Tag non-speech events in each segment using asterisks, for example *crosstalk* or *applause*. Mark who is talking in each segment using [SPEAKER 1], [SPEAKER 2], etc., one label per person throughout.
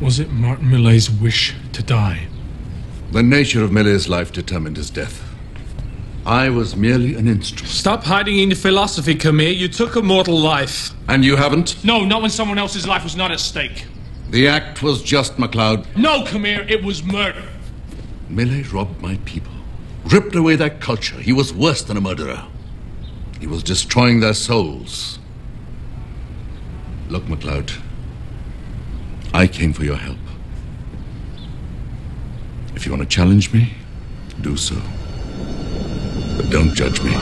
[SPEAKER 1] Was it Martin Millet's wish to die?
[SPEAKER 2] The nature of Millet's life determined his death. I was merely an instrument.
[SPEAKER 3] Stop hiding in your philosophy, Camille. You took a mortal life.
[SPEAKER 2] And you haven't?
[SPEAKER 4] No, not when someone else's life was not at stake.
[SPEAKER 2] The act was just, MacLeod.
[SPEAKER 4] No, Camille, it was murder.
[SPEAKER 2] Millet robbed my people, ripped away their culture. He was worse than a murderer. He was destroying their souls. Look, MacLeod, I came for your help. If you want to challenge me, do so. But don't judge me.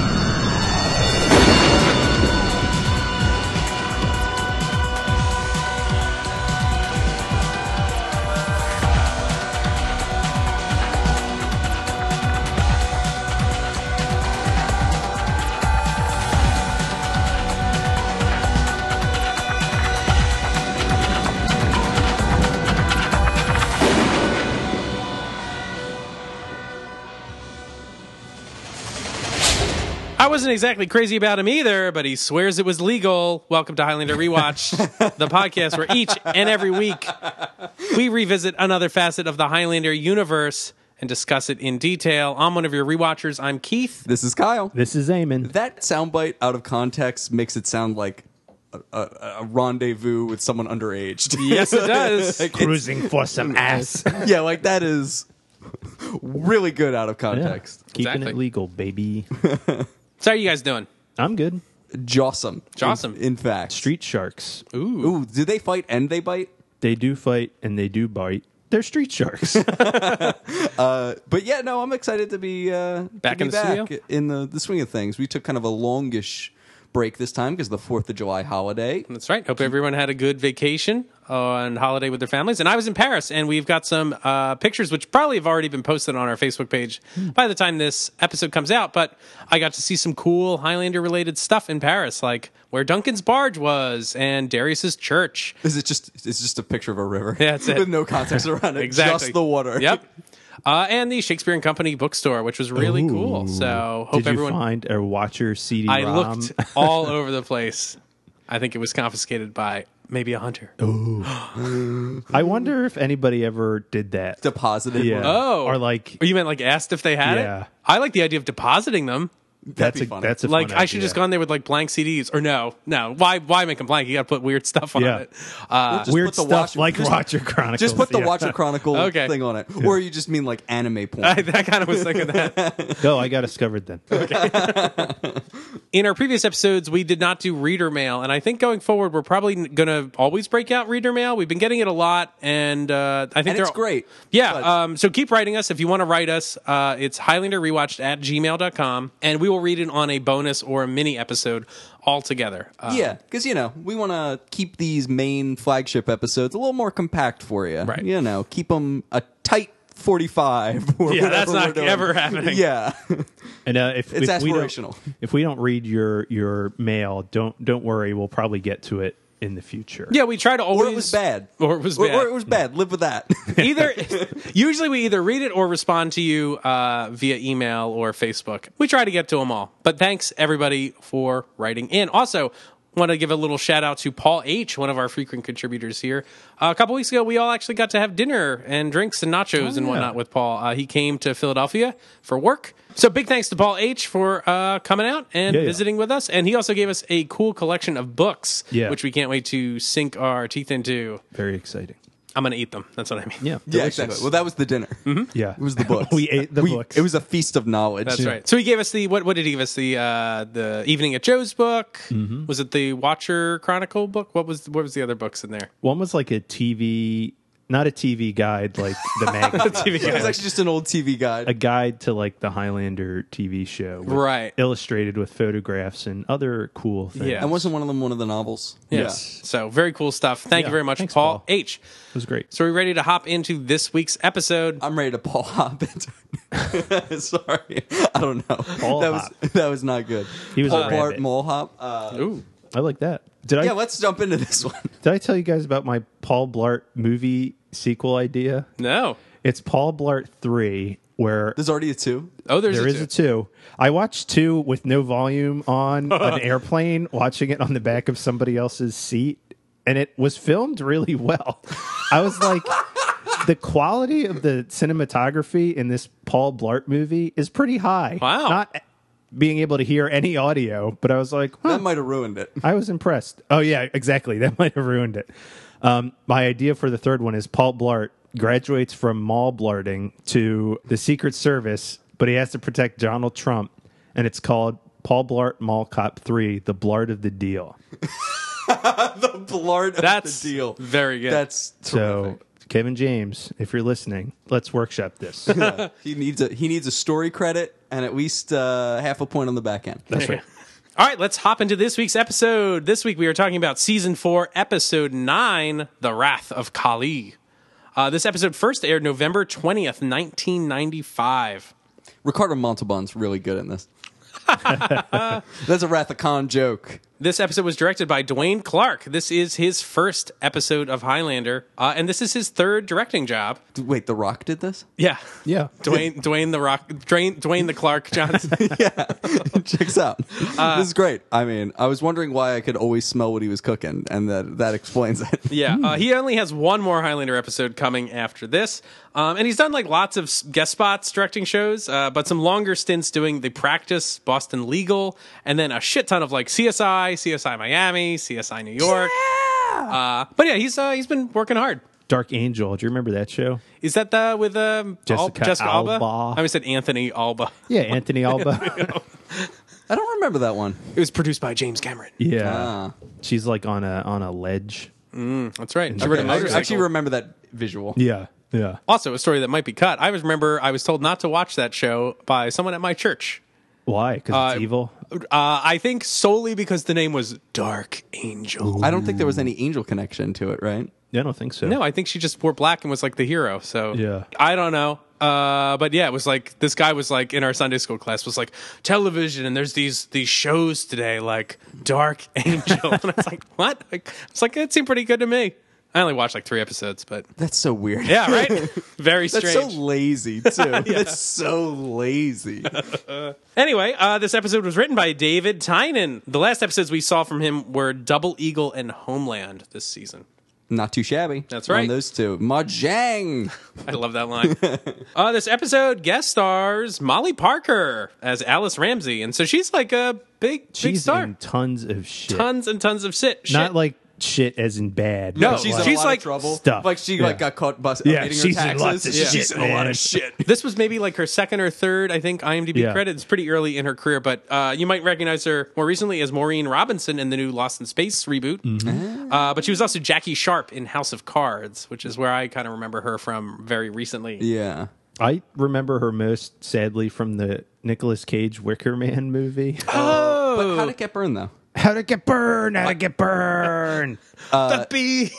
[SPEAKER 5] I wasn't exactly crazy about him either, but he swears it was legal. Welcome to Highlander Rewatch, the podcast where each and every week we revisit another facet of the Highlander universe and discuss it in detail. I'm one of your rewatchers. I'm Keith.
[SPEAKER 6] This is Kyle.
[SPEAKER 7] This is Eamon.
[SPEAKER 6] That soundbite out of context makes it sound like a, a, a rendezvous with someone underage.
[SPEAKER 5] *laughs* Yes, it does.
[SPEAKER 6] Like, it's-
[SPEAKER 7] Cruising for some ass.
[SPEAKER 6] *laughs* yeah, like that is really good out of context.
[SPEAKER 7] Keeping
[SPEAKER 5] Exactly.
[SPEAKER 7] it legal, baby.
[SPEAKER 5] So, how are you guys doing?
[SPEAKER 7] I'm good.
[SPEAKER 6] Jawsome.
[SPEAKER 5] Jawsome.
[SPEAKER 6] In, in fact.
[SPEAKER 7] Street sharks.
[SPEAKER 6] Ooh, do they fight and they bite?
[SPEAKER 7] They do fight and they do bite. They're street
[SPEAKER 6] *laughs*
[SPEAKER 7] sharks.
[SPEAKER 6] But yeah, no, I'm excited to be uh,
[SPEAKER 5] Back
[SPEAKER 6] to
[SPEAKER 5] in
[SPEAKER 6] be
[SPEAKER 5] the studio?
[SPEAKER 6] back in the the swing of things. We took kind of a longish break this time because the Fourth of July holiday.
[SPEAKER 5] That's right. Hope everyone had a good vacation on holiday with their families. And I was in Paris, and we've got some uh, pictures which probably have already been posted on our Facebook page
[SPEAKER 7] Hmm.
[SPEAKER 5] by the time this episode comes out. But I got to see some cool Highlander related stuff in Paris, like where Duncan's barge was and Darius's church.
[SPEAKER 6] Is it just it's just a picture of a river?
[SPEAKER 5] Yeah, that's it.
[SPEAKER 6] *laughs* with no context around it.
[SPEAKER 5] *laughs* Exactly.
[SPEAKER 6] just the water.
[SPEAKER 5] Yep. Uh, and the Shakespeare and Company bookstore, which was really cool. So hope
[SPEAKER 7] Did you
[SPEAKER 5] everyone.
[SPEAKER 7] find a watcher CD
[SPEAKER 5] I
[SPEAKER 7] ROM? *laughs*
[SPEAKER 5] looked all over the place. I think it was confiscated by maybe a hunter.
[SPEAKER 7] I wonder if anybody ever did that.
[SPEAKER 6] *laughs* Deposited.
[SPEAKER 7] Yeah.
[SPEAKER 6] one.
[SPEAKER 5] Oh.
[SPEAKER 7] Or like
[SPEAKER 5] Or you meant like asked if they had
[SPEAKER 7] Yeah.
[SPEAKER 5] it? I like the idea of depositing them.
[SPEAKER 7] that's
[SPEAKER 6] be
[SPEAKER 7] a
[SPEAKER 6] funny.
[SPEAKER 7] that's a
[SPEAKER 5] Like
[SPEAKER 7] fun
[SPEAKER 5] I should
[SPEAKER 7] idea.
[SPEAKER 5] just gone there with like blank CDs or no, no. Why why make them blank? You got to put weird stuff on
[SPEAKER 7] Yeah.
[SPEAKER 5] it. *laughs* Uh,
[SPEAKER 6] Just
[SPEAKER 7] weird
[SPEAKER 6] put the
[SPEAKER 7] stuff
[SPEAKER 6] Watcher-
[SPEAKER 7] like
[SPEAKER 6] just-
[SPEAKER 7] Watcher Chronicles.
[SPEAKER 6] Just put the
[SPEAKER 7] yeah.
[SPEAKER 6] Watcher
[SPEAKER 5] *laughs*
[SPEAKER 6] Chronicle
[SPEAKER 5] Okay.
[SPEAKER 6] thing on it, or you just mean like anime porn.
[SPEAKER 5] I, I kind of was thinking
[SPEAKER 7] *laughs*
[SPEAKER 5] that.
[SPEAKER 7] No, I got
[SPEAKER 6] *laughs*
[SPEAKER 7] discovered then.
[SPEAKER 5] In our previous episodes, we did not do reader mail, and I think going forward, we're probably going to always break out reader mail. We've been getting it a lot, and uh, I think
[SPEAKER 6] and
[SPEAKER 5] they're-
[SPEAKER 6] it's great.
[SPEAKER 5] Yeah.
[SPEAKER 6] But-
[SPEAKER 5] Um, so keep writing us if you want to write us. Uh, it's highlanderrewatched at gmail.com, and we will read it on a bonus or a mini episode altogether. Uh,
[SPEAKER 6] yeah, because you know we want to keep these main flagship episodes a little more compact for you.
[SPEAKER 5] Right.
[SPEAKER 6] You know, keep them a tight forty-five. *laughs* Or
[SPEAKER 5] Yeah, that's
[SPEAKER 6] whatever we're
[SPEAKER 5] not
[SPEAKER 6] doing.
[SPEAKER 5] ever happening. *laughs*
[SPEAKER 6] Yeah,
[SPEAKER 7] And uh, if
[SPEAKER 6] It's
[SPEAKER 7] if
[SPEAKER 6] aspirational.
[SPEAKER 7] We don't, if we don't read your your mail, don't don't worry. We'll probably get to it in the future.
[SPEAKER 5] Yeah, we try to always.
[SPEAKER 6] or it was bad,
[SPEAKER 5] Or it was
[SPEAKER 6] or,
[SPEAKER 5] bad.
[SPEAKER 6] it was bad. Live
[SPEAKER 5] *laughs*
[SPEAKER 6] with *laughs* that.
[SPEAKER 5] either usually we either read it or respond to you uh, via email or facebook we try to get to them all but thanks everybody for writing in also want to give a little shout out to paul h one of our frequent contributors here uh, a couple weeks ago we all actually got to have dinner and drinks and nachos and
[SPEAKER 7] Oh,
[SPEAKER 5] whatnot with paul uh, he came to philadelphia for work so big thanks to paul h for uh, coming out and
[SPEAKER 7] Yeah, yeah.
[SPEAKER 5] visiting with us and he also gave us a cool collection of books
[SPEAKER 7] Yeah.
[SPEAKER 5] which we can't wait to sink our teeth into
[SPEAKER 7] very exciting.
[SPEAKER 5] i'm gonna eat them that's what i mean
[SPEAKER 7] Yeah,
[SPEAKER 6] yeah,
[SPEAKER 7] delicious.
[SPEAKER 6] exactly. Well, that was the dinner.
[SPEAKER 7] yeah.
[SPEAKER 6] It was
[SPEAKER 7] *laughs*
[SPEAKER 6] the books.
[SPEAKER 7] we ate the
[SPEAKER 6] We-
[SPEAKER 7] books.
[SPEAKER 6] It was a feast of knowledge.
[SPEAKER 5] Mm-hmm. That's right. So he gave us the what? What did he give us? The uh, the Evening at Joe's book.
[SPEAKER 7] Mm-hmm.
[SPEAKER 5] Was it the Watcher Chronicle book? What was what was the other books in there?
[SPEAKER 7] one was like a TV, not a TV guide, like the magazine.
[SPEAKER 6] It was actually just an old TV guide.
[SPEAKER 7] a guide to like the Highlander TV show, with-
[SPEAKER 5] Right.
[SPEAKER 7] Illustrated with photographs and other cool things.
[SPEAKER 5] Yeah.
[SPEAKER 7] Yeah,
[SPEAKER 6] and wasn't one of them one of the novels?
[SPEAKER 5] Yes. So very cool stuff. Thank you
[SPEAKER 7] Yeah.
[SPEAKER 5] very much,
[SPEAKER 7] Thanks,
[SPEAKER 5] Paul,
[SPEAKER 7] Paul.
[SPEAKER 5] H.
[SPEAKER 7] it was great.
[SPEAKER 5] So are we ready to hop into this week's episode?
[SPEAKER 6] Yeah. I'm ready to Paul *laughs* Hobbit. *laughs* Sorry, I don't know.
[SPEAKER 7] Paul
[SPEAKER 6] that was
[SPEAKER 7] Hobbit.
[SPEAKER 6] that was not good.
[SPEAKER 7] He was a
[SPEAKER 6] Paul Bart
[SPEAKER 7] rabbit.
[SPEAKER 6] Molhop. Uh,
[SPEAKER 5] Ooh.
[SPEAKER 7] I like that. Did
[SPEAKER 6] yeah,
[SPEAKER 7] I?
[SPEAKER 6] let's jump into this one.
[SPEAKER 7] Did I tell you guys about my Paul Blart movie sequel idea?
[SPEAKER 5] No.
[SPEAKER 7] It's Paul Blart three, where
[SPEAKER 6] There's already a two.
[SPEAKER 5] Oh, there's
[SPEAKER 7] There
[SPEAKER 5] a
[SPEAKER 7] is
[SPEAKER 5] two.
[SPEAKER 7] a two. I watched
[SPEAKER 5] *laughs*
[SPEAKER 7] two with no volume on an airplane, watching it on the back of somebody else's seat. and it was filmed really well. I was
[SPEAKER 5] *laughs*
[SPEAKER 7] like, the quality of the cinematography in this Paul Blart movie is pretty high.
[SPEAKER 5] Wow.
[SPEAKER 7] Not being able to hear any audio, but I was like, huh.
[SPEAKER 6] That might have ruined it. *laughs*
[SPEAKER 7] I was impressed. Oh yeah, exactly. *laughs* That might have ruined it. Um, my idea for the third one is Paul Blart graduates from mall blarting to the Secret Service, but he has to protect Donald Trump, and it's called Paul Blart Mall Cop Three: The Blart of the *laughs* Deal.
[SPEAKER 6] the blart of
[SPEAKER 5] That's
[SPEAKER 6] the deal.
[SPEAKER 5] very good.
[SPEAKER 6] That's
[SPEAKER 7] So. Kevin James, if you're listening, let's workshop this. *laughs*
[SPEAKER 6] terrific. he needs a he needs a story credit and at least uh, half a point on the back end.
[SPEAKER 5] All right, let's hop into this week's episode. This week we are talking about season four, episode nine, The Wrath of Kali. Uh, this episode first aired November 20th, 1995.
[SPEAKER 6] Ricardo Montalban's really good in this. *laughs* That's a Wrath of Khan joke.
[SPEAKER 5] This episode was directed by Dwayne Clark. This is his first episode of Highlander, uh, and this is his third directing job.
[SPEAKER 6] Wait, The Rock did this?
[SPEAKER 5] Yeah.
[SPEAKER 7] Yeah.
[SPEAKER 5] Dwayne, Dwayne the Rock, Dwayne, Dwayne the Clark Johnson.
[SPEAKER 6] *laughs* Checks out.
[SPEAKER 5] Uh,
[SPEAKER 6] this is great. I mean, I was wondering why I could always smell what he was cooking, and that that explains it.
[SPEAKER 5] *laughs* Yeah, uh, he only has one more Highlander episode coming after this, um, and he's done like lots of s- guest spots directing shows, uh, but some longer stints doing the practice, Boston Legal, and then a shit ton of like CSI, CSI Miami, CSI New York. Uh, but yeah, he's uh, he's been working hard.
[SPEAKER 7] Dark Angel. Do you remember that show?
[SPEAKER 5] Is that the with um, Al-
[SPEAKER 7] Jessica
[SPEAKER 5] Jessica Alba?
[SPEAKER 7] Alba.
[SPEAKER 5] I almost said Anthony Alba.
[SPEAKER 7] Yeah, Anthony Alba.
[SPEAKER 6] I don't remember that one.
[SPEAKER 5] It was produced by James Cameron.
[SPEAKER 7] *laughs* yeah.
[SPEAKER 6] Ah.
[SPEAKER 7] She's like on a on a ledge.
[SPEAKER 5] That's right. She rode a
[SPEAKER 6] I
[SPEAKER 5] motorcycle.
[SPEAKER 6] actually remember that visual.
[SPEAKER 7] Yeah. Yeah.
[SPEAKER 5] also, a story that might be cut. I was remember I was told not to watch that show by someone at my church.
[SPEAKER 7] Why? Because
[SPEAKER 5] Uh,
[SPEAKER 7] it's evil.
[SPEAKER 5] Uh, I think solely because the name was Dark Angel.
[SPEAKER 6] I don't think there was any angel connection to it, right?
[SPEAKER 7] I don't think so.
[SPEAKER 5] No, I think she just wore black and was like the hero. So
[SPEAKER 7] Yeah.
[SPEAKER 5] I don't know. Uh, but yeah, it was like this guy was like in our Sunday school class was like television, and there's these these shows today like Dark *laughs* Angel, and I was like, what? Like, it's like it seemed pretty good to me. I only watched like three episodes, but
[SPEAKER 6] That's so weird.
[SPEAKER 5] yeah,
[SPEAKER 6] *laughs*
[SPEAKER 5] right. Very
[SPEAKER 6] That's
[SPEAKER 5] strange.
[SPEAKER 6] so
[SPEAKER 5] *laughs*
[SPEAKER 6] lazy too. That's so lazy.
[SPEAKER 5] Anyway, uh, this episode was written by David Tynan. The last episodes we saw from him were Double Eagle and Homeland this season.
[SPEAKER 6] Not too shabby.
[SPEAKER 5] That's
[SPEAKER 6] On
[SPEAKER 5] right.
[SPEAKER 6] those two, Mahjong.
[SPEAKER 5] I love that
[SPEAKER 6] *laughs*
[SPEAKER 5] line. uh, this episode guest stars Molly Parker as Alice Ramsey, and so she's like a big big
[SPEAKER 7] She's
[SPEAKER 5] star.
[SPEAKER 7] in tons of shit.
[SPEAKER 5] tons and tons of shit. shit.
[SPEAKER 7] Not like shit as in bad.
[SPEAKER 5] No,
[SPEAKER 7] but
[SPEAKER 6] She's,
[SPEAKER 5] Wow.
[SPEAKER 6] in
[SPEAKER 7] like,
[SPEAKER 5] Oh, she's
[SPEAKER 6] a lot
[SPEAKER 5] like
[SPEAKER 6] of trouble.
[SPEAKER 7] stuff.
[SPEAKER 6] Like she
[SPEAKER 7] Yeah.
[SPEAKER 6] like got caught bus-
[SPEAKER 7] Yeah,
[SPEAKER 6] evading
[SPEAKER 7] she's
[SPEAKER 6] her
[SPEAKER 7] in
[SPEAKER 6] taxes.
[SPEAKER 7] lots of
[SPEAKER 6] she's
[SPEAKER 7] shit,
[SPEAKER 6] in a lot
[SPEAKER 7] man.
[SPEAKER 6] of shit.
[SPEAKER 7] *laughs*
[SPEAKER 5] this was maybe like her second or third, I think, IMDb
[SPEAKER 7] Yeah.
[SPEAKER 5] credit. It's pretty early in her career, but uh, you might recognize her more recently as Maureen Robinson in the new Lost in Space reboot.
[SPEAKER 7] Mm-hmm.
[SPEAKER 5] Uh, but she was also Jackie Sharp in House of Cards, which is where I kind of remember her from very recently.
[SPEAKER 6] Yeah.
[SPEAKER 7] I remember her most sadly from the Nicolas Cage Wicker Man movie.
[SPEAKER 6] But how to get burned though?
[SPEAKER 7] *laughs* How to get burned? How to get burned?
[SPEAKER 5] the bee.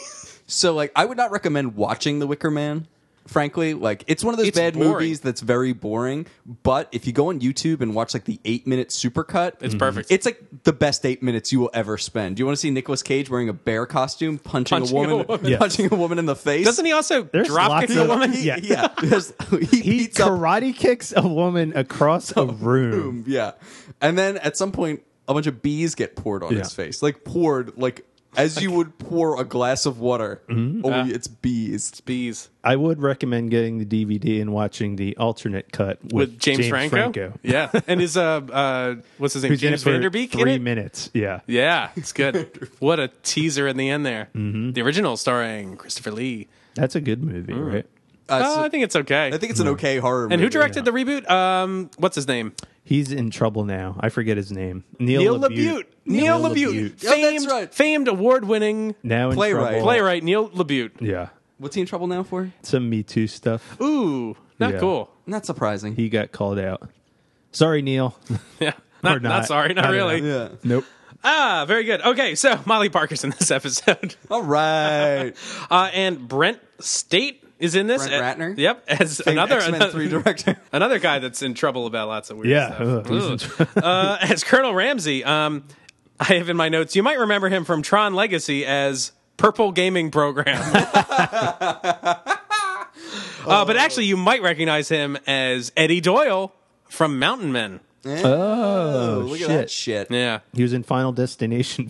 [SPEAKER 6] So like I would not recommend watching The Wicker Man. Frankly, like it's one of those
[SPEAKER 5] It's
[SPEAKER 6] bad
[SPEAKER 5] boring.
[SPEAKER 6] movies that's very boring. But if you go on YouTube and watch like the eight minute supercut,
[SPEAKER 7] Mhm.
[SPEAKER 5] It's perfect.
[SPEAKER 6] It's like the best eight minutes you will ever spend. Do you want to see Nicolas Cage wearing a bear costume, punching,
[SPEAKER 5] Punching
[SPEAKER 6] a
[SPEAKER 5] a
[SPEAKER 6] woman,
[SPEAKER 5] woman.
[SPEAKER 7] Yes.
[SPEAKER 6] punching a woman in the face?
[SPEAKER 5] Doesn't he also
[SPEAKER 7] There's
[SPEAKER 5] drop
[SPEAKER 7] lots
[SPEAKER 5] kick the
[SPEAKER 7] of-
[SPEAKER 5] woman?
[SPEAKER 6] He,
[SPEAKER 7] *laughs* Yeah.
[SPEAKER 6] yeah. *laughs* There's- he
[SPEAKER 7] *laughs* He
[SPEAKER 6] beats up
[SPEAKER 7] karate kicks a woman across *laughs* a room.
[SPEAKER 6] Yeah. And then at some point, a bunch of bees get poured on
[SPEAKER 7] Yeah.
[SPEAKER 6] his face. Like poured, like as you would pour a glass of water.
[SPEAKER 7] Mm-hmm.
[SPEAKER 6] Only it's bees.
[SPEAKER 5] Ah. Bees.
[SPEAKER 7] I would recommend getting the DVD and watching the alternate cut with,
[SPEAKER 5] with James, Franco. *laughs* Yeah, and his uh, uh what's his name?
[SPEAKER 7] Who's in it
[SPEAKER 5] James
[SPEAKER 7] for
[SPEAKER 5] Vanderbeek. in
[SPEAKER 7] Three
[SPEAKER 5] it?
[SPEAKER 7] minutes. Yeah.
[SPEAKER 5] Yeah, it's
[SPEAKER 7] *laughs*
[SPEAKER 5] good. what a teaser in the end there.
[SPEAKER 7] Mm-hmm.
[SPEAKER 5] The original starring Christopher Lee.
[SPEAKER 7] That's a good movie, right?
[SPEAKER 6] Uh, so-
[SPEAKER 5] Oh, I think it's okay.
[SPEAKER 6] I think it's an okay horror
[SPEAKER 5] Hmm. and
[SPEAKER 6] movie.
[SPEAKER 5] who directed the reboot? Um, what's his name?
[SPEAKER 7] He's in trouble now. I forget his name. Neil,
[SPEAKER 5] Neil
[SPEAKER 7] LaBute.
[SPEAKER 5] Labute. Neil
[SPEAKER 7] Neil
[SPEAKER 5] Labute,
[SPEAKER 6] LaBute. Oh, that's
[SPEAKER 5] famed,
[SPEAKER 6] right.
[SPEAKER 5] famed award-winning
[SPEAKER 7] Now in
[SPEAKER 6] Playwright.
[SPEAKER 7] trouble.
[SPEAKER 5] playwright Neil Labute.
[SPEAKER 7] Yeah.
[SPEAKER 6] What's he in trouble now for?
[SPEAKER 7] Some Me Too stuff.
[SPEAKER 5] Ooh, not
[SPEAKER 7] Yeah.
[SPEAKER 5] cool. *laughs*
[SPEAKER 6] Not surprising.
[SPEAKER 7] He got called out.
[SPEAKER 6] *laughs*
[SPEAKER 7] Sorry, Neil.
[SPEAKER 5] Yeah,
[SPEAKER 7] Or
[SPEAKER 5] not, not,
[SPEAKER 7] not.
[SPEAKER 5] sorry, not
[SPEAKER 7] I don't
[SPEAKER 5] really.
[SPEAKER 6] yeah.
[SPEAKER 7] Nope.
[SPEAKER 5] Ah, very good. Okay, so *laughs* Molly Parker's in this episode.
[SPEAKER 6] All right.
[SPEAKER 5] Uh, and Brent State is in this.
[SPEAKER 6] Brent Ratner?
[SPEAKER 5] Uh, yep, as *laughs* another
[SPEAKER 6] Another X-Men
[SPEAKER 5] another,
[SPEAKER 6] three director.
[SPEAKER 5] *laughs* another guy that's in trouble about lots of weird
[SPEAKER 7] Yeah.
[SPEAKER 5] stuff.
[SPEAKER 7] *laughs* Ugh, he's in
[SPEAKER 5] Ugh. uh, *laughs* as Colonel Ramsey, um, I have in my notes. You might remember him from Tron Legacy as Purple Gaming Program. *laughs* uh, but actually, you might recognize him as Eddie Doyle from Mountain Men.
[SPEAKER 6] Oh, look at that
[SPEAKER 7] shit.
[SPEAKER 6] shit.
[SPEAKER 5] Yeah. Uh,
[SPEAKER 7] He was in Final Destination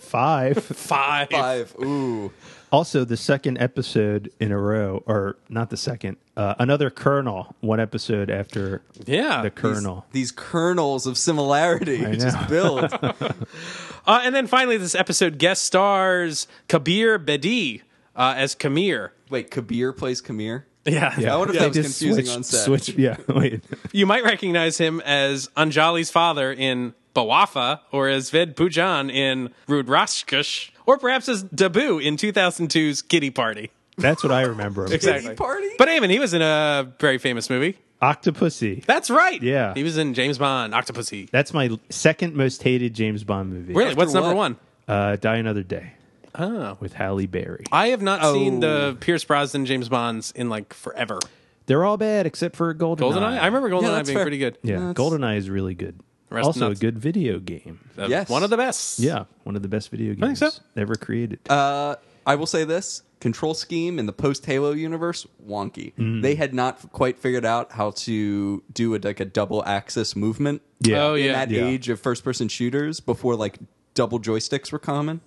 [SPEAKER 6] *laughs*
[SPEAKER 7] 5.
[SPEAKER 5] Five.
[SPEAKER 6] Five. Ooh.
[SPEAKER 7] also, the second episode in a row, or not the second, uh, another Colonel, one episode after
[SPEAKER 5] Yeah.
[SPEAKER 7] the Colonel.
[SPEAKER 6] These kernels of similarity
[SPEAKER 5] *laughs*
[SPEAKER 6] just build.
[SPEAKER 5] Uh, and then finally, this episode guest stars Kabir Bedi uh, as Kamir.
[SPEAKER 6] Wait, Kabir plays Kamir?
[SPEAKER 5] Yeah.
[SPEAKER 6] I wonder if that was
[SPEAKER 7] They just
[SPEAKER 6] confusing
[SPEAKER 7] switched-
[SPEAKER 6] on set.
[SPEAKER 7] Switch, yeah, *laughs* wait.
[SPEAKER 5] You might recognize him as Anjali's father in Bawafa, or as Ved Pujan in Rudrashkish, or perhaps as Dabu in 2002's Kitty Party.
[SPEAKER 7] That's what I remember. him.
[SPEAKER 5] Exactly.
[SPEAKER 6] Party?
[SPEAKER 5] But Eamon, he was in a very famous movie.
[SPEAKER 7] Octopussy.
[SPEAKER 5] That's right.
[SPEAKER 7] Yeah.
[SPEAKER 5] He was in James Bond, Octopussy.
[SPEAKER 7] That's my second most hated James Bond movie.
[SPEAKER 5] Really? What's number
[SPEAKER 6] what?
[SPEAKER 5] one?
[SPEAKER 7] Uh, Die Another Day.
[SPEAKER 5] Ah.
[SPEAKER 7] Oh. With Halle Berry.
[SPEAKER 5] I have not seen
[SPEAKER 6] Oh.
[SPEAKER 5] the Pierce Brosnan James Bonds in like forever.
[SPEAKER 7] They're all bad except for Goldeneye.
[SPEAKER 5] Goldeneye? I remember Goldeneye
[SPEAKER 6] that's
[SPEAKER 5] being
[SPEAKER 6] fair.
[SPEAKER 5] pretty good.
[SPEAKER 7] Yeah,
[SPEAKER 6] That's-
[SPEAKER 7] Goldeneye is really good.
[SPEAKER 5] Rest
[SPEAKER 7] also
[SPEAKER 5] nuts.
[SPEAKER 7] a good video game.
[SPEAKER 5] Uh,
[SPEAKER 6] Yes.
[SPEAKER 5] One of the best.
[SPEAKER 7] Yeah, one of the best video
[SPEAKER 5] think
[SPEAKER 7] games
[SPEAKER 5] so.
[SPEAKER 7] ever created.
[SPEAKER 6] Uh, I will say this control scheme in the post Halo universe, wonky.
[SPEAKER 5] Mm-hmm.
[SPEAKER 6] They had not quite figured out how to do a, like a double axis movement
[SPEAKER 7] yeah.
[SPEAKER 5] Oh,
[SPEAKER 6] in
[SPEAKER 5] yeah.
[SPEAKER 6] that
[SPEAKER 7] Yeah.
[SPEAKER 6] age of first person shooters before like double joysticks were common.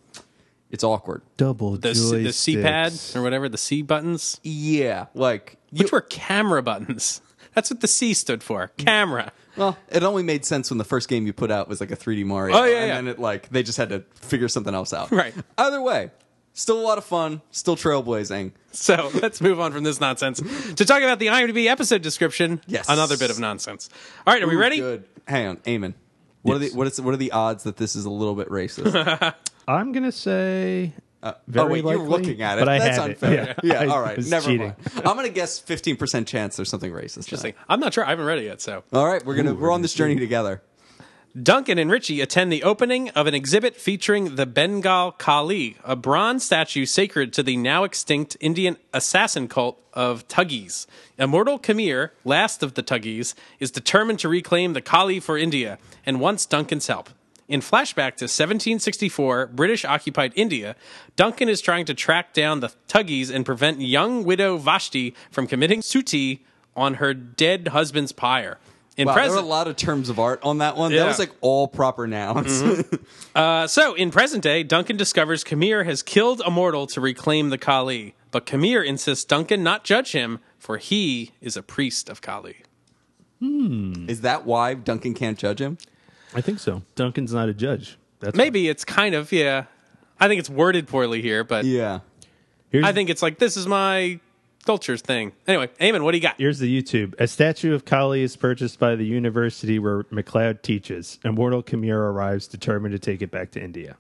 [SPEAKER 6] It's awkward.
[SPEAKER 7] Double
[SPEAKER 5] The, C- the C pad or whatever, the C buttons,
[SPEAKER 6] Yeah, like you,
[SPEAKER 5] which were camera buttons. *laughs* That's what the C stood for. Camera.
[SPEAKER 6] well, it only made sense when the first game you put out was like a 3D Mario.
[SPEAKER 5] Oh, yeah,
[SPEAKER 6] and
[SPEAKER 5] yeah.
[SPEAKER 6] then it like they just had to figure something else out.
[SPEAKER 5] Right.
[SPEAKER 6] Either way, still a lot of fun, still trailblazing.
[SPEAKER 5] So *laughs* let's move on from this nonsense to talk about the IMDb episode description.
[SPEAKER 6] Yes.
[SPEAKER 5] Another bit of nonsense. All right, are we ready?
[SPEAKER 6] Good. Hang on, Eamon. What are
[SPEAKER 7] Yes.
[SPEAKER 6] the what is what are the odds that this is a little
[SPEAKER 5] *laughs*
[SPEAKER 6] bit racist?
[SPEAKER 7] I'm gonna say. very
[SPEAKER 6] oh wait,
[SPEAKER 7] likely,
[SPEAKER 6] you're looking at it.
[SPEAKER 7] But I
[SPEAKER 6] That's
[SPEAKER 7] had it.
[SPEAKER 6] unfair.
[SPEAKER 7] Yeah.
[SPEAKER 6] Yeah,
[SPEAKER 7] I
[SPEAKER 6] all right.
[SPEAKER 7] was
[SPEAKER 6] Never
[SPEAKER 7] cheating.
[SPEAKER 6] mind. I'm gonna guess fifteen percent chance there's something racist.
[SPEAKER 5] Just
[SPEAKER 6] in
[SPEAKER 5] like,
[SPEAKER 6] it.
[SPEAKER 5] I'm not sure. I haven't read it yet. So
[SPEAKER 6] All right, we're gonna we're on this journey together.
[SPEAKER 5] Duncan and Richie attend the opening of an exhibit featuring the Bengal Kali, a bronze statue sacred to the now extinct Indian assassin cult of Tuggies. Immortal Khmer, last of the Tuggies, is determined to reclaim the Kali for India and wants Duncan's help. In flashback to 1764, British occupied India, Duncan is trying to track down the Tuggies and prevent young widow Vashti from committing suti on her dead husband's pyre. In
[SPEAKER 6] Wow, there
[SPEAKER 5] present,
[SPEAKER 6] were a lot of terms of art on that one. That
[SPEAKER 5] Yeah. Mm-hmm.
[SPEAKER 6] was like all proper nouns.
[SPEAKER 5] So, in present day, Duncan discovers Khmer has killed a mortal to reclaim the Kali, but Khmer insists Duncan not judge him, for he is a priest of Kali.
[SPEAKER 6] *laughs* is that why Duncan can't judge him?
[SPEAKER 7] I think so. Duncan's not a judge. That's
[SPEAKER 5] Maybe it's kind of, yeah. I think it's worded poorly here, but
[SPEAKER 6] Yeah.
[SPEAKER 7] Here's,
[SPEAKER 5] I think it's like, this is my culture's thing. Anyway, Eamon, what do you got? *laughs*
[SPEAKER 7] Here's the YouTube. A statue of Kali is purchased by the university where McLeod teaches. Immortal Khmer arrives, determined to take it back to India.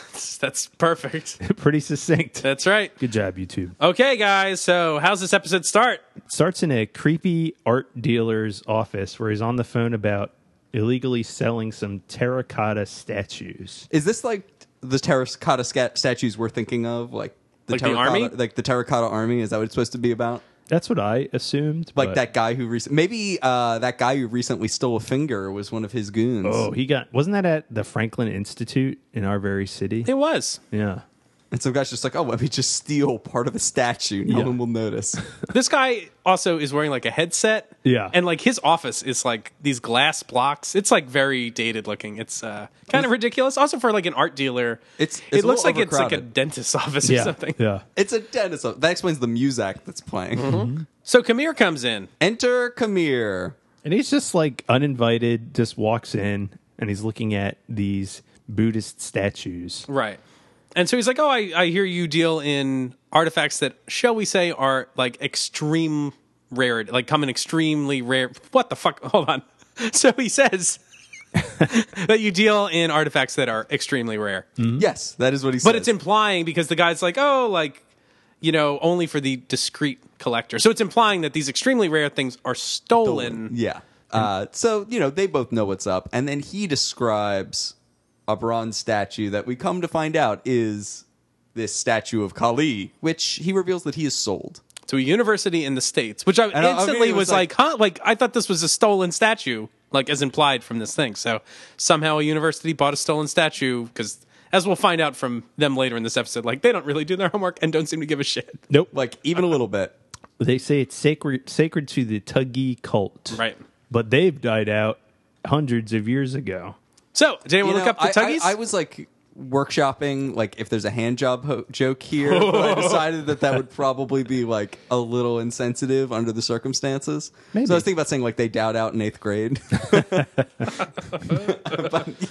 [SPEAKER 7] *laughs*
[SPEAKER 5] That's perfect.
[SPEAKER 7] Pretty succinct.
[SPEAKER 5] That's right.
[SPEAKER 7] Good job, YouTube.
[SPEAKER 5] Okay, guys, so how's this episode start?
[SPEAKER 7] starts in a creepy art dealer's office where he's on the phone about illegally selling some terracotta statues.
[SPEAKER 6] Is this like the terracotta sca- statues we're thinking of? Like the
[SPEAKER 5] Like the
[SPEAKER 6] terracotta,
[SPEAKER 5] army?
[SPEAKER 6] like the terracotta army? Is that what it's supposed to be about?
[SPEAKER 7] That's what I assumed.
[SPEAKER 6] Like
[SPEAKER 7] but-
[SPEAKER 6] that guy who recent maybe uh, that guy who recently stole a finger was one of his goons.
[SPEAKER 7] Oh, he got wasn't that at the Franklin Institute in our very city?
[SPEAKER 5] It was.
[SPEAKER 7] Yeah.
[SPEAKER 6] And some guy's just like, oh, let me just steal part of a statue. No
[SPEAKER 7] Yeah.
[SPEAKER 6] one will notice. *laughs*
[SPEAKER 5] This guy also is wearing like a headset.
[SPEAKER 7] Yeah.
[SPEAKER 5] And like his office is like these glass blocks. It's like very dated looking. It's uh, kind of ridiculous. Also for like an art dealer.
[SPEAKER 6] It's- it's
[SPEAKER 5] it
[SPEAKER 6] a
[SPEAKER 5] looks
[SPEAKER 6] little
[SPEAKER 5] like it's like a
[SPEAKER 6] overcrowded.
[SPEAKER 5] dentist's *laughs* office or
[SPEAKER 7] Yeah.
[SPEAKER 5] something.
[SPEAKER 7] Yeah.
[SPEAKER 6] it's a dentist. That explains the muzak that's playing.
[SPEAKER 5] So Kamir comes in.
[SPEAKER 6] Enter Kamir.
[SPEAKER 7] And he's just like uninvited, just walks in and he's looking at these Buddhist statues.
[SPEAKER 5] Right. And so he's like, Oh, I, I hear you deal in artifacts that, shall we say, are like extreme rare like come in extremely rare what the fuck *laughs* hold on. So he says *laughs* that you deal in artifacts that are extremely rare.
[SPEAKER 6] Yes, that is what he said.
[SPEAKER 5] Mm-hmm. But it's implying because the guy's like, oh, like, you know, only for the discreet collector. So it's implying that these extremely rare things are stolen.
[SPEAKER 6] Yeah. Uh, so, you know, they both know what's up. And then he describes a bronze statue that we come to find out is this statue of Kali, which he reveals that he has sold.
[SPEAKER 5] To a university in the States, which I
[SPEAKER 6] I mean,
[SPEAKER 5] instantly
[SPEAKER 6] it
[SPEAKER 5] was,
[SPEAKER 6] was
[SPEAKER 5] like,
[SPEAKER 6] like-
[SPEAKER 5] huh? Like, I thought this was a stolen statue, like, as implied from this thing. So somehow a university bought a stolen statue because. As we'll find out from them later in this episode, like they don't really do their homework and don't seem to give a shit.
[SPEAKER 7] Nope.
[SPEAKER 6] Like, even a little bit.
[SPEAKER 7] They say it's sacred sacred to the Tuggy cult.
[SPEAKER 5] Right.
[SPEAKER 7] But they've died out hundreds of years ago.
[SPEAKER 5] So, did anyone
[SPEAKER 6] You
[SPEAKER 5] look
[SPEAKER 6] know,
[SPEAKER 5] up the
[SPEAKER 6] I- I,
[SPEAKER 5] Tuggies?
[SPEAKER 6] I was like workshopping like if there's a hand job ho-
[SPEAKER 5] *laughs*
[SPEAKER 6] joke here but i decided that that would probably be like a little insensitive under the circumstances so i was thinking about saying like they doubt out in
[SPEAKER 5] *laughs*
[SPEAKER 6] eighth grade *laughs* but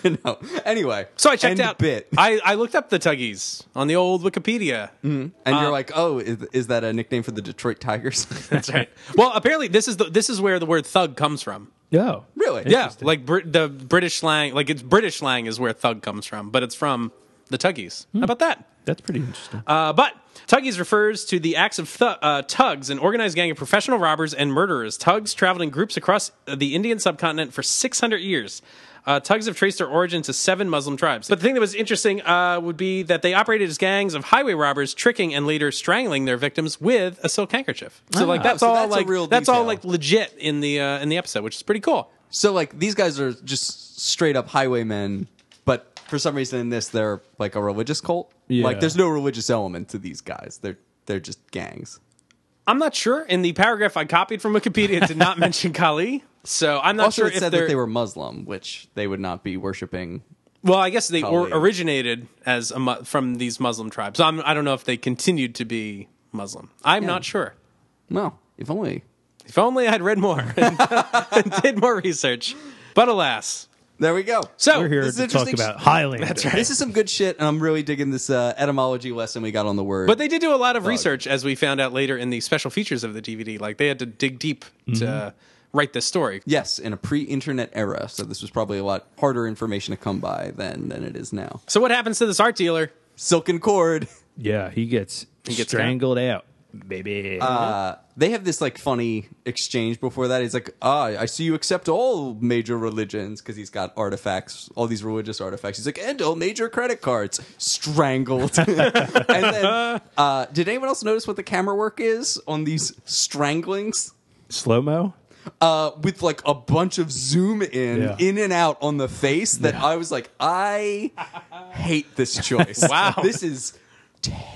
[SPEAKER 6] you know anyway
[SPEAKER 5] so I checked
[SPEAKER 6] end
[SPEAKER 5] out.
[SPEAKER 6] bit Mm.
[SPEAKER 5] I, I looked up the Tuggies on the old Wikipedia.
[SPEAKER 6] and you're like oh is, is that a nickname for the detroit tigers
[SPEAKER 5] Uh, *laughs* That's right. Well, apparently this is the this is where the word thug comes from.
[SPEAKER 7] Oh,
[SPEAKER 6] *laughs* really
[SPEAKER 5] Yeah, like Brit the British slang, like it's British slang is where thug comes from, but it's from the Tuggies. How about that?
[SPEAKER 7] That's pretty interesting.
[SPEAKER 5] Uh, but Tuggies refers to the acts of th- uh, tugs, an organized gang of professional robbers and murderers. Tugs traveled in groups across the Indian subcontinent for 600 years. Uh, tugs have traced their origin to seven Muslim tribes. But the thing that was interesting uh, would be that they operated as gangs of highway robbers, tricking and later strangling their victims with a silk handkerchief. So like that's
[SPEAKER 6] Ah, So
[SPEAKER 5] all
[SPEAKER 6] that's a
[SPEAKER 5] like
[SPEAKER 6] real
[SPEAKER 5] that's all
[SPEAKER 6] detail.
[SPEAKER 5] like legit in the uh, in the episode, which is pretty cool.
[SPEAKER 6] so like these guys are just straight up highwaymen but for some reason in this they're like a religious cult
[SPEAKER 7] Yeah.
[SPEAKER 6] like there's no religious element to these guys they're they're just gangs
[SPEAKER 5] I'm not sure. In the paragraph I copied from Wikipedia, it did not *laughs* mention Kali. So I'm not
[SPEAKER 6] also
[SPEAKER 5] sure
[SPEAKER 6] it
[SPEAKER 5] if
[SPEAKER 6] said
[SPEAKER 5] they're-
[SPEAKER 6] that they were muslim which they would not be worshiping
[SPEAKER 5] Well, I guess they or
[SPEAKER 6] Kali.
[SPEAKER 5] originated as a, mu- from these Muslim tribes. I'm, I don't know if they continued to be Muslim. I'm not sure.
[SPEAKER 6] well if only
[SPEAKER 5] If only I'd read more *laughs* and, did more research. But alas,
[SPEAKER 6] there we go
[SPEAKER 5] so
[SPEAKER 7] We're here
[SPEAKER 6] this is
[SPEAKER 7] to talk
[SPEAKER 6] interesting.
[SPEAKER 5] *laughs*
[SPEAKER 7] about Highland. That's
[SPEAKER 6] this is some good shit and i'm really digging this uh, etymology lesson we got on the word
[SPEAKER 5] But they did do a lot of research, as we found out later in the special features of the DVD. Like they had to dig deep to write this story.
[SPEAKER 6] yes in a pre-internet era so this was probably a lot harder information to come by then than it is now
[SPEAKER 5] So what happens to this art dealer?
[SPEAKER 6] silken cord *laughs*
[SPEAKER 7] Yeah, he gets,
[SPEAKER 5] gets
[SPEAKER 7] strangled out, baby.
[SPEAKER 6] they have this like funny exchange before that. He's like, "Ah, I see you accept all major religions because he's got artifacts, all these religious artifacts." He's like, "And all major credit cards strangled." *laughs* and then, uh, did anyone else notice what the camera work is on these stranglings?
[SPEAKER 7] Slow mo.
[SPEAKER 6] Uh, with like a bunch of zoom in,
[SPEAKER 7] Yeah.
[SPEAKER 6] in and out on the face. That I was like, I hate this choice.
[SPEAKER 5] Wow.
[SPEAKER 6] this is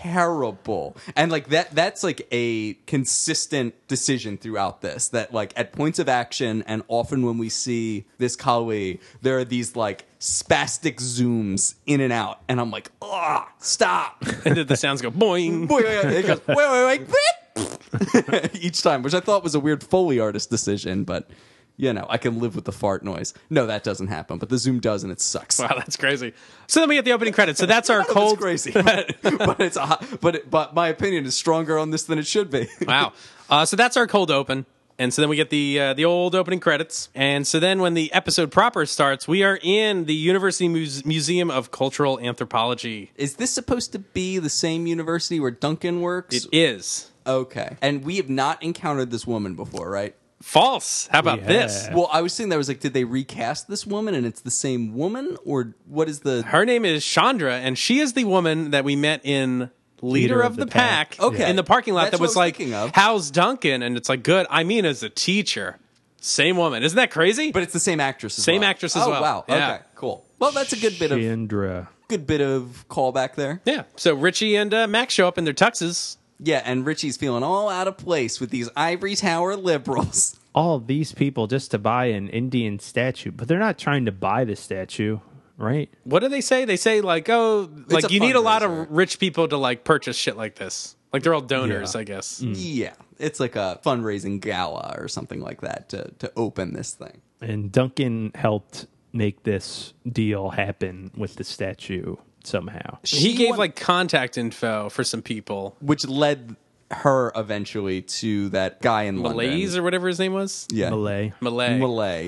[SPEAKER 6] terrible and like that that's like a consistent decision throughout this that like at points of action and often when we see this kali there are these like spastic zooms in and out and i'm like oh stop
[SPEAKER 5] And did the sounds go boing?
[SPEAKER 6] Boy, wait, wait.
[SPEAKER 5] *laughs*
[SPEAKER 6] It goes, wait, wait, wait. *laughs* each time which i thought was a weird foley artist decision but you know i can live with the fart noise no that doesn't happen but the zoom does and it sucks
[SPEAKER 5] Wow, that's crazy. So then we get the opening credits. So
[SPEAKER 6] *laughs*
[SPEAKER 5] that's our cold.
[SPEAKER 6] It's
[SPEAKER 5] *laughs*
[SPEAKER 6] crazy, but it's a, hot- but it, but my opinion is stronger on this than it should be.
[SPEAKER 5] Wow. Uh, so that's our cold open. And so then we get the uh, the old opening credits. And so then when the episode proper starts, we are in the University Muse- Museum of Cultural Anthropology.
[SPEAKER 6] *laughs* Is this supposed to be the same university where Duncan works?
[SPEAKER 5] It is
[SPEAKER 6] okay, and we have not encountered this woman before, right?
[SPEAKER 5] false. How about this?
[SPEAKER 7] Yeah.
[SPEAKER 6] Well, I was saying that I was like, did they recast this woman and it's the same woman, or what is the?
[SPEAKER 5] Her name is Chandra, and she is the woman that we met in Leader, of, the, Pack,
[SPEAKER 6] Okay.
[SPEAKER 5] in the parking lot
[SPEAKER 6] That's
[SPEAKER 5] that
[SPEAKER 6] what I
[SPEAKER 5] was,
[SPEAKER 6] was
[SPEAKER 5] like,
[SPEAKER 6] thinking of.
[SPEAKER 5] How's Duncan? And it's like, good. I mean, as a teacher. Same woman. Isn't that crazy?
[SPEAKER 6] But it's the same actress. As
[SPEAKER 5] Same
[SPEAKER 6] well.
[SPEAKER 5] actress as
[SPEAKER 6] oh,
[SPEAKER 5] well.
[SPEAKER 6] Wow.
[SPEAKER 5] Yeah.
[SPEAKER 6] Okay. Cool. Well, that's a good bit of
[SPEAKER 7] Chandra.
[SPEAKER 6] good bit of callback there.
[SPEAKER 5] yeah. So Richie and uh, Max show up in their tuxes.
[SPEAKER 6] Yeah, and Richie's feeling all out of place with these ivory tower liberals.
[SPEAKER 5] *laughs*
[SPEAKER 7] All these people just to buy an Indian statue, but they're not trying to buy the statue, right?
[SPEAKER 5] what do they say? They say like, oh, like
[SPEAKER 6] a
[SPEAKER 5] you need a lot
[SPEAKER 6] fundraiser.
[SPEAKER 5] of rich people to like purchase shit like this. Like they're all donors,
[SPEAKER 7] Yeah.
[SPEAKER 5] I guess.
[SPEAKER 6] Yeah, it's like a fundraising gala or something like that to to open this thing.
[SPEAKER 7] And Duncan helped make this deal happen with the statue somehow.
[SPEAKER 5] He
[SPEAKER 6] She
[SPEAKER 5] gave
[SPEAKER 6] won-
[SPEAKER 5] like contact info for some people,
[SPEAKER 6] which led her eventually to that guy in London.
[SPEAKER 5] Malays or whatever his name was,
[SPEAKER 6] yeah,
[SPEAKER 7] Malay.
[SPEAKER 5] Malay.
[SPEAKER 6] Malay,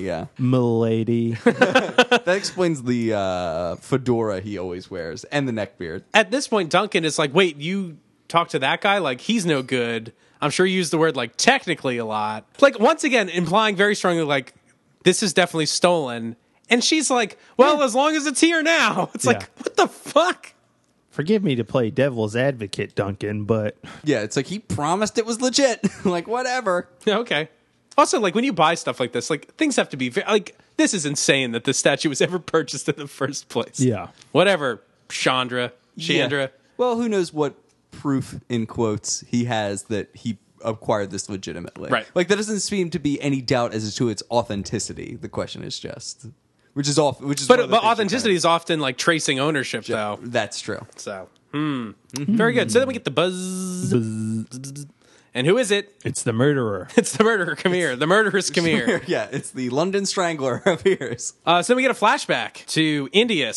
[SPEAKER 5] *laughs*
[SPEAKER 6] yeah.
[SPEAKER 7] Milady.
[SPEAKER 6] That explains the uh, fedora he always wears and the neck beard.
[SPEAKER 5] At this point, Duncan is like, wait, you talk to that guy? Like he's no good. I'm sure you used the word like technically a lot. Like once again, implying very strongly like this is definitely stolen. And she's like, well, as long as it's here now, *laughs* it's
[SPEAKER 7] Yeah.
[SPEAKER 5] like what the fuck.
[SPEAKER 7] Forgive me to play devil's advocate, Duncan, but
[SPEAKER 6] Yeah, it's like he promised it was legit. *laughs* like whatever.
[SPEAKER 5] Yeah, *laughs* okay. Also, like when you buy stuff like this, like things have to be ve- like this is insane that this statue was *laughs* ever purchased in the first place.
[SPEAKER 7] Yeah.
[SPEAKER 5] Whatever, Chandra, Chandra.
[SPEAKER 6] Yeah. Well, who knows what proof in quotes he has that he acquired this legitimately.
[SPEAKER 5] Right.
[SPEAKER 6] Like there doesn't seem to be any doubt as to its authenticity. The question is just, which is off, which is one
[SPEAKER 5] But
[SPEAKER 6] of the
[SPEAKER 5] but
[SPEAKER 6] things you
[SPEAKER 5] authenticity is often like tracing ownership though.
[SPEAKER 6] kind of- That's true. *laughs*
[SPEAKER 5] So hmm. very good. So then we get the buzz. And who is it? *laughs*
[SPEAKER 7] It's the murderer.
[SPEAKER 5] It's the murderer. Come here. The murderous come here.
[SPEAKER 6] yeah, it's the London Strangler of ears.
[SPEAKER 5] Uh, so then we get a flashback to India,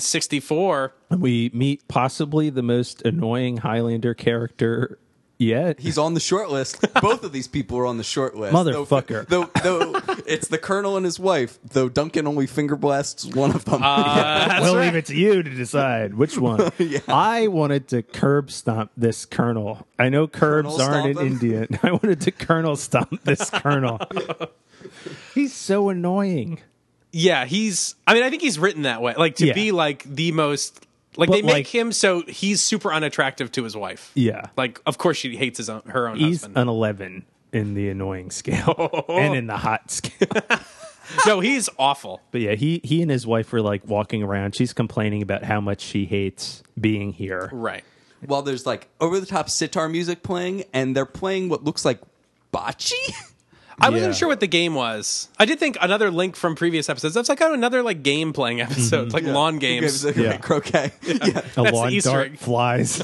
[SPEAKER 5] 1764.
[SPEAKER 7] we meet possibly the most annoying Highlander character yet.
[SPEAKER 6] He's on the short list. *laughs* Both of these people are on the short list.
[SPEAKER 7] Motherfucker.
[SPEAKER 6] Though, though, though it's the colonel and his wife. Though Duncan only finger blasts one of them.
[SPEAKER 5] Ah.
[SPEAKER 7] we'll leave it to you to decide
[SPEAKER 5] *laughs*
[SPEAKER 7] which one. I wanted to curb stomp this colonel. I know curbs
[SPEAKER 6] Colonel
[SPEAKER 7] aren't
[SPEAKER 6] stomp
[SPEAKER 7] in
[SPEAKER 6] him?
[SPEAKER 7] Indian. *laughs* I wanted to colonel stomp
[SPEAKER 5] *laughs*
[SPEAKER 7] this colonel. He's so annoying.
[SPEAKER 5] Yeah, he's. I mean, I think he's written that way, like to
[SPEAKER 7] Yeah.
[SPEAKER 5] be like the most. Like
[SPEAKER 7] But,
[SPEAKER 5] they make
[SPEAKER 7] like-
[SPEAKER 5] him so he's super unattractive to his wife.
[SPEAKER 7] Yeah.
[SPEAKER 5] like of course she hates his own her own
[SPEAKER 7] He's
[SPEAKER 5] husband.
[SPEAKER 7] an 11 in the
[SPEAKER 5] *laughs*
[SPEAKER 7] annoying scale and in the hot scale.
[SPEAKER 5] so he's awful.
[SPEAKER 7] But yeah, he he and his wife were like walking around. She's complaining about how much she hates being here.
[SPEAKER 5] Right.
[SPEAKER 6] while there's like over the top sitar music playing, and they're playing what looks like bocce. *laughs*
[SPEAKER 5] I
[SPEAKER 7] Yeah.
[SPEAKER 5] wasn't sure what the game was. I did think another link from previous episodes. That's like oh, another like game playing episode,
[SPEAKER 7] Mm-hmm.
[SPEAKER 5] It's like lawn games.
[SPEAKER 6] Okay,
[SPEAKER 7] *laughs* Yeah.
[SPEAKER 6] croquet. Yeah.
[SPEAKER 7] A
[SPEAKER 5] That's the
[SPEAKER 7] lawn
[SPEAKER 5] Easter
[SPEAKER 7] dart
[SPEAKER 5] egg. *laughs*
[SPEAKER 7] flies.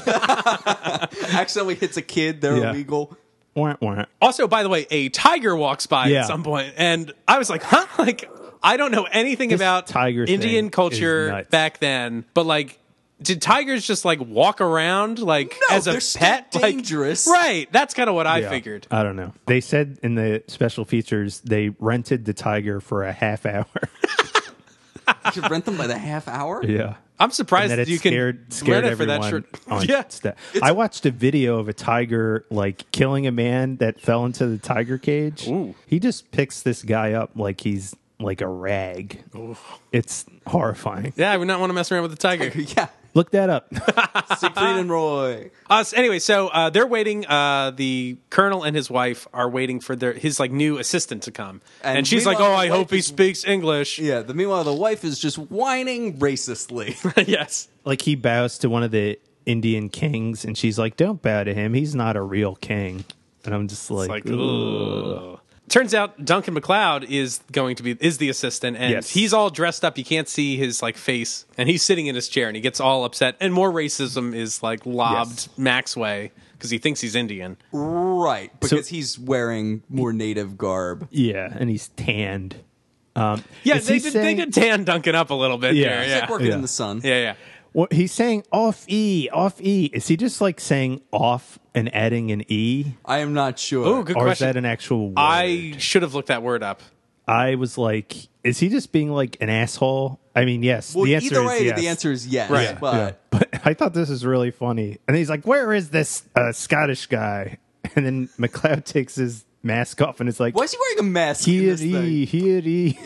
[SPEAKER 6] accidentally hits a kid. They're
[SPEAKER 7] Yeah.
[SPEAKER 6] illegal.
[SPEAKER 7] Wah, wah.
[SPEAKER 5] Also, by the way, a tiger walks by
[SPEAKER 7] Yeah.
[SPEAKER 5] at some point, and I was like, huh? *laughs* Like I don't know anything
[SPEAKER 7] This
[SPEAKER 5] about
[SPEAKER 7] tiger thing
[SPEAKER 5] Indian
[SPEAKER 7] is
[SPEAKER 5] culture
[SPEAKER 7] nuts.
[SPEAKER 5] back then, but like. Did tigers just like walk around like
[SPEAKER 6] No,
[SPEAKER 5] as a
[SPEAKER 6] they're still
[SPEAKER 5] pet? Like-
[SPEAKER 6] dangerous.
[SPEAKER 5] right. That's kind of what I
[SPEAKER 7] Yeah.
[SPEAKER 5] figured.
[SPEAKER 7] I don't know. They said in the special features they rented the tiger for a half hour.
[SPEAKER 6] You should rent them by the half hour.
[SPEAKER 7] Yeah.
[SPEAKER 5] I'm surprised
[SPEAKER 7] And that
[SPEAKER 5] that
[SPEAKER 7] it
[SPEAKER 5] you
[SPEAKER 7] scared,
[SPEAKER 5] can
[SPEAKER 7] scared
[SPEAKER 5] rent it for
[SPEAKER 7] everyone
[SPEAKER 5] that short. *laughs*
[SPEAKER 7] on
[SPEAKER 5] yeah.
[SPEAKER 7] sta- I watched a video of a tiger like killing a man that fell into the tiger cage. He just picks this guy up like he's like a rag. It's horrifying.
[SPEAKER 5] Yeah, I would not want to mess around with the tiger.
[SPEAKER 6] *laughs* *laughs* Yeah.
[SPEAKER 7] Look that up. *laughs*
[SPEAKER 6] Siegfried and Roy.
[SPEAKER 5] Uh, so anyway, so uh, they're waiting. Uh, the colonel and his wife are waiting for their his like new assistant to come,
[SPEAKER 6] And
[SPEAKER 5] and, she's like, "Oh,
[SPEAKER 6] meanwhile,
[SPEAKER 5] I
[SPEAKER 6] the wife
[SPEAKER 5] hope he
[SPEAKER 6] is-
[SPEAKER 5] speaks English."
[SPEAKER 6] Yeah. The meanwhile, the wife is just whining racistly.
[SPEAKER 5] *laughs*
[SPEAKER 6] *laughs*
[SPEAKER 5] yes,
[SPEAKER 7] like he bows to one of the Indian kings and she's like, Don't bow to him. He's not a real king. And I'm just like,
[SPEAKER 5] like,
[SPEAKER 7] "Ugh."
[SPEAKER 5] ooh. Turns out Duncan McLeod is going to be is the assistant, and
[SPEAKER 7] Yes.
[SPEAKER 5] he's all dressed up. You can't see his like face, and he's sitting in his chair, and he gets all upset. And more racism is like lobbed
[SPEAKER 7] Yes.
[SPEAKER 5] Max way because he thinks he's Indian.
[SPEAKER 6] right. Because he's wearing more native garb.
[SPEAKER 7] Yeah, and he's tanned. Um,
[SPEAKER 5] Yeah,
[SPEAKER 7] is
[SPEAKER 5] they
[SPEAKER 7] he
[SPEAKER 5] did,
[SPEAKER 7] saying-
[SPEAKER 5] they did tan Duncan up a little bit.
[SPEAKER 7] Yeah.
[SPEAKER 5] there,
[SPEAKER 7] It's
[SPEAKER 5] yeah,
[SPEAKER 6] Like working
[SPEAKER 7] Yeah.
[SPEAKER 6] in the sun.
[SPEAKER 5] yeah, yeah.
[SPEAKER 7] Well, he's saying off e, off e. Is he just like saying off and adding an e,
[SPEAKER 6] I am not sure.
[SPEAKER 5] Oh, good
[SPEAKER 7] or is
[SPEAKER 5] question.
[SPEAKER 7] that an actual? Word?
[SPEAKER 5] I should have looked that word up.
[SPEAKER 7] I was like, is he just being like an asshole? I mean, yes.
[SPEAKER 6] well,
[SPEAKER 7] the answer
[SPEAKER 6] either
[SPEAKER 7] is
[SPEAKER 6] way,
[SPEAKER 7] yes.
[SPEAKER 6] the answer is yes.
[SPEAKER 5] Right.
[SPEAKER 6] But
[SPEAKER 7] Yeah. *laughs* But I thought this was really funny, and he's like, "Where is this uh, Scottish guy?" *laughs* And then McLeod takes his mask off, and it's like,
[SPEAKER 6] why is he wearing a mask? in
[SPEAKER 7] Here
[SPEAKER 6] this
[SPEAKER 7] he,
[SPEAKER 6] thing? *laughs*
[SPEAKER 7] here he.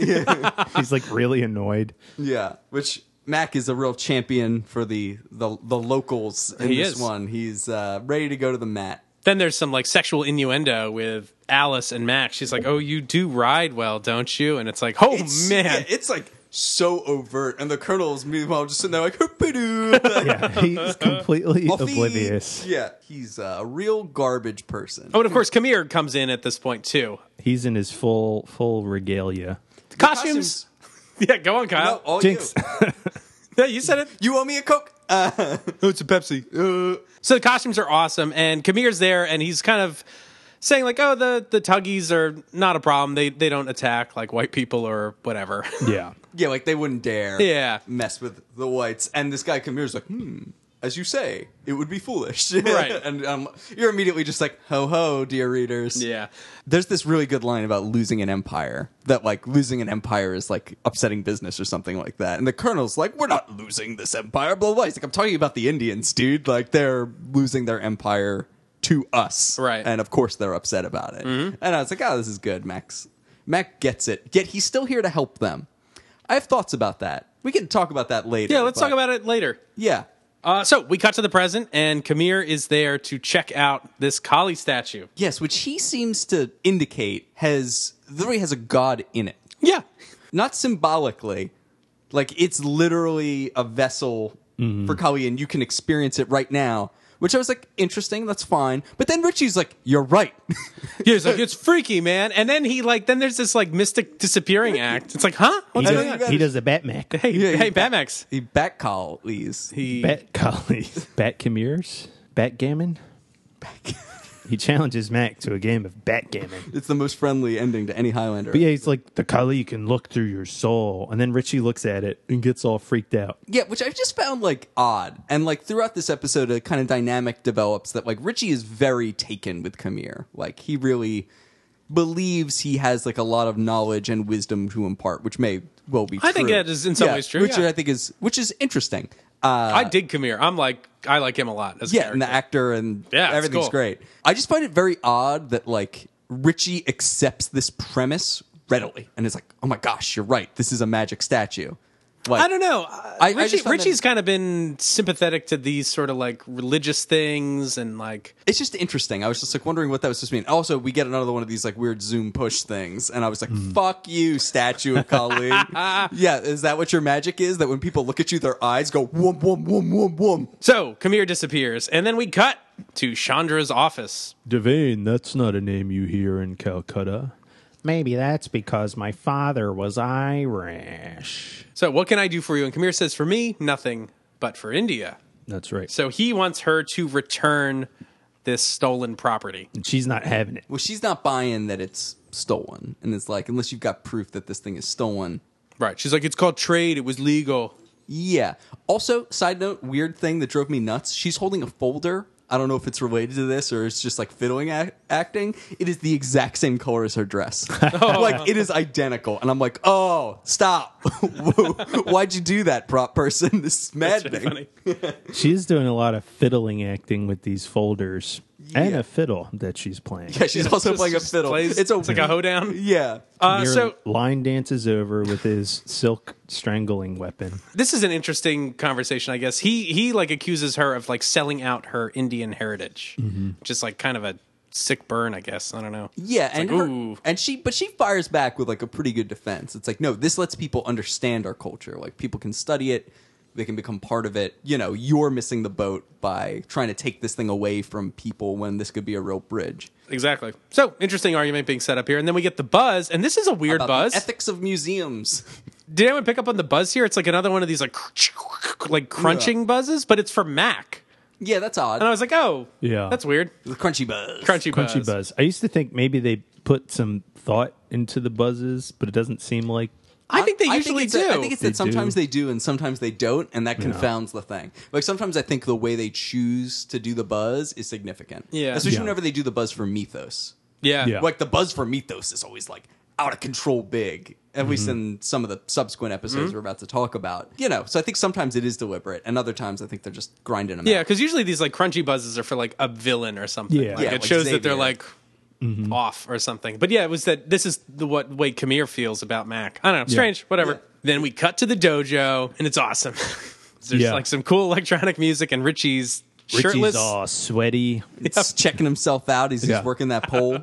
[SPEAKER 7] *laughs* he's like really annoyed.
[SPEAKER 6] Yeah. Which Mac is a real champion for the the, the locals in
[SPEAKER 5] He
[SPEAKER 6] this
[SPEAKER 5] is.
[SPEAKER 6] one. He's uh, ready to go to the mat.
[SPEAKER 5] Then there's some like sexual innuendo with Alice and Max. She's like, "Oh, you do ride well, don't you?" And it's like, "Oh
[SPEAKER 6] It's-
[SPEAKER 5] man,
[SPEAKER 6] yeah, it's like so overt, and the colonel's meanwhile just sitting there like,
[SPEAKER 5] *laughs*
[SPEAKER 6] "Hoop-a-doo," like,
[SPEAKER 7] Yeah, he's completely
[SPEAKER 6] off E. he-
[SPEAKER 7] oblivious.
[SPEAKER 6] Yeah, he's a real garbage person.
[SPEAKER 5] Oh, and of course, Kamir comes in at this point too.
[SPEAKER 7] He's in his full full regalia.
[SPEAKER 5] costumes. *laughs* Yeah, go on,
[SPEAKER 6] No,
[SPEAKER 5] Kyle.
[SPEAKER 6] Oh,
[SPEAKER 5] *laughs*
[SPEAKER 6] all
[SPEAKER 7] Jinx.
[SPEAKER 6] you.
[SPEAKER 5] Yeah, you said it.
[SPEAKER 6] You owe me a coke. *laughs* Uh,
[SPEAKER 5] Oh, it's a Pepsi. So the costumes are awesome, and Kamir's there, and he's kind of saying like, "Oh, the the Tuggies are not a problem. They they don't attack like white people or whatever." *laughs*
[SPEAKER 7] Yeah.
[SPEAKER 6] yeah, like they wouldn't dare.
[SPEAKER 5] Yeah.
[SPEAKER 6] mess with the whites. And this guy Kamir's like, hmm. As you say, it would be foolish. *laughs*
[SPEAKER 5] Right.
[SPEAKER 6] and um, you're immediately just like, ho ho, dear readers.
[SPEAKER 5] yeah.
[SPEAKER 6] There's this really good line about losing an empire that like losing an empire is like upsetting business or something like that. And the colonel's like, "We're not losing this empire." Blah blah. blah. He's like, "I'm talking about the Indians, dude. Like they're losing their empire to us,
[SPEAKER 5] Right. Mm-hmm.
[SPEAKER 6] And of course they're upset about it." And I was like, "Oh, this is good, Max. Mac gets it. Yet he's still here to help them." I have thoughts about that. We can talk about that later.
[SPEAKER 5] Yeah, let's
[SPEAKER 6] but-
[SPEAKER 5] talk about it later.
[SPEAKER 6] Yeah,
[SPEAKER 5] Uh, so we cut to the present, and Kamir is there to check out this Kali statue.
[SPEAKER 6] yes, which he seems to indicate has literally has a god in it.
[SPEAKER 5] Yeah,
[SPEAKER 6] not symbolically like it's literally a vessel for kali and you can experience it right now which I was like, interesting, that's fine. But then Richie's like, you're right.
[SPEAKER 5] Yeah, *laughs* he's like, it's freaky, man. And then he like, then there's this like mystic disappearing act. It's like, huh?
[SPEAKER 7] He
[SPEAKER 5] What's
[SPEAKER 6] does-
[SPEAKER 5] going
[SPEAKER 6] you
[SPEAKER 5] on?
[SPEAKER 7] does,
[SPEAKER 6] gotta-
[SPEAKER 7] he does a Batmac.
[SPEAKER 5] Hey,
[SPEAKER 6] *laughs* Yeah,
[SPEAKER 5] hey,
[SPEAKER 6] he-
[SPEAKER 5] Batmax.
[SPEAKER 6] he back calls. He
[SPEAKER 5] He-
[SPEAKER 6] *laughs*
[SPEAKER 7] Bat collies. Bat Cameers? Batgammon? He challenges Mac to a game of
[SPEAKER 6] *laughs*
[SPEAKER 7] Batgammon.
[SPEAKER 6] it's the most friendly ending to any Highlander.
[SPEAKER 7] But yeah, he's like, the Kali can look through your soul. And then Richie looks at it and gets all freaked out.
[SPEAKER 6] Yeah, which I've just found like odd. And like throughout this episode, a kind of dynamic develops that like Richie is very taken with Kamir. Like he really believes he has like a lot of knowledge and wisdom to impart, which may well be
[SPEAKER 5] I think
[SPEAKER 6] true.
[SPEAKER 5] that is in some
[SPEAKER 6] Yeah,
[SPEAKER 5] ways true,
[SPEAKER 6] Which
[SPEAKER 5] yeah.
[SPEAKER 6] I think is which is interesting. Uh
[SPEAKER 5] I dig Kamir. I'm like, I like him a lot. As a
[SPEAKER 6] yeah,
[SPEAKER 5] character.
[SPEAKER 6] and the actor and
[SPEAKER 5] Yeah, it's
[SPEAKER 6] everything's
[SPEAKER 5] cool.
[SPEAKER 6] great. I just find it very odd that like Richie accepts this premise readily and is like, Oh my gosh, you're right. This is a magic statue. Like,
[SPEAKER 5] I don't know.
[SPEAKER 6] I- I
[SPEAKER 5] I, Richie,
[SPEAKER 6] just found
[SPEAKER 5] Richie's
[SPEAKER 6] that-
[SPEAKER 5] kind of been sympathetic to these sort of like religious things and like
[SPEAKER 6] it's just interesting. I was just like wondering what that was supposed to mean. Also, we get another one of these like weird Zoom push things, and I was like, "Fuck you, statue of Kali." yeah, is that what your magic is? That when people look at you, their eyes go whoom whoom whoom whoom whoom.
[SPEAKER 5] so Kamir disappears and then we cut to Chandra's office.
[SPEAKER 7] Devane, that's not a name you hear in Calcutta. Maybe that's because my father was Irish.
[SPEAKER 5] So what can I do for you? And Kamir says, for me, nothing, but for India.
[SPEAKER 7] That's right.
[SPEAKER 5] So he wants her to return this stolen property.
[SPEAKER 7] And she's not having it.
[SPEAKER 6] Well, she's not buying that it's stolen, and it's like unless you've got proof that this thing is stolen.
[SPEAKER 5] Right. She's like, it's called trade. It was legal.
[SPEAKER 6] Yeah. Also, side note, weird thing that drove me nuts. She's holding a folder. I don't know if it's related to this or it's just like fiddling ac- acting. It is the exact same color as her
[SPEAKER 5] *laughs*
[SPEAKER 6] dress. like it is identical, and I'm like, oh, stop! *laughs* Why'd you do that, prop person? This is maddening.
[SPEAKER 7] She's doing a lot of fiddling acting with these folders and
[SPEAKER 6] Yeah.
[SPEAKER 7] a fiddle that she's playing.
[SPEAKER 6] Yeah, she's also
[SPEAKER 5] Just-
[SPEAKER 6] playing a
[SPEAKER 5] just
[SPEAKER 6] fiddle.
[SPEAKER 5] plays-
[SPEAKER 6] it's a
[SPEAKER 5] it's like a hoedown.
[SPEAKER 6] yeah.
[SPEAKER 5] Uh,
[SPEAKER 7] Mira
[SPEAKER 5] so
[SPEAKER 7] line dances over with his silk strangling weapon.
[SPEAKER 5] this is an interesting conversation, I guess. He he like accuses her of like selling out her Indian heritage,
[SPEAKER 7] Mm-hmm.
[SPEAKER 5] just like kind of a sick burn, I guess. I don't know.
[SPEAKER 6] Yeah, and
[SPEAKER 5] like,
[SPEAKER 6] her-
[SPEAKER 5] ooh.
[SPEAKER 6] and she but she fires back with like a pretty good defense. It's like, no, this lets people understand our culture. Like people can study it, they can become part of it. You know, you're missing the boat by trying to take this thing away from people when this could be a real bridge.
[SPEAKER 5] Exactly. So interesting argument being set up here, and then we get the buzz, and this is a weird
[SPEAKER 6] About the
[SPEAKER 5] buzz.
[SPEAKER 6] Uh, ethics of museums. *laughs*
[SPEAKER 5] Did anyone pick up on the buzz here? It's like another one of these like *laughs* like crunching buzzes, but it's for Mac.
[SPEAKER 6] yeah, that's odd.
[SPEAKER 5] And I was like, oh,
[SPEAKER 7] Yeah.
[SPEAKER 5] that's weird.
[SPEAKER 6] the crunchy buzz.
[SPEAKER 5] Crunchy,
[SPEAKER 7] Crunchy buzz. I used to think maybe they put some thought into the buzzes, but it doesn't seem like.
[SPEAKER 5] I think they
[SPEAKER 6] I
[SPEAKER 5] usually
[SPEAKER 6] it's
[SPEAKER 5] do.
[SPEAKER 6] that- I think it's
[SPEAKER 7] They
[SPEAKER 6] that sometimes
[SPEAKER 7] do.
[SPEAKER 6] they do and sometimes they don't, and that confounds the thing. Like sometimes I think the way they choose to do the buzz is significant.
[SPEAKER 5] Yeah.
[SPEAKER 6] especially
[SPEAKER 7] Yeah.
[SPEAKER 6] whenever they do the buzz for Mythos.
[SPEAKER 5] yeah.
[SPEAKER 7] Yeah.
[SPEAKER 6] Like the buzz for Mythos is always like out of control big. At least
[SPEAKER 5] Mm-hmm.
[SPEAKER 6] in some of the subsequent episodes we're about to talk about. You know, so I think sometimes it is deliberate, and other times I think they're just grinding them
[SPEAKER 5] Yeah,
[SPEAKER 6] out.
[SPEAKER 5] because usually these like crunchy buzzes are for like a villain or something.
[SPEAKER 7] Yeah. Mm-hmm.
[SPEAKER 5] like,
[SPEAKER 7] Yeah,
[SPEAKER 5] it
[SPEAKER 6] like
[SPEAKER 5] shows that they're
[SPEAKER 6] Xavier.
[SPEAKER 5] like off or something. But yeah, it was that this is the what way Kamir feels about Mac. I don't know, strange, whatever.
[SPEAKER 6] Yeah.
[SPEAKER 5] Then we cut to the dojo, and it's awesome. *laughs* There's
[SPEAKER 7] Yeah.
[SPEAKER 5] like some cool electronic music, and Richie's shirtless.
[SPEAKER 7] Richie's all sweaty.
[SPEAKER 6] He's checking himself out. He's
[SPEAKER 7] Yeah.
[SPEAKER 6] just working
[SPEAKER 5] *laughs*
[SPEAKER 6] that pole.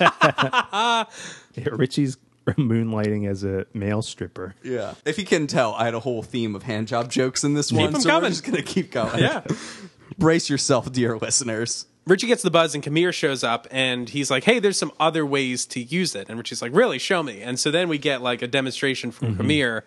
[SPEAKER 7] Yeah, *laughs* Richie's moonlighting as a male stripper.
[SPEAKER 6] yeah. If you can tell, I had a whole theme of hand job jokes in this one.
[SPEAKER 5] them
[SPEAKER 6] so we're
[SPEAKER 5] coming.
[SPEAKER 6] just gonna keep going.
[SPEAKER 5] yeah.
[SPEAKER 6] *laughs* Brace yourself, dear listeners.
[SPEAKER 5] Richie gets the buzz, and Kamir shows up, and he's like, "Hey, there's some other ways to use it." And Richie's like, "Really? Show me." And so then we get like a demonstration from
[SPEAKER 7] Mm-hmm.
[SPEAKER 5] Kamir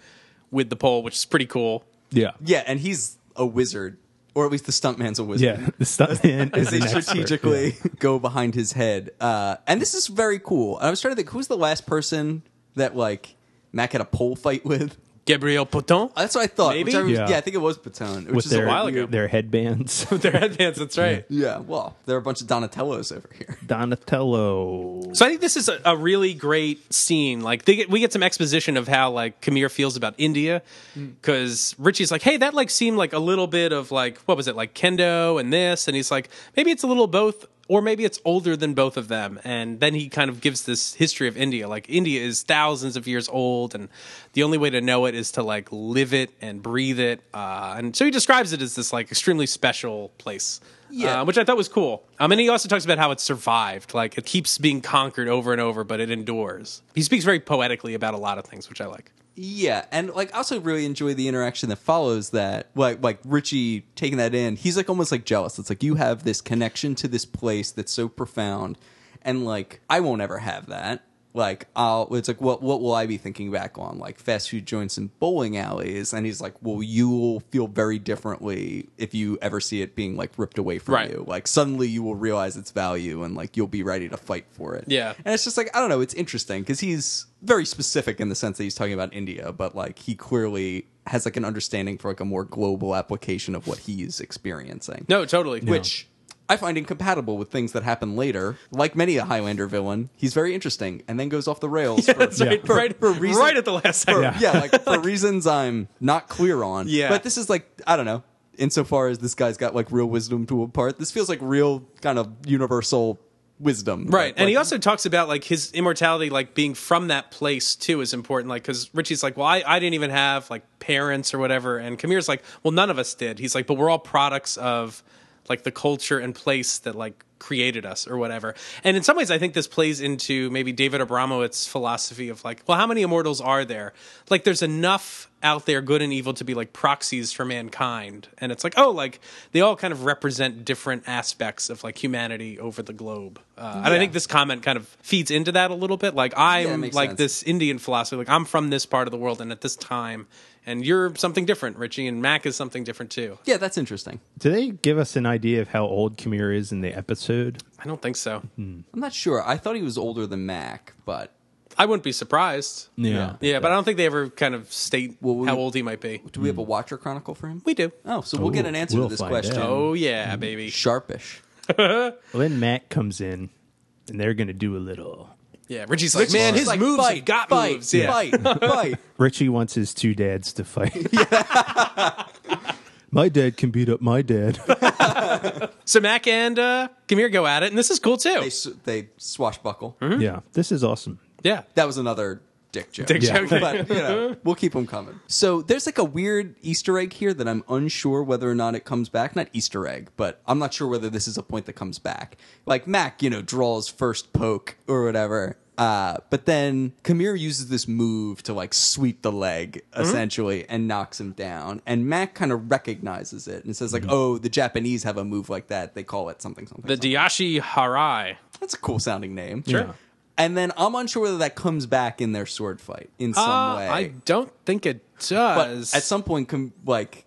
[SPEAKER 5] with the pole, which is pretty cool.
[SPEAKER 7] Yeah.
[SPEAKER 6] Yeah, and he's a wizard. Or at least the stuntman's a wizard.
[SPEAKER 7] Yeah. *laughs* The stuntman
[SPEAKER 6] as
[SPEAKER 7] is
[SPEAKER 6] they
[SPEAKER 7] an expert.
[SPEAKER 6] strategically *laughs* go behind his head. Uh, and this is very cool. And I was trying to think who's the last person that like Mac had a pole fight with.
[SPEAKER 5] Gabriel Poton.
[SPEAKER 6] That's what I thought. which
[SPEAKER 5] Maybe?
[SPEAKER 6] I was- yeah.
[SPEAKER 7] Yeah.
[SPEAKER 6] I think it was Patone, which
[SPEAKER 7] with
[SPEAKER 6] is
[SPEAKER 7] their,
[SPEAKER 6] a while ago.
[SPEAKER 5] ago.
[SPEAKER 6] *laughs*
[SPEAKER 7] their headbands.
[SPEAKER 5] their *laughs* headbands. That's right.
[SPEAKER 6] Yeah, well, there are a bunch of Donatellos over here.
[SPEAKER 7] Donatello.
[SPEAKER 5] So I think this is a, a really great scene. Like they get, we get some exposition of how like Kamir feels about India because Richie's like, hey, that like seemed like a little bit of like what was it like kendo and this, and he's like, maybe it's a little both, or maybe it's older than both of them. And then he kind of gives this history of India. Like India is thousands of years old, and the only way to know it is to like live it and breathe it. Uh, and so he describes it as this like extremely special place
[SPEAKER 6] Yeah.
[SPEAKER 5] uh, which I thought was cool. Um, and he also talks about how it survived, like it keeps being conquered over and over, but it endures. He speaks very poetically about a lot of things, which I like.
[SPEAKER 6] Yeah, and like I also really enjoy the interaction that follows that. Like like Richie taking that in, he's like almost like jealous. It's like you have this connection to this place that's so profound, and like I won't ever have that. Like I'll, it's like what what will I be thinking back on? Like fast food joints and bowling alleys, and he's like, well, you will feel very differently if you ever see it being like ripped away from
[SPEAKER 5] Right.
[SPEAKER 6] you. Like suddenly you will realize its value, and like you'll be ready to fight for it.
[SPEAKER 5] Yeah.
[SPEAKER 6] And it's just like, I don't know, it's interesting because he's very specific in the sense that he's talking about India, but like he clearly has like an understanding for like a more global application of what he's experiencing.
[SPEAKER 5] No, totally.
[SPEAKER 6] *laughs* Which I find incompatible with things that happen later. Like many a Highlander villain, he's very interesting and then goes off the rails for,
[SPEAKER 5] That's right,
[SPEAKER 6] for-
[SPEAKER 5] right,
[SPEAKER 6] for reasons-
[SPEAKER 5] right at the last second.
[SPEAKER 6] for- yeah. like for reasons I'm not clear on.
[SPEAKER 5] Yeah.
[SPEAKER 6] But this is like I don't know. Insofar as this guy's got like real wisdom to impart, this feels like real kind of universal wisdom.
[SPEAKER 5] Right.
[SPEAKER 6] Like,
[SPEAKER 5] And he also talks about like his immortality, like being from that place too is important. Like, cause Richie's like, well, I, I didn't even have like parents or whatever. And Kamir's like, well, none of us did. He's like, but we're all products of like the culture and place that like created us or whatever. And in some ways, I think this plays into maybe David Abramowitz's philosophy of like, well, how many immortals are there? Like, there's enough out there, good and evil, to be like proxies for mankind. And it's like, oh, like they all kind of represent different aspects of like humanity over the globe. Uh, And I think this comment kind of feeds into that a little bit. Like,
[SPEAKER 6] Yeah, it
[SPEAKER 5] I'm
[SPEAKER 6] makes
[SPEAKER 5] like
[SPEAKER 6] sense.
[SPEAKER 5] this Indian philosophy, like, I'm from this part of the world and at this time. And you're something different, Richie, and Mac is something different too.
[SPEAKER 6] yeah, that's interesting.
[SPEAKER 7] Do they give us an idea of how old Kamir is in the episode?
[SPEAKER 5] I don't think so.
[SPEAKER 6] I'm not sure. I thought he was older than Mac, but
[SPEAKER 5] I wouldn't be surprised.
[SPEAKER 7] Yeah.
[SPEAKER 5] Yeah, but I don't think they ever kind of state
[SPEAKER 6] Well, we-
[SPEAKER 5] how old he might be.
[SPEAKER 6] do we have a Watcher Chronicle for him?
[SPEAKER 5] We do.
[SPEAKER 6] Oh, so we'll get an
[SPEAKER 7] Ooh,
[SPEAKER 6] answer
[SPEAKER 7] we'll
[SPEAKER 6] to this
[SPEAKER 7] find
[SPEAKER 6] question.
[SPEAKER 7] out.
[SPEAKER 5] Oh yeah, baby.
[SPEAKER 6] Sharpish.
[SPEAKER 7] Well, then Matt comes in, and they're gonna do a little.
[SPEAKER 5] Yeah, Richie's like, man, his
[SPEAKER 6] like,
[SPEAKER 5] moves
[SPEAKER 6] fight,
[SPEAKER 5] have got
[SPEAKER 6] fight,
[SPEAKER 5] moves. Yeah.
[SPEAKER 6] Fight, fight. *laughs*
[SPEAKER 7] Richie wants his two dads to *laughs* fight. my dad can beat up my dad.
[SPEAKER 5] So Mac and uh, Gamir go at it, and this is cool
[SPEAKER 6] They,
[SPEAKER 5] too.
[SPEAKER 6] s- they swashbuckle.
[SPEAKER 7] yeah, this is awesome.
[SPEAKER 5] Yeah.
[SPEAKER 6] That was another dick joke.
[SPEAKER 5] Dick joke.
[SPEAKER 6] But, you know, we'll keep them coming. So there's like a weird Easter egg here that I'm unsure whether or not it comes back. Not Easter egg, but I'm not sure whether this is a point that comes back. Like Mac, you know, draws first poke or whatever. Uh, but then Kamir uses this move to like sweep the leg
[SPEAKER 5] Mm-hmm.
[SPEAKER 6] essentially and knocks him down. And Mac kind of recognizes it and says like, "Oh, the Japanese have a move like that. They call it something something."
[SPEAKER 5] *laughs* Mm-hmm. The
[SPEAKER 6] something.
[SPEAKER 5] Diashi Harai.
[SPEAKER 6] That's a cool sounding name.
[SPEAKER 7] Sure. Yeah.
[SPEAKER 6] And then I'm unsure whether that comes back in their sword fight in some
[SPEAKER 5] Uh,
[SPEAKER 6] way.
[SPEAKER 5] I don't think it
[SPEAKER 6] but
[SPEAKER 5] does.
[SPEAKER 6] at some point, com- like,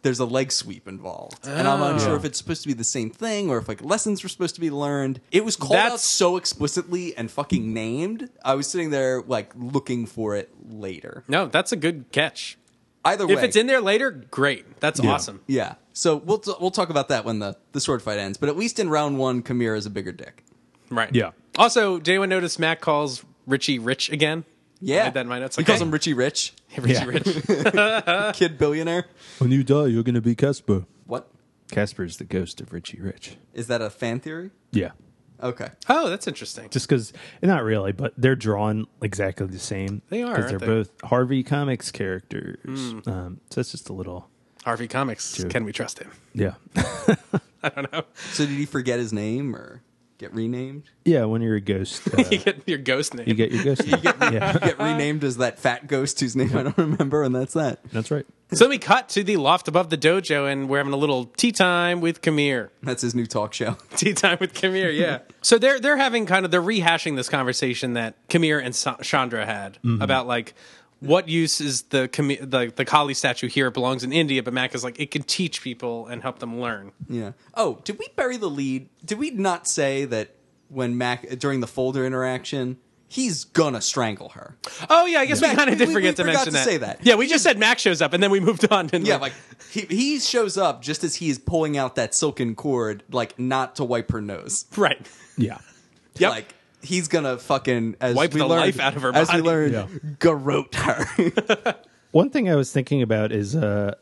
[SPEAKER 6] there's a leg sweep involved, and I'm
[SPEAKER 5] Ah.
[SPEAKER 6] unsure if it's supposed to be the same thing or if like lessons were supposed to be learned. It was called out
[SPEAKER 5] That's-
[SPEAKER 6] so explicitly and fucking named. I was sitting there like looking for it later.
[SPEAKER 5] no, that's a good catch.
[SPEAKER 6] Either way,
[SPEAKER 5] If it's in there later, great. That's awesome.
[SPEAKER 6] yeah. So we'll t- we'll talk about that when the the sword fight ends. But at least in round one, Kamira is a bigger dick.
[SPEAKER 5] Right.
[SPEAKER 7] Yeah.
[SPEAKER 5] Also, did anyone notice Mac calls Richie Rich again? I
[SPEAKER 6] Yeah,
[SPEAKER 5] had that in my notes.
[SPEAKER 6] He
[SPEAKER 5] Okay. Uh.
[SPEAKER 6] calls him Richie Rich,
[SPEAKER 5] *laughs* Richie
[SPEAKER 7] Yeah.
[SPEAKER 5] Rich.
[SPEAKER 6] kid billionaire.
[SPEAKER 7] When you die, you're gonna be Casper.
[SPEAKER 6] What
[SPEAKER 7] Casper's the ghost of Richie Rich.
[SPEAKER 6] is that a fan theory?
[SPEAKER 7] Yeah.
[SPEAKER 6] Okay.
[SPEAKER 5] Oh, that's interesting.
[SPEAKER 7] Just because, not really, but they're drawn exactly the same.
[SPEAKER 5] They are,
[SPEAKER 7] 'Cause they're
[SPEAKER 5] aren't they?
[SPEAKER 7] both Harvey Comics characters. Um, so that's just a little,
[SPEAKER 5] Harvey Comics. Can we trust him? *laughs*
[SPEAKER 7] yeah,
[SPEAKER 6] So did he forget his name or get renamed?
[SPEAKER 7] *laughs* yeah. When you're a ghost, *laughs* uh,
[SPEAKER 5] You get your ghost name.
[SPEAKER 7] *laughs* you get your ghost. name. yeah,
[SPEAKER 6] Get
[SPEAKER 5] Uh-huh.
[SPEAKER 6] renamed as that fat ghost whose name I don't remember, and that's that.
[SPEAKER 7] that's right.
[SPEAKER 5] So then we cut to the loft above the dojo, and we're having a little tea time with Kamir. *laughs*
[SPEAKER 6] That's his new talk show. *laughs*
[SPEAKER 5] Tea time with Kamir, *laughs* yeah. so they're they're having kind of they're rehashing this conversation that Kamir and Sa- Chandra had about like what use is the Kami- the the Kali statue here? It belongs in India, but Mac is like it can teach people and help them learn.
[SPEAKER 6] Yeah. Oh, did we bury the lead? Did we not say that when Mac during the folder interaction, he's gonna strangle her?
[SPEAKER 5] Oh yeah, I guess we
[SPEAKER 6] Mac,
[SPEAKER 5] kind of did
[SPEAKER 6] we-
[SPEAKER 5] forget
[SPEAKER 6] we
[SPEAKER 5] to
[SPEAKER 6] forgot
[SPEAKER 5] mention
[SPEAKER 6] to
[SPEAKER 5] that.
[SPEAKER 6] say that.
[SPEAKER 5] Yeah, we just said Mac shows up, and then we moved on. And
[SPEAKER 6] Yeah, like he he shows up just as he is pulling out that silken cord, like not to wipe her nose.
[SPEAKER 5] right.
[SPEAKER 7] Yeah,
[SPEAKER 5] Yep.
[SPEAKER 6] Like he's gonna fucking as
[SPEAKER 5] Wipe
[SPEAKER 6] we
[SPEAKER 5] the
[SPEAKER 6] learned,
[SPEAKER 5] life out of her
[SPEAKER 6] As we
[SPEAKER 5] body.
[SPEAKER 6] learned,
[SPEAKER 7] Yeah.
[SPEAKER 6] garrote her. *laughs*
[SPEAKER 7] One thing I was thinking about is, uh,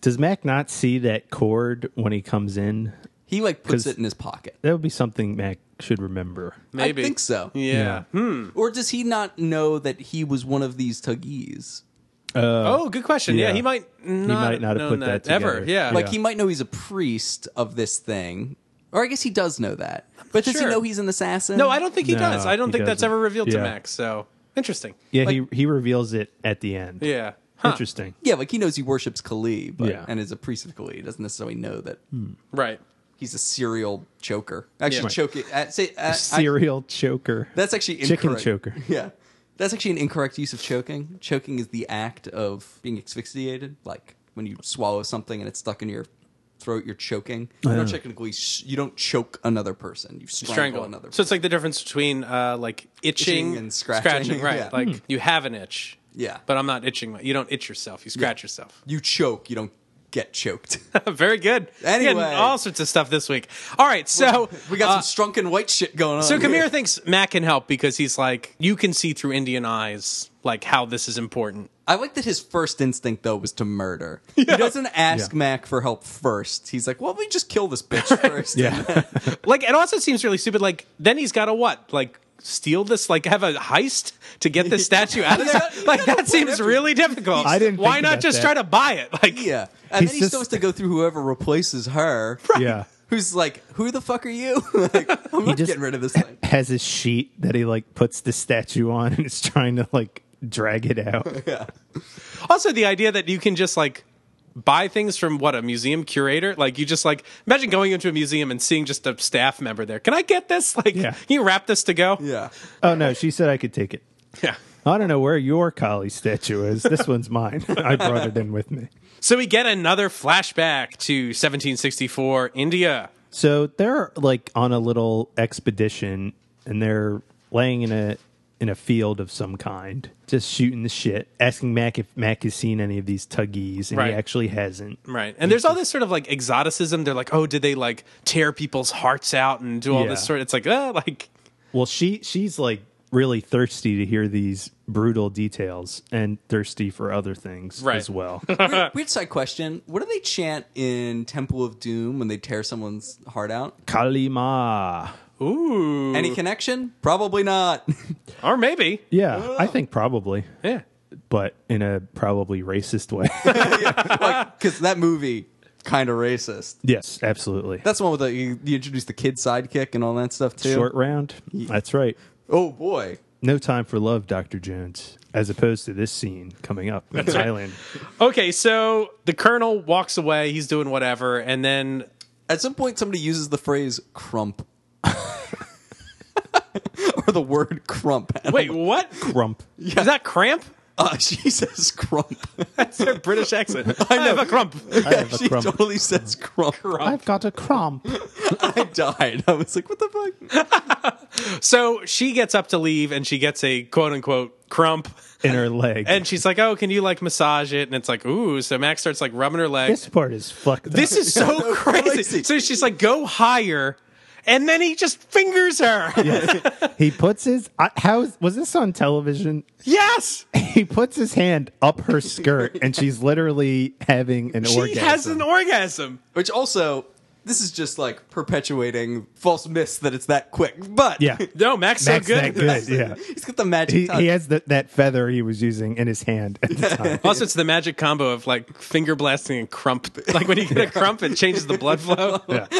[SPEAKER 7] does Mac not see that cord when he comes in?
[SPEAKER 6] he like puts
[SPEAKER 7] 'Cause-
[SPEAKER 6] it in his pocket.
[SPEAKER 7] That would be something Mac should remember.
[SPEAKER 5] Maybe.
[SPEAKER 6] I think so.
[SPEAKER 5] Yeah.
[SPEAKER 6] Hmm? Or does he not know that he was one of these tuggies?
[SPEAKER 5] Oh, good question. Yeah,
[SPEAKER 7] Yeah.
[SPEAKER 5] he might not
[SPEAKER 7] might
[SPEAKER 5] have
[SPEAKER 7] not have
[SPEAKER 5] known
[SPEAKER 7] put that
[SPEAKER 5] ever.
[SPEAKER 7] together.
[SPEAKER 5] Yeah.
[SPEAKER 6] Like
[SPEAKER 7] Yeah.
[SPEAKER 6] he might know he's a priest of this thing, or I guess he does know that. But does
[SPEAKER 5] sure.
[SPEAKER 6] he know he's an assassin?
[SPEAKER 5] No, I don't think he
[SPEAKER 7] No,
[SPEAKER 5] does. I don't
[SPEAKER 7] he
[SPEAKER 5] think that's
[SPEAKER 7] doesn't.
[SPEAKER 5] ever revealed to
[SPEAKER 7] Yeah.
[SPEAKER 5] Max. So Interesting.
[SPEAKER 7] Yeah, he he reveals it at the end.
[SPEAKER 5] Yeah. Huh.
[SPEAKER 7] Interesting.
[SPEAKER 6] Yeah, like he knows he worships Kali, but
[SPEAKER 7] Yeah. Hmm.
[SPEAKER 6] and is a priest of Kali. He doesn't necessarily know that
[SPEAKER 5] Right.
[SPEAKER 6] he's a serial choker. Actually,
[SPEAKER 5] Yeah.
[SPEAKER 6] choking. Uh, say, uh, I-
[SPEAKER 7] Serial choker.
[SPEAKER 6] That's actually incorrect.
[SPEAKER 7] Chicken choker.
[SPEAKER 6] *laughs* Yeah. That's actually an incorrect use of choking. Choking is the act of being asphyxiated, like when you swallow something and it's stuck in your throat, you're choking. You don't technically sh- you don't choke another person. You strangle,
[SPEAKER 5] Strangle.
[SPEAKER 6] another.
[SPEAKER 5] So it's like the difference between uh, like itching,
[SPEAKER 6] Itching and scratching.
[SPEAKER 5] right?
[SPEAKER 6] Yeah.
[SPEAKER 7] Hmm.
[SPEAKER 5] Like you have an itch.
[SPEAKER 6] Yeah.
[SPEAKER 5] But I'm not itching. my- You don't itch yourself. You scratch yourself. *laughs*
[SPEAKER 6] you choke, you don't get choked.
[SPEAKER 5] Very good. We're getting
[SPEAKER 6] Anyway.
[SPEAKER 5] all sorts of stuff this week. All right. So
[SPEAKER 6] we got
[SPEAKER 5] uh,
[SPEAKER 6] some strunken white shit going on.
[SPEAKER 5] So Kamir
[SPEAKER 6] here.
[SPEAKER 5] thinks Matt can help because he's like, you can see through Indian eyes, like how this is important.
[SPEAKER 6] I like that his first instinct though was
[SPEAKER 5] *laughs*
[SPEAKER 6] to murder. He doesn't ask Mac for help first. He's like, "Well, we just kill this
[SPEAKER 5] *laughs*
[SPEAKER 6] bitch first.
[SPEAKER 7] Yeah.
[SPEAKER 5] Like, it also seems really stupid. Like, then he's got to what? Like, steal this? Like, have a heist to get this statue out of
[SPEAKER 6] *laughs*
[SPEAKER 5] there? Like, that seems really difficult.
[SPEAKER 7] I didn't
[SPEAKER 5] Why
[SPEAKER 7] think
[SPEAKER 5] not
[SPEAKER 7] about
[SPEAKER 5] just
[SPEAKER 7] that.
[SPEAKER 5] try to buy it? Like,
[SPEAKER 6] Yeah. And
[SPEAKER 7] He's
[SPEAKER 6] then he's
[SPEAKER 7] just-
[SPEAKER 6] supposed to go through whoever replaces her.
[SPEAKER 7] Yeah.
[SPEAKER 6] Who's like, who the fuck are you? *laughs* like, I'm not
[SPEAKER 7] just-
[SPEAKER 6] getting rid of this thing.
[SPEAKER 7] Has a sheet that he like puts the statue on *laughs* and is trying to like drag it
[SPEAKER 6] *laughs*
[SPEAKER 7] out.
[SPEAKER 5] also the idea that you can just like buy things from what a museum curator like you just like imagine going into a museum and seeing just a staff member there can i get this *laughs* like
[SPEAKER 7] Yeah.
[SPEAKER 5] can you wrap this to go
[SPEAKER 6] Yeah.
[SPEAKER 7] Oh no, she said I could take it.
[SPEAKER 5] yeah
[SPEAKER 7] I don't know where your collie statue is. This one's mine. *laughs* I brought it in with me.
[SPEAKER 5] so we get another flashback to 1764 india
[SPEAKER 7] So they're like on a little expedition and they're laying in a in a field of some kind, just shooting the shit, asking Mac if Mac has seen any of these tuggies, and
[SPEAKER 5] Right.
[SPEAKER 7] he actually hasn't.
[SPEAKER 5] Right. And there's all this sort of like exoticism. They're like, oh, did they like tear people's hearts out and do all this
[SPEAKER 7] Yeah.
[SPEAKER 5] sort? It's like, uh, like
[SPEAKER 7] Well, she she's like really thirsty to hear these brutal details and thirsty for other things
[SPEAKER 5] Right. *laughs*
[SPEAKER 7] as well.
[SPEAKER 5] Uh.
[SPEAKER 6] Weird, weird side question. What do they chant in Temple of Doom when they tear someone's heart out?
[SPEAKER 7] Kalima.
[SPEAKER 5] ooh,
[SPEAKER 6] Any connection? Probably not. *laughs*
[SPEAKER 5] or maybe,
[SPEAKER 7] Yeah, I think probably,
[SPEAKER 5] yeah.
[SPEAKER 7] but in a probably racist way. *laughs*
[SPEAKER 6] Because that movie, kind of racist.
[SPEAKER 7] yes, absolutely.
[SPEAKER 6] That's the one with the, you, you introduce the kid sidekick and all that stuff too.
[SPEAKER 7] Short round. That's right.
[SPEAKER 6] Oh boy.
[SPEAKER 7] No time for love, Dr. Jones, as opposed to this scene coming up in Thailand.
[SPEAKER 5] Okay, so the colonel walks away. He's doing whatever, and then
[SPEAKER 6] At some point, somebody uses the phrase crump. *laughs* or the word crump.
[SPEAKER 5] wait, what?
[SPEAKER 7] Grump.
[SPEAKER 5] Is that cramp?
[SPEAKER 6] *laughs* Uh, she says crump.
[SPEAKER 5] That's their British accent. I, have a crump.
[SPEAKER 7] I have a
[SPEAKER 6] she
[SPEAKER 7] crump.
[SPEAKER 6] totally says crump.
[SPEAKER 7] I've got a crump.
[SPEAKER 6] *laughs* I died. I was like, what the fuck?
[SPEAKER 5] So she gets up to leave, and she gets a quote unquote crump.
[SPEAKER 7] in her leg.
[SPEAKER 5] And she's like, "Oh, can you like massage it?" And it's like, "Ooh!" So Max starts like rubbing her leg.
[SPEAKER 7] this part is fucked up.
[SPEAKER 5] This is so crazy.
[SPEAKER 6] crazy.
[SPEAKER 5] So she's like, go higher. And then he just fingers her.
[SPEAKER 7] he puts his I, how is, was this on television? *laughs*
[SPEAKER 5] Yes.
[SPEAKER 7] He puts his hand up her skirt, and she's literally having an
[SPEAKER 5] She
[SPEAKER 7] orgasm.
[SPEAKER 5] has an orgasm.
[SPEAKER 6] Which also, this is just like perpetuating false myths that it's that quick. But *laughs*
[SPEAKER 7] yeah.
[SPEAKER 5] No, Max,
[SPEAKER 7] Max
[SPEAKER 5] so good.
[SPEAKER 7] that
[SPEAKER 5] at
[SPEAKER 7] good.
[SPEAKER 5] this.
[SPEAKER 7] Yeah.
[SPEAKER 6] he's got the magic
[SPEAKER 7] He,
[SPEAKER 6] touch.
[SPEAKER 7] he has the, that feather he was using in his hand at the time.
[SPEAKER 5] Also, it's the magic combo of like finger blasting and crump. *laughs* Like when you get a crump, it changes the blood flow.
[SPEAKER 7] Yeah.
[SPEAKER 5] *laughs*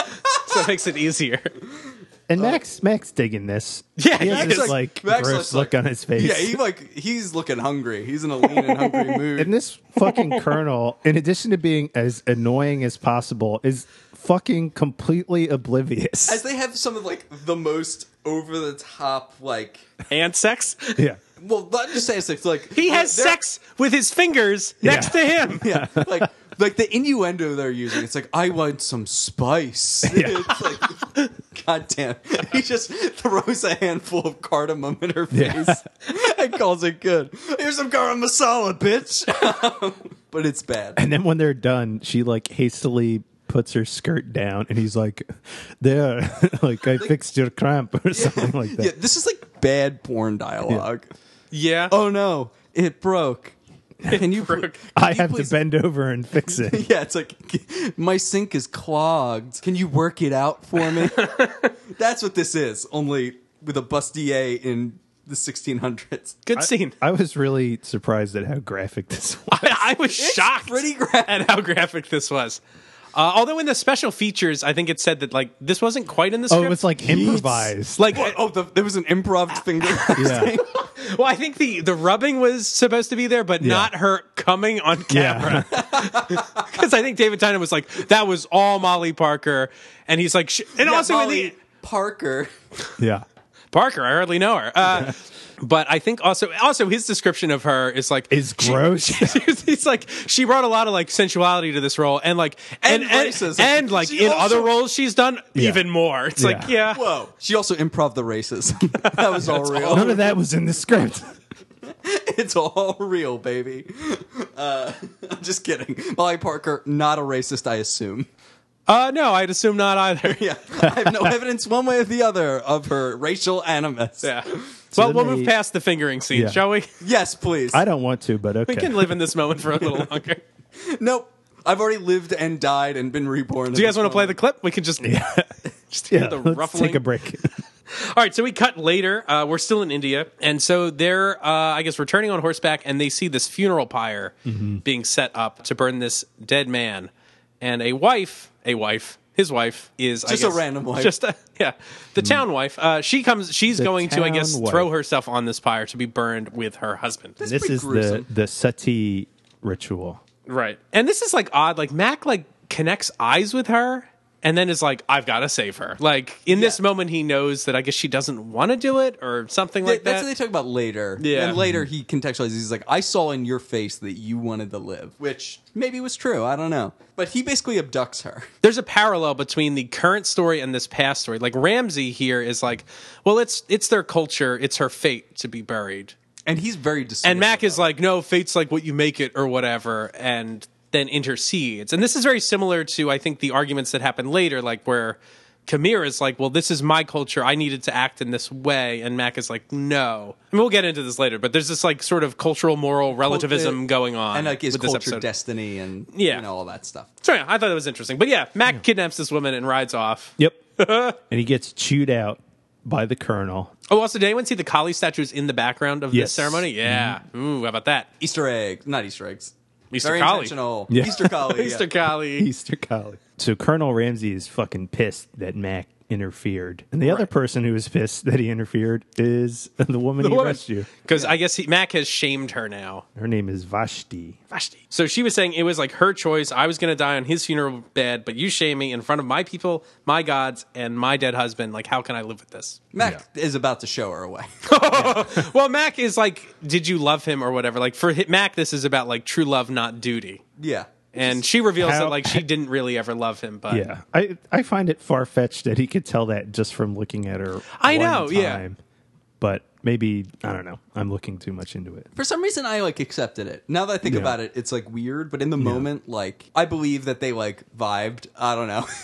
[SPEAKER 5] So it makes it easier.
[SPEAKER 7] And Max, Max digging this.
[SPEAKER 5] Yeah,
[SPEAKER 7] he has
[SPEAKER 5] Max
[SPEAKER 7] this
[SPEAKER 5] looks-
[SPEAKER 7] like
[SPEAKER 6] Max
[SPEAKER 7] gross
[SPEAKER 6] looks
[SPEAKER 7] look
[SPEAKER 6] like-
[SPEAKER 7] on his face.
[SPEAKER 6] yeah,
[SPEAKER 7] *laughs*
[SPEAKER 6] he like he's looking hungry. He's in a lean and hungry mood.
[SPEAKER 7] And this fucking colonel, in addition to being as annoying as possible, is fucking completely oblivious.
[SPEAKER 6] As they have some of like the most over the top like.
[SPEAKER 5] And sex.
[SPEAKER 7] *laughs* yeah.
[SPEAKER 6] Well, not just say sex. Like
[SPEAKER 5] He has
[SPEAKER 6] they're-
[SPEAKER 5] sex with his fingers next to him.
[SPEAKER 6] Yeah, like like the innuendo they're using. It's like I want some spice. *laughs* it's like, God damn! He just throws a handful of cardamom in her face *laughs* and calls it good. Here's some garam masala, bitch. *laughs* but it's bad.
[SPEAKER 7] And then when they're done, she like hastily puts her skirt down and he's like, There, *laughs* like I fixed your cramp or something like that.
[SPEAKER 6] Yeah, this is like bad porn dialogue.
[SPEAKER 5] Yeah.
[SPEAKER 6] Oh no, it broke. Can you?
[SPEAKER 5] broke.
[SPEAKER 6] can
[SPEAKER 7] I
[SPEAKER 6] you
[SPEAKER 7] have to
[SPEAKER 6] please-
[SPEAKER 7] bend over and fix it.
[SPEAKER 6] *laughs* Yeah, it's like my sink is clogged. Can you work it out for
[SPEAKER 7] *laughs*
[SPEAKER 6] me? That's what this is, only with a bustier in the 1600s.
[SPEAKER 5] Good scene.
[SPEAKER 7] I was really surprised at how graphic this was.
[SPEAKER 5] *laughs* I, was shocked
[SPEAKER 6] pretty graphic.
[SPEAKER 5] at how graphic this was. Uh, although in the special features, I think it said that like this wasn't quite in the
[SPEAKER 7] Oh,
[SPEAKER 5] script.
[SPEAKER 7] it was like improvised.
[SPEAKER 5] like
[SPEAKER 6] What? Oh, the, there was an improv finger.
[SPEAKER 7] Ah. *laughs* Yeah.
[SPEAKER 5] Well, I think the the rubbing was supposed to be there, but not her coming on *laughs* camera. Because I think David Tynan was like, "That was all Molly Parker," and he's like, Sh-. and also in the
[SPEAKER 6] Parker.
[SPEAKER 7] *laughs* yeah.
[SPEAKER 5] Parker, I hardly know her. Uh, *laughs* but I think also also his description of her is like *laughs*
[SPEAKER 7] Is gross.
[SPEAKER 5] He's like she brought a lot of like sensuality to this role, and like and
[SPEAKER 6] And
[SPEAKER 5] and,
[SPEAKER 6] racism.
[SPEAKER 5] and, like
[SPEAKER 6] She
[SPEAKER 5] in
[SPEAKER 6] also-
[SPEAKER 5] other roles she's done even more. It's like
[SPEAKER 7] Yeah.
[SPEAKER 5] yeah,
[SPEAKER 6] Whoa. She also improv the racism. *laughs* that was all real.
[SPEAKER 7] None of that was in the script.
[SPEAKER 6] It's all real, baby. Uh, I'm just kidding. Molly Parker, not a racist, I assume. *laughs*
[SPEAKER 5] uh, no, I'd assume not either. *laughs*
[SPEAKER 6] Yeah. I
[SPEAKER 7] *laughs*
[SPEAKER 6] have no evidence one way or the other of her racial animus.
[SPEAKER 5] Yeah. well,
[SPEAKER 7] then
[SPEAKER 5] we'll
[SPEAKER 7] they-
[SPEAKER 5] move past the fingering scene,
[SPEAKER 7] Yeah.
[SPEAKER 5] shall we? *laughs*
[SPEAKER 6] Yes, please.
[SPEAKER 7] I don't want to, but okay.
[SPEAKER 5] We can live in this moment for a little longer.
[SPEAKER 6] Nope. I've already lived and died and been reborn.
[SPEAKER 5] Do you guys want to play the clip? We can just.
[SPEAKER 7] just yeah,
[SPEAKER 5] the
[SPEAKER 7] let's
[SPEAKER 5] ruffling.
[SPEAKER 7] take a break.
[SPEAKER 5] All right, so we cut later. Uh, we're still in India. And so they're, uh, I guess, returning on horseback and they see this funeral pyre
[SPEAKER 7] Mm-hmm.
[SPEAKER 5] being set up to burn this dead man. And a wife, a wife, his wife is I
[SPEAKER 6] Just a
[SPEAKER 5] guess-
[SPEAKER 6] random wife.
[SPEAKER 5] Just a, *laughs* yeah, the town wife. Uh, she comes. She's
[SPEAKER 7] Hmm. The
[SPEAKER 5] going to, I guess,
[SPEAKER 7] town wife.
[SPEAKER 5] throw herself on this pyre to be burned with her husband.
[SPEAKER 7] this
[SPEAKER 6] pretty
[SPEAKER 7] is
[SPEAKER 6] gruesome.
[SPEAKER 7] the the sati ritual.
[SPEAKER 5] Right. And this is like odd. Like Mac like connects eyes with her and then is like, I've gotta save her. Like in this
[SPEAKER 6] Yeah.
[SPEAKER 5] moment he knows that I guess she doesn't want to do it or something
[SPEAKER 6] They-
[SPEAKER 5] like
[SPEAKER 6] that's
[SPEAKER 5] that.
[SPEAKER 6] what they talk about later.
[SPEAKER 5] Yeah.
[SPEAKER 6] And later he contextualizes. He's like, I saw in your face that you wanted to live, which maybe was true. I don't know. But he basically abducts her. *laughs*
[SPEAKER 5] There's a parallel between the current story and this past story. Like Ramsey here is like, Well, it's it's their culture, it's her fate to be buried.
[SPEAKER 6] And he's very dismissive.
[SPEAKER 5] And Mac is
[SPEAKER 6] of it.
[SPEAKER 5] like, No, fate's like what you make it or whatever and then intercedes. And this is very similar to I think the arguments that happen later, like where Kamir is like, well, this is my culture. I needed to act in this way. And Mac is like, no. I mean, we'll get into this later, but there's this like sort of cultural moral relativism going on.
[SPEAKER 6] uh, And like his
[SPEAKER 5] with this
[SPEAKER 6] culture,
[SPEAKER 5] episode.
[SPEAKER 6] destiny, and
[SPEAKER 5] Yeah.
[SPEAKER 6] you know, all that stuff.
[SPEAKER 5] So yeah, I thought that was interesting. But yeah, Mac kidnaps this woman and rides off.
[SPEAKER 7] Yep. *laughs* and he gets chewed out by the colonel.
[SPEAKER 5] Oh, also, did anyone see the Kali statues in the background of
[SPEAKER 7] Yes. Mm-hmm.
[SPEAKER 5] this ceremony? Yeah. Ooh, how about that?
[SPEAKER 6] Easter eggs, not Easter eggs.
[SPEAKER 5] Easter
[SPEAKER 6] Very
[SPEAKER 5] Kali.
[SPEAKER 6] intentional.
[SPEAKER 7] Yeah.
[SPEAKER 6] Easter
[SPEAKER 5] *laughs*
[SPEAKER 6] collie.
[SPEAKER 5] Easter
[SPEAKER 6] yeah.
[SPEAKER 5] Kali.
[SPEAKER 7] *laughs* Easter College. So Colonel Ramsey is fucking pissed that Mac interfered. And the other person who is pissed that he interfered is *laughs* the woman he rescued.
[SPEAKER 5] Because I guess he, Mac has shamed her now.
[SPEAKER 7] Her name is Vashti.
[SPEAKER 5] Vashti. So she was saying it was like her choice. I was going to die on his funeral bed, but you shame me in front of my people, my gods, and my dead husband. Like, how can I live with this?
[SPEAKER 6] Mac is about to show her away. *laughs*
[SPEAKER 5] Well, Mac is like, did you love him or whatever? Like, for hi- Mac, this is about like true love, not duty.
[SPEAKER 6] yeah.
[SPEAKER 5] And she reveals
[SPEAKER 7] How-
[SPEAKER 5] that like she didn't really ever love him, but
[SPEAKER 7] Yeah. I, I find it far fetched that he could tell that just from looking at her.
[SPEAKER 5] I
[SPEAKER 7] one
[SPEAKER 5] know, yeah.
[SPEAKER 7] time. But maybe, I don't know. I'm looking too much into it.
[SPEAKER 6] For some reason, I like accepted it. Now that I think
[SPEAKER 7] Yeah.
[SPEAKER 6] about it, it's like weird, but in the moment, like I believe that they like vibed. I don't know. *laughs*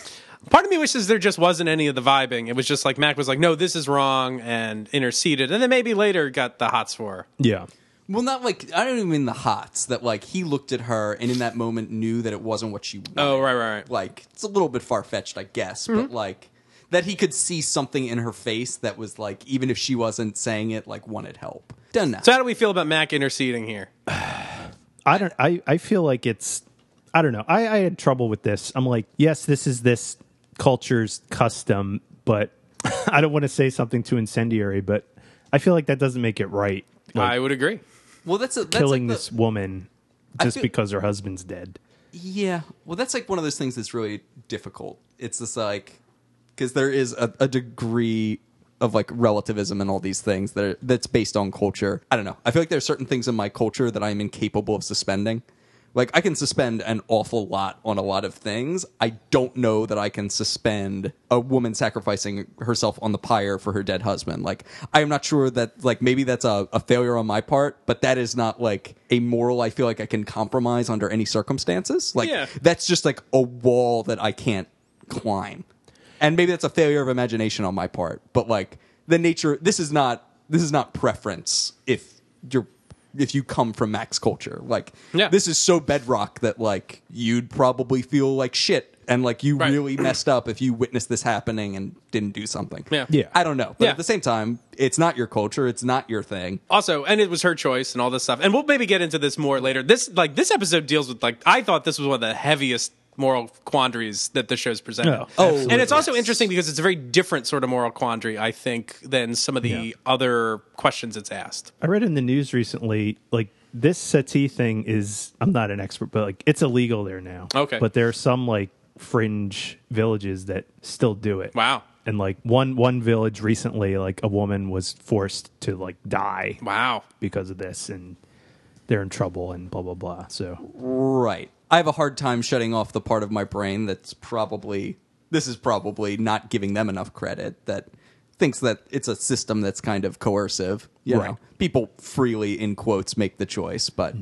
[SPEAKER 5] part of me wishes there just wasn't any of the vibing. It was just like Mac was like, no, this is wrong, and interceded, and then maybe later got the hots for. her.
[SPEAKER 7] Yeah.
[SPEAKER 6] well, not like I don't even mean the hots that like he looked at her and in that moment knew that it wasn't what she wanted.
[SPEAKER 5] Oh, Mm-hmm. right, right, right.
[SPEAKER 6] Like it's a little bit far fetched, I guess, but like that he could see something in her face that was like even if she wasn't saying it, like wanted help. Done that.
[SPEAKER 5] So how do we feel about Mac interceding here?
[SPEAKER 7] I don't. I, I feel like it's. I don't know. I, I had trouble with this. I'm like, yes, this is this culture's custom, but *laughs* I don't want to say something too incendiary, but I feel like that doesn't make it right. Like
[SPEAKER 5] I would agree.
[SPEAKER 6] well, that's a, that's
[SPEAKER 7] killing
[SPEAKER 6] like the-
[SPEAKER 7] this woman just
[SPEAKER 6] feel-
[SPEAKER 7] because her husband's dead.
[SPEAKER 6] Yeah. Well, that's like one of those things that's really difficult. It's just like because there is a, a degree of like relativism and all these things that are, that's based on culture. I don't know. I feel like there's certain things in my culture that I'm incapable of suspending. Like I can suspend an awful lot on a lot of things. I don't know that I can suspend a woman sacrificing herself on the pyre for her dead husband. Like I am not sure that like maybe that's a, a failure on my part, but that is not like a moral I feel like I can compromise under any circumstances. Like
[SPEAKER 5] Yeah.
[SPEAKER 6] that's just like a wall that I can't climb. And maybe that's a failure of imagination on my part, but like the nature this is not this is not preference if you're if you come from max culture. Like
[SPEAKER 5] Yeah.
[SPEAKER 6] this is so bedrock that like you'd probably feel like shit and like you
[SPEAKER 5] Right.
[SPEAKER 6] really messed up if you witnessed this happening and didn't do something.
[SPEAKER 5] Yeah.
[SPEAKER 7] Yeah.
[SPEAKER 6] I don't know. But
[SPEAKER 5] Yeah.
[SPEAKER 6] at the same time, it's not your culture, it's not your thing.
[SPEAKER 5] also and it was her choice and all this stuff and we'll maybe get into this more later this like this episode deals with like i thought this was one of the heaviest moral quandaries that the show's presented.
[SPEAKER 7] Oh,
[SPEAKER 6] Oh, absolutely.
[SPEAKER 5] and it's also interesting because it's a very different sort of moral quandary, I think, than some of the
[SPEAKER 7] Yeah.
[SPEAKER 5] other questions it's asked.
[SPEAKER 7] I read in the news recently, like this settee thing is. I'm not an expert, but like it's illegal there now.
[SPEAKER 5] Okay.
[SPEAKER 7] but there are some like fringe villages that still do it.
[SPEAKER 5] Wow.
[SPEAKER 7] And like one one village recently, like a woman was forced to like die
[SPEAKER 5] Wow.
[SPEAKER 7] because of this, and they're in trouble and blah blah blah. So
[SPEAKER 6] Right. I have a hard time shutting off the part of my brain that's probably this is probably not giving them enough credit that thinks that it's a system that's kind of coercive. You
[SPEAKER 7] Right. Mm-hmm.
[SPEAKER 6] know, people freely in quotes make the choice, but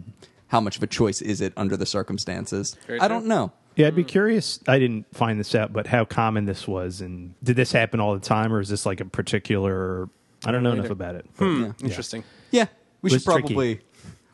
[SPEAKER 6] how much of a choice is it under the circumstances? I don't know.
[SPEAKER 7] yeah,
[SPEAKER 5] Hmm.
[SPEAKER 7] I'd be curious. I didn't find this out, but how common this was, and did this happen all the time, or is this like a particular? I don't know enough about it. but-
[SPEAKER 5] Hmm. Interesting.
[SPEAKER 6] Yeah, we
[SPEAKER 7] Was
[SPEAKER 6] should
[SPEAKER 7] tricky.
[SPEAKER 6] probably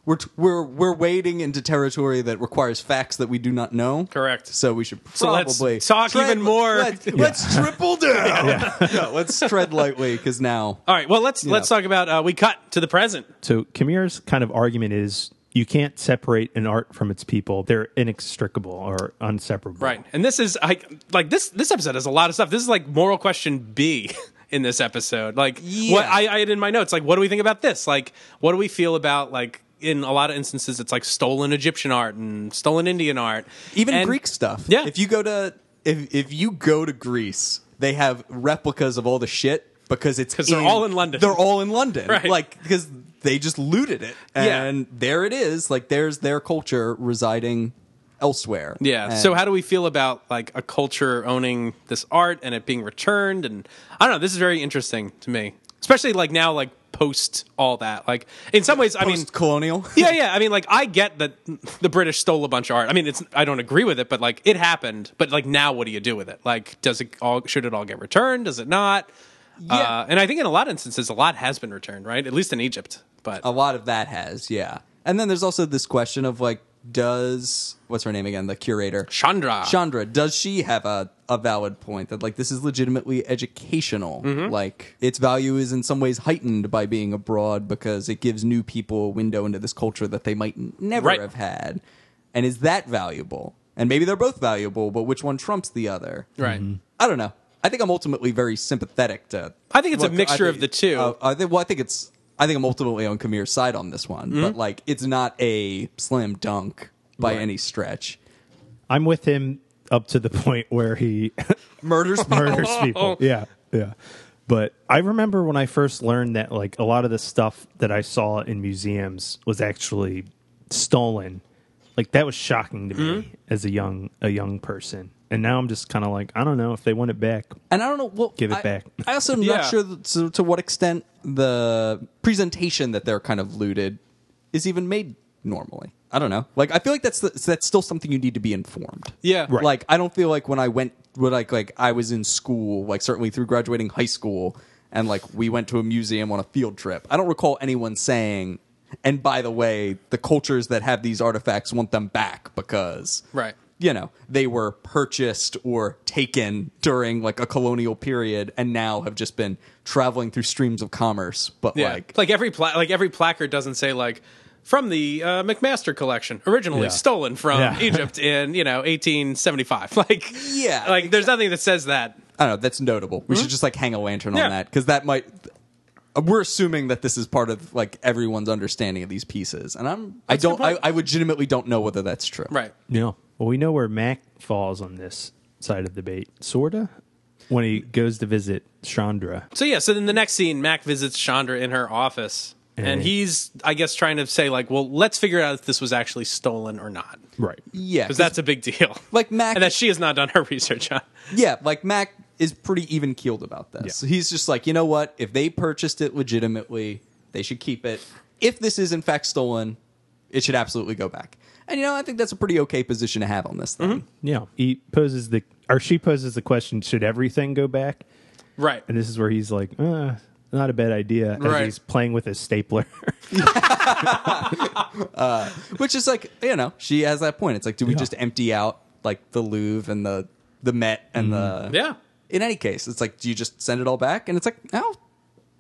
[SPEAKER 6] we're t- we're we're wading into territory that requires facts that we do not know.
[SPEAKER 5] Correct.
[SPEAKER 6] So we should
[SPEAKER 5] So
[SPEAKER 6] probably
[SPEAKER 5] let's talk even more.
[SPEAKER 6] Let's, let's
[SPEAKER 7] *laughs*
[SPEAKER 6] triple down. *laughs* No, let's tread lightly because now
[SPEAKER 5] All right. Well, let's let's talk about uh, we cut to the present.
[SPEAKER 7] So Kimura's kind of argument is you can't separate an art from its people. They're inextricable or inseparable.
[SPEAKER 5] Right. And this is I like this this episode has a lot of stuff. This is like moral question B *laughs* in this episode. Like what
[SPEAKER 6] Yeah.
[SPEAKER 5] I, I had in my notes, like what do we think about this? Like what do we feel about like in a lot of instances it's like stolen Egyptian art and stolen Indian art.
[SPEAKER 6] even
[SPEAKER 5] And-
[SPEAKER 6] Greek stuff.
[SPEAKER 5] Yeah.
[SPEAKER 6] If you go to if if you go to Greece, they have replicas of all the shit because it's
[SPEAKER 5] 'Cause they're all in London.
[SPEAKER 6] They're all in London,
[SPEAKER 5] Right.
[SPEAKER 6] Like because they just looted it,
[SPEAKER 5] Yeah.
[SPEAKER 6] and there it is. Like there's their culture residing elsewhere.
[SPEAKER 5] Yeah.
[SPEAKER 6] And-
[SPEAKER 5] so how do we feel about like a culture owning this art and it being returned? And I don't know. This is very interesting to me, especially like now, like post all that. Like in some ways, I mean,
[SPEAKER 6] colonial.
[SPEAKER 5] yeah, yeah. I mean, like I get that the British stole a bunch of art. I mean, it's I don't agree with it, but like it happened. But like now, what do you do with it? Like, does it all? Should it all get returned? Does it not? Yeah. Uh, and I think in a lot of instances, a lot has been returned, right? At least in Egypt. But
[SPEAKER 6] *laughs* a lot of that has, yeah. And then there's also this question of like, does what's her name again? The curator,
[SPEAKER 5] Chandra.
[SPEAKER 6] Chandra, does she have a, a valid point that like this is legitimately educational?
[SPEAKER 5] Mm-hmm.
[SPEAKER 6] Like its value is in some ways heightened by being abroad because it gives new people a window into this culture that they might n- never
[SPEAKER 5] Right.
[SPEAKER 6] have had. And is that valuable? And maybe they're both valuable, but which one trumps the other? Mm-hmm.
[SPEAKER 5] Right.
[SPEAKER 6] I don't know. I think I'm ultimately very sympathetic to.
[SPEAKER 5] I think it's a mixture
[SPEAKER 6] think-
[SPEAKER 5] of the two.
[SPEAKER 6] Uh, I think, well, I think it's. I think I'm ultimately on Kamir's side on this one, but
[SPEAKER 5] Mm-hmm.
[SPEAKER 6] like it's not a slam dunk by any stretch.
[SPEAKER 7] I'm with him up to the point where he
[SPEAKER 6] Murders people.
[SPEAKER 7] *laughs* murders people. Yeah. Yeah. But I remember when I first learned that like a lot of the stuff that I saw in museums was actually stolen. Like that was shocking to me as a young a young person. And now I'm just kind of like I don't know if they want it back.
[SPEAKER 6] And I don't know. Well,
[SPEAKER 7] Give it
[SPEAKER 6] I,
[SPEAKER 7] back.
[SPEAKER 6] I also am not
[SPEAKER 5] Yeah.
[SPEAKER 6] sure that, to, to what extent the presentation that they're kind of looted is even made normally. I don't know. Like I feel like that's the, that's still something you need to be informed.
[SPEAKER 5] Yeah. Right.
[SPEAKER 6] Like I don't feel like when I went when like like I was in school, like certainly through graduating high school and like we went to a museum on a field trip. I don't recall anyone saying and by the way, the cultures that have these artifacts want them back because
[SPEAKER 5] Right.
[SPEAKER 6] you know, they were purchased or taken during like a colonial period and now have just been traveling through streams of commerce. But
[SPEAKER 5] Yeah.
[SPEAKER 6] like,
[SPEAKER 5] Like, every pla- like every placard doesn't say like from the uh, McMaster collection, originally
[SPEAKER 7] Yeah.
[SPEAKER 5] stolen from
[SPEAKER 7] Yeah.
[SPEAKER 5] Egypt in you know 1875. *laughs* Like
[SPEAKER 6] Yeah,
[SPEAKER 5] like there's nothing that says that.
[SPEAKER 6] I don't know, that's notable. We should just like hang a lantern
[SPEAKER 5] Mm-hmm. Yeah.
[SPEAKER 6] on that because that might. We're assuming that this is part of like everyone's understanding of these pieces, and I'm I don't I,
[SPEAKER 5] point.
[SPEAKER 6] I legitimately don't know whether that's true.
[SPEAKER 5] Right.
[SPEAKER 7] Yeah. Well, we know where Mac falls on this side of the debate, sorta. When he goes to visit Chandra,
[SPEAKER 5] So yeah. So then the next scene, Mac visits Chandra in her office, and
[SPEAKER 7] Mhm.
[SPEAKER 5] he's I guess trying to say like, well, let's figure out if this was actually stolen or not,
[SPEAKER 7] right?
[SPEAKER 6] Yeah,
[SPEAKER 5] because that's a big deal.
[SPEAKER 6] like Mac.
[SPEAKER 5] *laughs* and that she has not done her research on.
[SPEAKER 6] Yeah, like Mac is pretty even keeled about this.
[SPEAKER 7] Yeah.
[SPEAKER 6] He's just like, you know what? If they purchased it legitimately, they should keep it. If this is in fact stolen, it should absolutely go back. And you know, I think that's a pretty okay position to have on this thing.
[SPEAKER 7] Yeah. He poses the or she poses the question: Should everything go back?
[SPEAKER 5] Right.
[SPEAKER 7] And this is where he's like, uh, not a bad idea. As
[SPEAKER 5] Right.
[SPEAKER 7] he's playing with his stapler. *laughs*
[SPEAKER 6] Which is like, you know, she has that point. It's like, do we just empty out like the Louvre and the the Met and the
[SPEAKER 7] Mm-hmm.
[SPEAKER 5] Yeah.
[SPEAKER 6] In any case, it's like, do you just send it all back? And it's like, oh,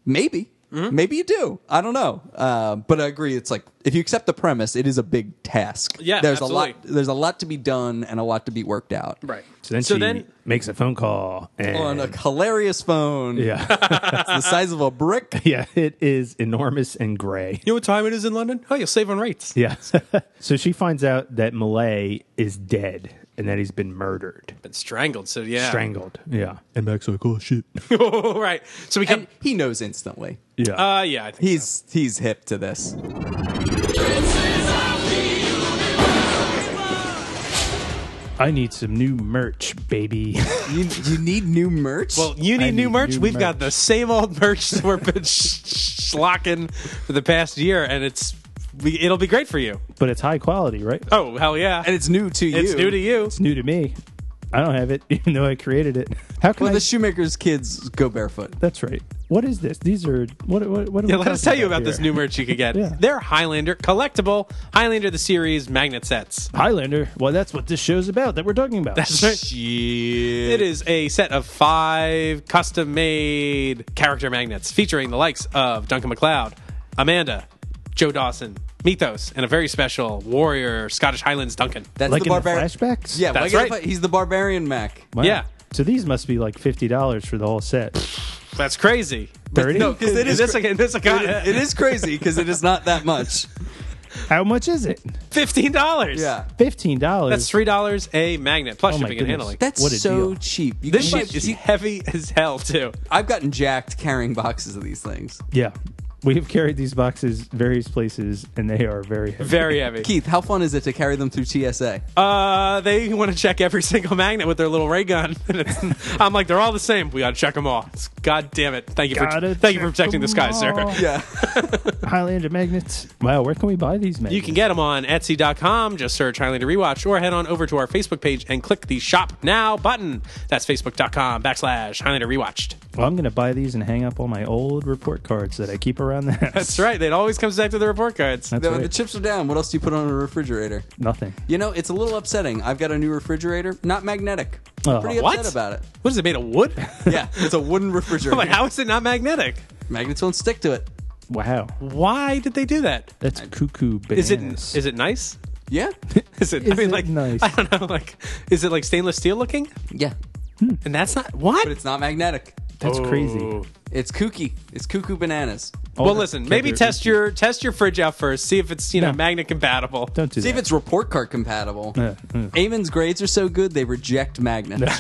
[SPEAKER 6] maybe.
[SPEAKER 5] Mm-hmm.
[SPEAKER 6] Maybe you do. I don't know. Uh, but I agree. It's like if you accept the premise, it is a big task.
[SPEAKER 5] Yeah,
[SPEAKER 6] there's a lot.
[SPEAKER 5] absolutely.
[SPEAKER 6] There's a lot to be done and a lot to be worked out.
[SPEAKER 5] Right.
[SPEAKER 7] So then she makes a phone call and
[SPEAKER 6] On a hilarious phone,
[SPEAKER 7] *laughs* yeah,
[SPEAKER 6] it's the size of a brick.
[SPEAKER 7] *laughs* yeah, it is enormous and gray.
[SPEAKER 5] you know what time it is in London? Oh, you'll save on rates.
[SPEAKER 7] Yeah. *laughs* so she finds out that Malay is dead and that he's been murdered,
[SPEAKER 5] Been strangled. So yeah. *laughs*
[SPEAKER 7] strangled. Yeah.
[SPEAKER 1] And Mac's like, oh shit.
[SPEAKER 5] right. So we
[SPEAKER 6] And
[SPEAKER 5] can.
[SPEAKER 6] he knows instantly.
[SPEAKER 7] Yeah.
[SPEAKER 5] Uh, yeah. I think
[SPEAKER 6] He's he's hip to this.
[SPEAKER 7] I need some new merch, baby. *laughs*
[SPEAKER 6] You, you need new merch.
[SPEAKER 5] Well, you need
[SPEAKER 7] I
[SPEAKER 5] new
[SPEAKER 7] need
[SPEAKER 5] merch.
[SPEAKER 7] new
[SPEAKER 5] We've got
[SPEAKER 7] merch.
[SPEAKER 5] the same old merch that we've been *laughs* sh- sh- schlocking for the past year, and it's we, it'll be great for you.
[SPEAKER 7] but it's high quality, right?
[SPEAKER 5] Oh hell yeah!
[SPEAKER 6] and it's new to you.
[SPEAKER 5] it's new to you.
[SPEAKER 7] It's new to me. I don't have it, *laughs* even though I created it. How can
[SPEAKER 6] Well,
[SPEAKER 7] I?
[SPEAKER 6] the shoemaker's kids go barefoot.
[SPEAKER 7] That's right. What is this? These are what? What? what are
[SPEAKER 5] Yeah,
[SPEAKER 7] we
[SPEAKER 5] let us
[SPEAKER 7] talking
[SPEAKER 5] tell you about this
[SPEAKER 7] here?
[SPEAKER 5] new merch you could get.
[SPEAKER 7] *laughs* Yeah.
[SPEAKER 5] They're Highlander collectible Highlander the series magnet sets.
[SPEAKER 7] Highlander. Well, that's what this show's about. That we're talking about.
[SPEAKER 5] That's right. It is a set of five custom made character magnets featuring the likes of Duncan MacLeod, Amanda, Joe Dawson, Mythos, and a very special warrior Scottish Highlands Duncan.
[SPEAKER 6] That's
[SPEAKER 7] like
[SPEAKER 6] the
[SPEAKER 7] in the
[SPEAKER 6] barbarian.
[SPEAKER 7] flashbacks.
[SPEAKER 6] yeah,
[SPEAKER 5] That's
[SPEAKER 6] like in the
[SPEAKER 5] right.
[SPEAKER 6] fi- he's the barbarian Mac.
[SPEAKER 7] Wow.
[SPEAKER 5] Yeah.
[SPEAKER 7] So these must be like fifty dollars for the whole set.
[SPEAKER 5] *laughs* That's crazy.
[SPEAKER 7] Thirty.
[SPEAKER 5] No, because it is this again. This
[SPEAKER 6] It-
[SPEAKER 5] *laughs* again.
[SPEAKER 6] it is crazy because it is not
[SPEAKER 5] *laughs*
[SPEAKER 6] that much.
[SPEAKER 7] How much is it?
[SPEAKER 5] fifteen dollars.
[SPEAKER 6] Yeah,
[SPEAKER 7] Fifteen dollars.
[SPEAKER 5] that's three dollars a magnet plus
[SPEAKER 7] Oh my
[SPEAKER 5] shipping and
[SPEAKER 7] goodness.
[SPEAKER 5] handling.
[SPEAKER 6] that's
[SPEAKER 7] What a
[SPEAKER 6] so
[SPEAKER 7] deal.
[SPEAKER 6] cheap. You
[SPEAKER 5] this
[SPEAKER 6] can buy-
[SPEAKER 5] shit is heavy as hell too.
[SPEAKER 6] I've gotten jacked carrying boxes of these things.
[SPEAKER 7] Yeah. We have carried these boxes various places, and they are very heavy.
[SPEAKER 5] Very
[SPEAKER 7] *laughs*
[SPEAKER 5] heavy.
[SPEAKER 6] Keith, how fun is it to carry them through TSA?
[SPEAKER 5] Uh, they *laughs* want to check every single magnet with their little ray gun. *laughs* And it's- I'm like, they're all the same. We gotta check them all. It's- God damn it! Thank you for
[SPEAKER 7] Gotta
[SPEAKER 5] thank you for
[SPEAKER 7] check
[SPEAKER 5] protecting the
[SPEAKER 7] 'em
[SPEAKER 5] sky,
[SPEAKER 7] all.
[SPEAKER 5] sir.
[SPEAKER 6] yeah, *laughs*
[SPEAKER 7] Highlander magnets. Wow, where can we buy these magnets?
[SPEAKER 5] You can get them on Etsy.com. Just search Highlander Rewatch, or head on over to our Facebook page and click the Shop Now button. That's Facebook.com backslash Highlander Rewatched.
[SPEAKER 7] Well, I'm going to buy these and hang up all my old report cards that I keep
[SPEAKER 5] *laughs*
[SPEAKER 7] around the house.
[SPEAKER 5] That's right. It always comes back to the report cards.
[SPEAKER 7] That's
[SPEAKER 6] the,
[SPEAKER 7] right.
[SPEAKER 6] the chips are down. What else do you put on a refrigerator?
[SPEAKER 7] Nothing.
[SPEAKER 6] You know, it's a little upsetting. I've got a new refrigerator, not magnetic.
[SPEAKER 7] Oh.
[SPEAKER 6] Pretty
[SPEAKER 5] What?
[SPEAKER 6] upset about it.
[SPEAKER 5] What is it made of *laughs* wood?
[SPEAKER 6] Yeah, it's
[SPEAKER 5] *laughs*
[SPEAKER 6] a wooden refrigerator.
[SPEAKER 5] But how is it not magnetic?
[SPEAKER 6] Magnets won't stick to it.
[SPEAKER 7] Wow,
[SPEAKER 5] Why did they do that?
[SPEAKER 7] that's cuckoo.
[SPEAKER 5] Is it
[SPEAKER 7] bananas.
[SPEAKER 5] is it nice? *laughs*
[SPEAKER 6] Yeah,
[SPEAKER 5] Is it? I
[SPEAKER 7] Is
[SPEAKER 5] mean,
[SPEAKER 7] it
[SPEAKER 5] like
[SPEAKER 7] nice?
[SPEAKER 5] I don't know. Like, is it like stainless steel looking?
[SPEAKER 6] yeah,
[SPEAKER 5] And that's not what.
[SPEAKER 6] but it's not magnetic.
[SPEAKER 7] That's
[SPEAKER 5] Oh.
[SPEAKER 7] crazy.
[SPEAKER 6] It's kooky. It's cuckoo bananas.
[SPEAKER 5] well,
[SPEAKER 7] the
[SPEAKER 5] listen. Maybe
[SPEAKER 7] character
[SPEAKER 5] test your test your fridge out first. See if it's you know
[SPEAKER 7] No.
[SPEAKER 5] magnet compatible.
[SPEAKER 7] Don't do
[SPEAKER 6] See if
[SPEAKER 7] that.
[SPEAKER 6] it's report card compatible.
[SPEAKER 7] Yeah, yeah.
[SPEAKER 6] Eamon's grades are so good they reject magnets.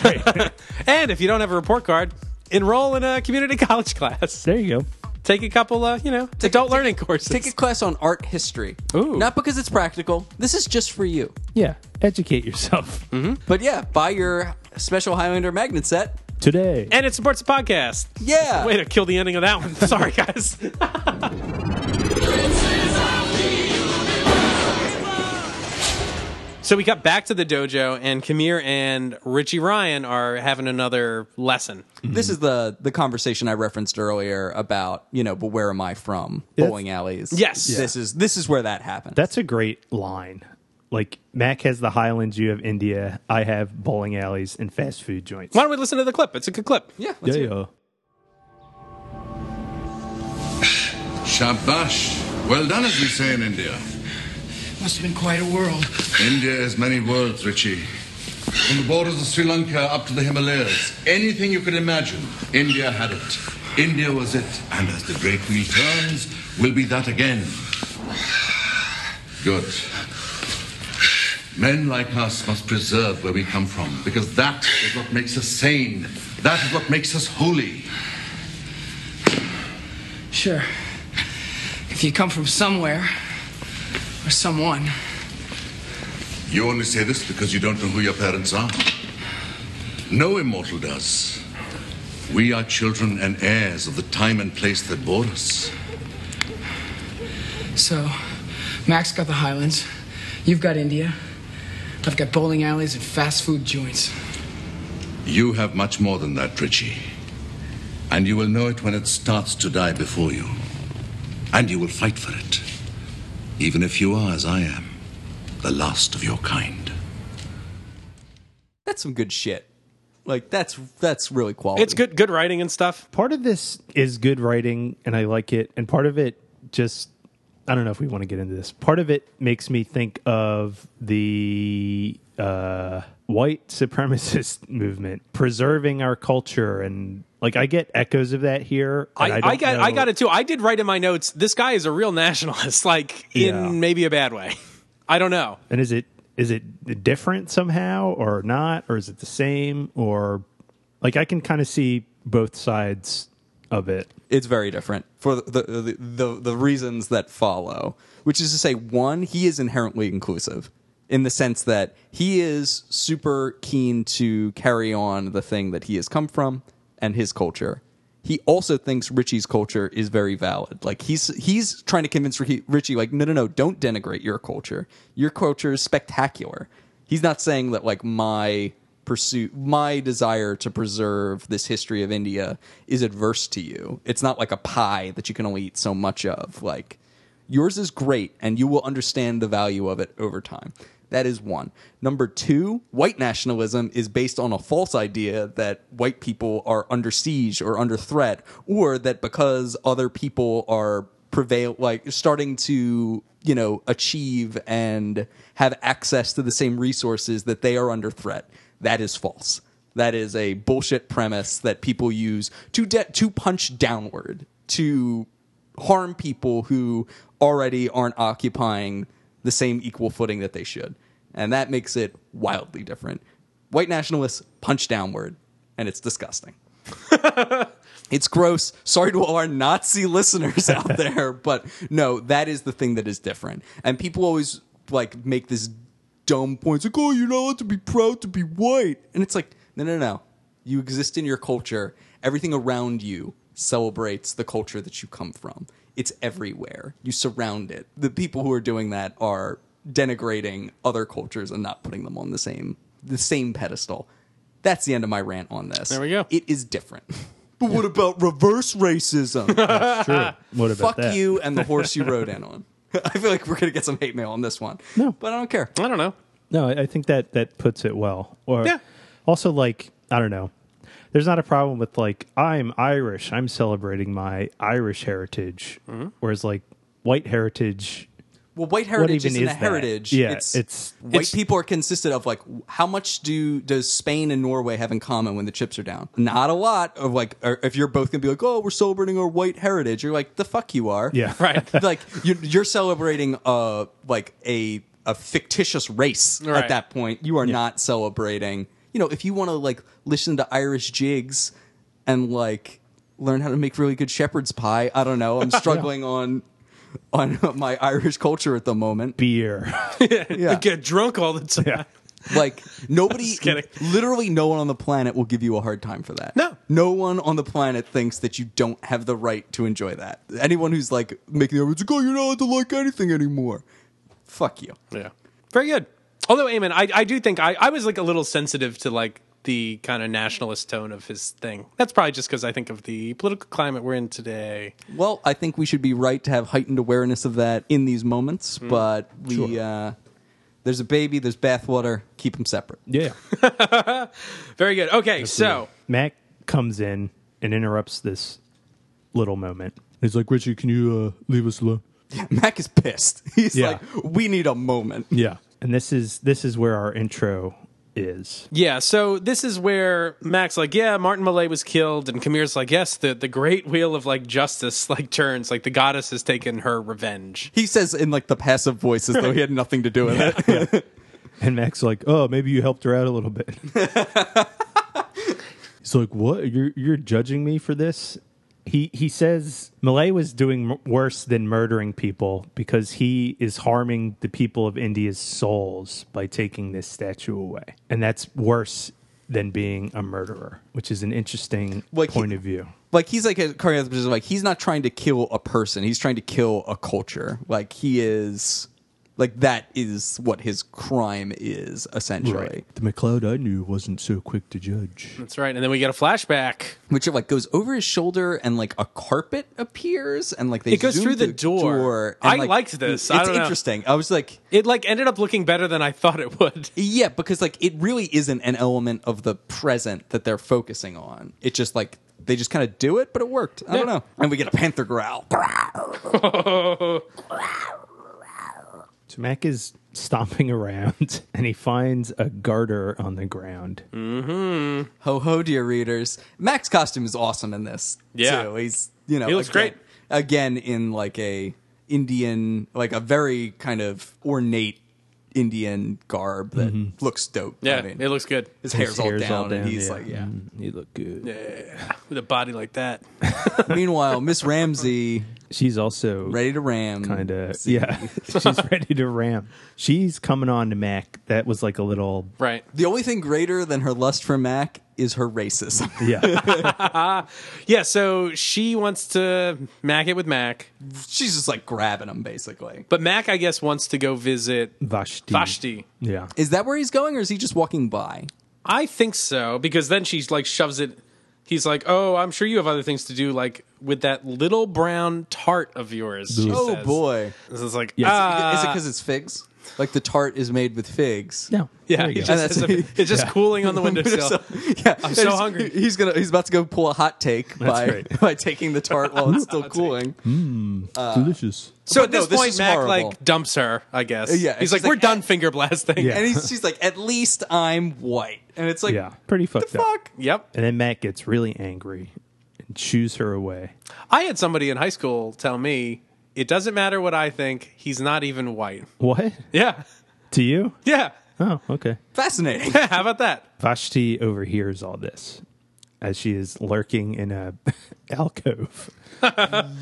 [SPEAKER 5] And if you don't have a report card, enroll in a community *laughs* college class.
[SPEAKER 7] there you go.
[SPEAKER 5] Take a couple, uh, you know, adult learning courses.
[SPEAKER 6] Take a class on art history.
[SPEAKER 5] Ooh.
[SPEAKER 6] Not because it's practical. This is just for you.
[SPEAKER 7] Yeah, educate
[SPEAKER 5] *laughs*
[SPEAKER 7] yourself
[SPEAKER 5] Mm-hmm.
[SPEAKER 6] But yeah, buy your special Highlander magnet set.
[SPEAKER 7] today.
[SPEAKER 5] and it supports the podcast.
[SPEAKER 6] Yeah.
[SPEAKER 5] Way to kill the ending of that
[SPEAKER 6] *laughs*
[SPEAKER 5] one. Sorry, guys. so we got back to the dojo, and Kamir and Richie Ryan are having another lesson.
[SPEAKER 6] This is the the conversation I referenced earlier about, you know, but where am I from? Bowling alleys.
[SPEAKER 5] Yes. Yeah.
[SPEAKER 6] This is this is where that happened.
[SPEAKER 7] That's a great line. Like Mac has the Highlands, you have India. I have bowling alleys and fast food joints.
[SPEAKER 5] Why don't we listen to the clip? It's a good clip.
[SPEAKER 6] yeah,
[SPEAKER 7] Yeah,
[SPEAKER 6] let's hear it.
[SPEAKER 7] yeah.
[SPEAKER 2] Shabash. Well done, as we say in India.
[SPEAKER 4] Must have been quite a world.
[SPEAKER 2] India is many worlds, Richie. From the borders of Sri Lanka up to the Himalayas, anything you could imagine, India had it. India was it. And as the great wheel turns, will be that again. Good. Men like us must preserve where we come from, because that is what makes us sane. That is what makes us holy.
[SPEAKER 8] Sure. If you come from somewhere or someone,
[SPEAKER 2] You only say this because you don't know who your parents are. No immortal does. We are children and heirs of the time and place that bore us.
[SPEAKER 8] so Max got the Highlands, you've got India, I've got bowling alleys and fast food joints.
[SPEAKER 2] You have much more than that, Richie. And you will know it when it starts to die before you. And you will fight for it. Even if you are, as I am, the last of your kind.
[SPEAKER 6] That's some good shit. Like that's that's really quality.
[SPEAKER 5] It's good, good writing and stuff.
[SPEAKER 9] Part of this is good writing, and I like it. And part of it just, I don't know if we want to get into this. Part of it makes me think of the uh, white supremacist *laughs* movement preserving our culture, and like I get echoes of that here.
[SPEAKER 5] I,
[SPEAKER 9] and
[SPEAKER 5] I,
[SPEAKER 9] don't
[SPEAKER 5] got, I
[SPEAKER 9] know-
[SPEAKER 5] got it too. I did write in my notes. This guy is a real nationalist, *laughs* like in
[SPEAKER 9] Yeah.
[SPEAKER 5] maybe a bad way. I don't know.
[SPEAKER 9] And is it is it different somehow or not, or is it the same? Or like I can kind of see both sides
[SPEAKER 5] *laughs*
[SPEAKER 9] of it.
[SPEAKER 6] it's very different for the the, the the the reasons that follow, which is to say, one, he is inherently inclusive in the sense that he is super keen to carry on the thing that he has come from and his culture. He also thinks Richie's culture is very valid. Like he's he's trying to convince Ricky, Richie, like, no, no, no, don't denigrate your culture. Your culture is spectacular. He's not saying that like my pursuit my desire to preserve this history of India is adverse to you. It's not like a pie that you can only eat so much of. Like yours is great and you will understand the value of it over time. That is one. Number 2, white nationalism is based on a false idea that white people are under siege or under threat or that because other people are prevail like starting to you know achieve and have access to the same resources that they are under threat that is false that is a bullshit premise that people use to de- to punch downward to harm people who already aren't occupying the same equal footing that they should and that makes it wildly different white nationalists punch downward and it's disgusting it's gross. Sorry to all our Nazi *laughs* listeners out there, but no, that is the thing that is different. And people always like make this dumb point, it's like, "Oh, you're not allowed to be proud to be white," and it's like, no, no, no. You exist in your culture. Everything around you celebrates the culture that you come from. It's everywhere. You surround it. The people who are doing that are denigrating other cultures and not putting them on the same the same pedestal. That's the end of my rant on this. There
[SPEAKER 5] we go.
[SPEAKER 6] It is different. *laughs* But what about reverse *laughs* racism?
[SPEAKER 9] It's true. What about
[SPEAKER 6] Fuck
[SPEAKER 9] that?
[SPEAKER 6] you and the horse you rode in on. *laughs* I feel like we're gonna get some hate mail on this one.
[SPEAKER 9] No.
[SPEAKER 6] but I don't care.
[SPEAKER 5] I don't know.
[SPEAKER 9] No, I I think that that puts it well. Or
[SPEAKER 5] Yeah.
[SPEAKER 9] also like I don't know. There's not a problem with like I'm Irish. I'm celebrating my Irish heritage,
[SPEAKER 5] Mm-hmm.
[SPEAKER 9] whereas like white heritage.
[SPEAKER 6] Well, white heritage
[SPEAKER 9] even
[SPEAKER 6] isn't
[SPEAKER 9] is
[SPEAKER 6] a
[SPEAKER 9] that?
[SPEAKER 6] heritage.
[SPEAKER 9] Yeah,
[SPEAKER 6] it's,
[SPEAKER 9] it's-
[SPEAKER 6] white people are consisted of like how much do does Spain and Norway have in common when the chips are down? Not a lot. Of like, or if you're both gonna be like, oh, we're celebrating our white heritage, you're like, the fuck you are.
[SPEAKER 9] Yeah,
[SPEAKER 5] Right.
[SPEAKER 6] *laughs* like you're, you're celebrating uh like a a fictitious race
[SPEAKER 5] Right.
[SPEAKER 6] at that point. You are not celebrating. You know, if you want to like listen to Irish jigs and like learn how to make really good shepherd's pie, I
[SPEAKER 5] *laughs*
[SPEAKER 6] don't know. I'm struggling on on *laughs* my Irish culture at
[SPEAKER 5] *laughs*
[SPEAKER 6] the moment.
[SPEAKER 9] Beer.
[SPEAKER 6] Yeah.
[SPEAKER 5] Get drunk all the
[SPEAKER 9] *laughs*
[SPEAKER 5] time.
[SPEAKER 6] Like
[SPEAKER 5] *laughs*
[SPEAKER 6] nobody,
[SPEAKER 5] Just kidding.
[SPEAKER 6] literally no one on the planet will give you a hard time for that.
[SPEAKER 5] No.
[SPEAKER 6] no one on the planet thinks that you don't have the right to enjoy that. Anyone who's like making the argument, like, oh, you're not allowed to like anything anymore. Fuck you.
[SPEAKER 5] Yeah. Very good. Although, Eamon, I, I do think I, I was like a little sensitive to like the kind of nationalist tone of his thing. That's probably just because I think of the political climate we're in today.
[SPEAKER 6] Well, I think we should be right to have heightened awareness of that in these moments,
[SPEAKER 9] Mm.
[SPEAKER 6] but we uh, there's a baby, there's bathwater, keep them separate.
[SPEAKER 9] yeah.
[SPEAKER 5] Very good. Okay, so
[SPEAKER 9] Mac comes in and interrupts this little moment. He's like, Richie, can you uh, leave us alone?
[SPEAKER 6] *laughs* Mac is pissed. *laughs* He's
[SPEAKER 9] Yeah.
[SPEAKER 6] like, we need a moment.
[SPEAKER 9] Yeah. And this is this is where our intro is.
[SPEAKER 5] yeah, so this is where Max like, yeah, Martin Malay was killed, and Kamir's like, yes, the the great wheel of like justice *laughs* like turns, like the goddess has taken her revenge.
[SPEAKER 6] He says in like the passive voice as though he had nothing to do with it.
[SPEAKER 9] And Mac's like, "Oh, maybe you helped her out a little bit." He's like, "What? You're you're judging me for this?" He he says Malay was doing m- worse than murdering people because he is harming the people of India's souls by taking this statue away, and that's worse than being a murderer, which is an interesting
[SPEAKER 6] Like he-
[SPEAKER 9] point of view.
[SPEAKER 6] *laughs* like he's like carrying out the position like he's not trying to kill a person he's trying to kill a culture like he is Like that is what his crime is essentially.
[SPEAKER 9] The McLeod I knew wasn't so quick to judge.
[SPEAKER 5] That's right. And then we get a flashback.
[SPEAKER 6] Which it like goes over his shoulder and like a carpet appears and like they
[SPEAKER 5] It goes
[SPEAKER 6] zoom
[SPEAKER 5] through the door.
[SPEAKER 6] and,
[SPEAKER 5] I liked this.
[SPEAKER 6] It's
[SPEAKER 5] I don't know.
[SPEAKER 6] interesting. I was like,
[SPEAKER 5] It like ended up looking better than I thought it
[SPEAKER 6] *laughs*
[SPEAKER 5] would.
[SPEAKER 6] yeah, because like it really isn't an element of the present that they're focusing on. It just like they just kind of do it, but it worked. I don't know. And we get a panther growl.
[SPEAKER 9] So Mac is stomping *laughs* around and he finds a garter on the ground.
[SPEAKER 6] ho ho, dear readers. Mac's costume is awesome in this.
[SPEAKER 5] Yeah.
[SPEAKER 6] too. he's you know
[SPEAKER 5] He looks
[SPEAKER 6] again-
[SPEAKER 5] great.
[SPEAKER 6] Again, in like a Indian, like a very kind of ornate Indian garb that looks dope.
[SPEAKER 5] Mm-hmm.
[SPEAKER 6] I
[SPEAKER 5] Yeah,
[SPEAKER 6] mean,
[SPEAKER 5] it looks good
[SPEAKER 6] his, hair's, all, down, and he's
[SPEAKER 9] yeah.
[SPEAKER 6] like, yeah.
[SPEAKER 9] Mm, he looked good.
[SPEAKER 5] with a body like that.
[SPEAKER 6] Meanwhile, Miss Ramsey
[SPEAKER 9] She's also
[SPEAKER 6] ready to ram.
[SPEAKER 9] kind of *laughs* yeah. She's ready to ram. She's coming on to Mac. That was like a little
[SPEAKER 5] Right.
[SPEAKER 6] The only thing greater than her lust for Mac is her racism. *laughs*
[SPEAKER 9] yeah.
[SPEAKER 5] Yeah. So she wants to mac it with Mac,
[SPEAKER 6] She's just like grabbing him, basically.
[SPEAKER 5] but Mac, I guess, wants to go visit
[SPEAKER 9] Vashti.
[SPEAKER 5] Vashti.
[SPEAKER 9] Yeah.
[SPEAKER 6] Is that where he's going, or is he just walking by?
[SPEAKER 5] I think so because then she's like shoves it. He's like, "Oh, I'm sure you have other things to do, like with that little brown tart of yours." she
[SPEAKER 6] Oh
[SPEAKER 5] says.
[SPEAKER 6] boy!
[SPEAKER 5] This is like,
[SPEAKER 9] Yes.
[SPEAKER 5] ah,
[SPEAKER 6] is it because it's figs? Like the tart is made with figs. *laughs*
[SPEAKER 9] No.
[SPEAKER 5] yeah,
[SPEAKER 9] There you
[SPEAKER 5] it
[SPEAKER 9] go.
[SPEAKER 6] And
[SPEAKER 5] just-
[SPEAKER 6] that's-
[SPEAKER 5] it's, a-
[SPEAKER 9] *laughs*
[SPEAKER 5] it's just cooling on the windowsill.
[SPEAKER 6] So- yeah, I'm
[SPEAKER 5] so hungry.
[SPEAKER 6] He's gonna he's about to go pull a hot take by *laughs*
[SPEAKER 9] right.
[SPEAKER 6] by taking the tart while
[SPEAKER 9] *laughs*
[SPEAKER 6] it's still cooling.
[SPEAKER 9] delicious.
[SPEAKER 5] So
[SPEAKER 6] But
[SPEAKER 5] at
[SPEAKER 6] no,
[SPEAKER 5] this
[SPEAKER 6] this
[SPEAKER 5] point,
[SPEAKER 6] is
[SPEAKER 5] Mac
[SPEAKER 6] horrible.
[SPEAKER 5] like dumps her. I guess.
[SPEAKER 6] Yeah,
[SPEAKER 5] he's
[SPEAKER 6] she's
[SPEAKER 5] like,
[SPEAKER 6] like,
[SPEAKER 5] "We're
[SPEAKER 6] "Eh."
[SPEAKER 5] done finger blasting."
[SPEAKER 9] Yeah.
[SPEAKER 6] And he's she's like, at least I'm white, and it's like,
[SPEAKER 9] Yeah. Pretty
[SPEAKER 6] what
[SPEAKER 9] fucked
[SPEAKER 6] the
[SPEAKER 9] up.
[SPEAKER 6] fuck?
[SPEAKER 5] *laughs* Yep.
[SPEAKER 9] And then Mac gets really angry and chews her away.
[SPEAKER 5] I had somebody in high school tell me it doesn't matter what I think. He's not even white. *laughs*
[SPEAKER 9] What?
[SPEAKER 5] Yeah.
[SPEAKER 9] To you?
[SPEAKER 5] Yeah. *laughs*
[SPEAKER 9] Oh, okay. *laughs*
[SPEAKER 6] Fascinating.
[SPEAKER 5] How about that?
[SPEAKER 9] Vashti overhears all this as she is lurking in a *laughs* alcove.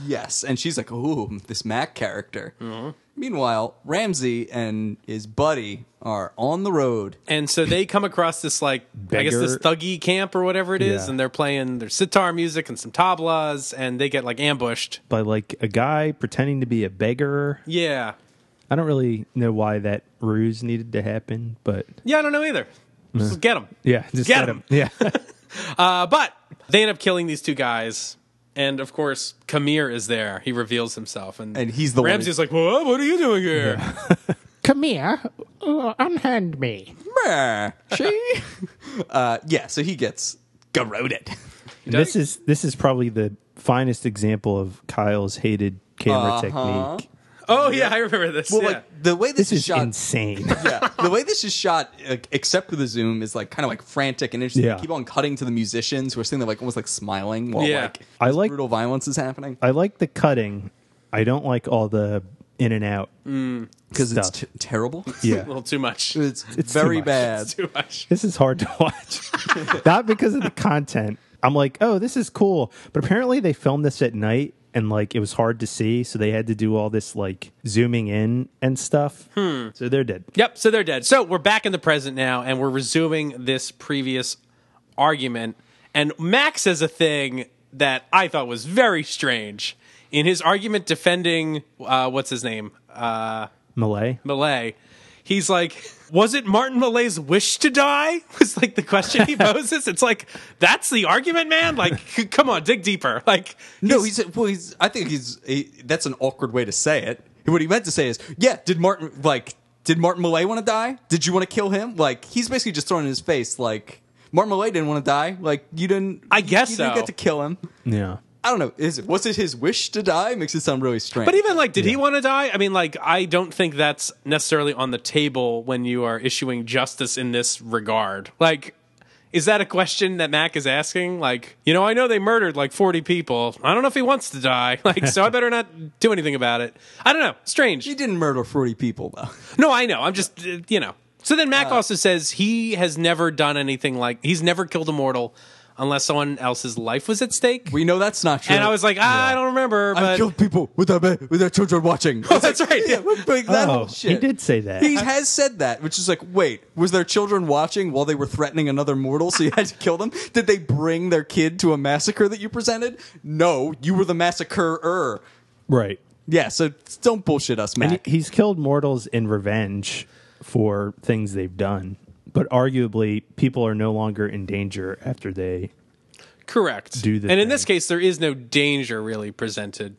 [SPEAKER 6] yes, and she's like, ooh, this Mac character.
[SPEAKER 5] Mm-hmm.
[SPEAKER 6] Meanwhile, Ramsey and his buddy are on the road.
[SPEAKER 5] And so they come across this like I guess this
[SPEAKER 9] Beggar-
[SPEAKER 5] thuggy camp or whatever it is,
[SPEAKER 9] Yeah.
[SPEAKER 5] and they're playing their sitar music and some tablas, and they get like ambushed.
[SPEAKER 9] by like a guy pretending to be a beggar.
[SPEAKER 5] Yeah,
[SPEAKER 9] I don't really know why that ruse needed to happen, but
[SPEAKER 5] yeah, I don't know either. Just get them.
[SPEAKER 9] yeah, just
[SPEAKER 5] Get
[SPEAKER 9] let
[SPEAKER 5] him. *laughs*
[SPEAKER 9] Yeah,
[SPEAKER 5] Uh, but they end up killing these two guys, and of course Kamir is there. He reveals himself, and
[SPEAKER 6] And he's the one
[SPEAKER 5] Ramsey's like, "Whoa, what are you doing here?"
[SPEAKER 10] Come here. Uh, unhand me.
[SPEAKER 6] Brr, she. *laughs* uh, yeah, so he gets garroted. *laughs*
[SPEAKER 9] And this is this is probably the finest example of Kyle's hated camera
[SPEAKER 6] Uh-huh.
[SPEAKER 9] technique.
[SPEAKER 5] *laughs* Oh yeah, I remember this.
[SPEAKER 6] Well,
[SPEAKER 5] yeah.
[SPEAKER 6] like the way this,
[SPEAKER 9] This is
[SPEAKER 6] shot, *laughs*
[SPEAKER 9] insane.
[SPEAKER 6] yeah, the way this is shot, like, except with the zoom, is like kind of like frantic and interesting.
[SPEAKER 9] Yeah.
[SPEAKER 6] They keep on cutting to the musicians who are sitting there, like almost like smiling while
[SPEAKER 5] Yeah.
[SPEAKER 6] like
[SPEAKER 9] I
[SPEAKER 6] this
[SPEAKER 9] like-
[SPEAKER 6] brutal violence is happening
[SPEAKER 9] I like the cutting. I don't like all the in and out.
[SPEAKER 6] because Mm. it's
[SPEAKER 9] Stuff.
[SPEAKER 6] t- terrible. *laughs*
[SPEAKER 5] a
[SPEAKER 9] Yeah,
[SPEAKER 5] little too much.
[SPEAKER 6] It's,
[SPEAKER 9] It's too
[SPEAKER 6] very
[SPEAKER 9] much.
[SPEAKER 6] bad.
[SPEAKER 5] Too much.
[SPEAKER 9] this is hard to *laughs* watch. Not because of the content. I'm like, oh, this is cool. But apparently they filmed this at night and like it was hard to see, so they had to do all this like zooming in and stuff.
[SPEAKER 6] Hmm.
[SPEAKER 9] So they're dead.
[SPEAKER 5] Yep, so they're dead. So we're back in the present now, and we're resuming this previous argument. And Max says a thing that I thought was very strange in his argument defending uh, what's his name, uh,
[SPEAKER 9] Malay.
[SPEAKER 5] Malay. He's like, "Was it Martin Malay's wish to die?" *laughs* Was like the question he poses. It's like that's the argument, man. Like, c- come on, dig deeper. Like,
[SPEAKER 6] No, he's well. He's. I think he's. He, that's an awkward way to say it. What he meant to say is, yeah. Did Martin like? Did Martin Malay want to die? Did you want to kill him? Like he's basically just throwing in his face like Martin Malay didn't want to die. Like you didn't.
[SPEAKER 5] I guess
[SPEAKER 6] you didn't
[SPEAKER 5] so.
[SPEAKER 6] get to kill him.
[SPEAKER 9] Yeah.
[SPEAKER 6] I don't know. Is it was it his wish to die? Makes it sound really strange.
[SPEAKER 5] But even like, did he want to die? I mean, like, I don't think that's necessarily on the table when you are issuing justice in this regard. Like, is that a question that Mac is asking? Like, you know, I know they murdered like 40 people. I don't know if he wants to die. *laughs* Like, so I better not do anything about it. I don't know. Strange.
[SPEAKER 6] he didn't murder forty people though.
[SPEAKER 5] No, I know. I'm just, uh, you know. So then Mac
[SPEAKER 9] Uh.
[SPEAKER 5] also says he has never done anything like, he's never killed a mortal unless someone else's life was at stake.
[SPEAKER 6] We know that's not true.
[SPEAKER 5] and I was like, ah, I don't remember.
[SPEAKER 6] I
[SPEAKER 5] But Oh,
[SPEAKER 6] killed people with their ba- with their
[SPEAKER 5] *laughs*
[SPEAKER 6] children watching.
[SPEAKER 5] that's right.
[SPEAKER 6] *laughs* Yeah, like that
[SPEAKER 9] Oh,
[SPEAKER 6] whole shit.
[SPEAKER 9] he did say that. *laughs*
[SPEAKER 6] He has said that, which is like, wait, was their children watching while they were threatening another mortal, so you had to kill them? Did they bring their kid to a massacre that you presented? No, you were the massacrer.
[SPEAKER 9] right.
[SPEAKER 6] Yeah, so don't bullshit us, Mac.
[SPEAKER 9] And he- he's killed mortals in revenge for things they've done. But arguably, people are no longer in danger after they.
[SPEAKER 5] Correct.
[SPEAKER 9] Do the
[SPEAKER 5] and in
[SPEAKER 9] thing.
[SPEAKER 5] this case, there is no danger really presented.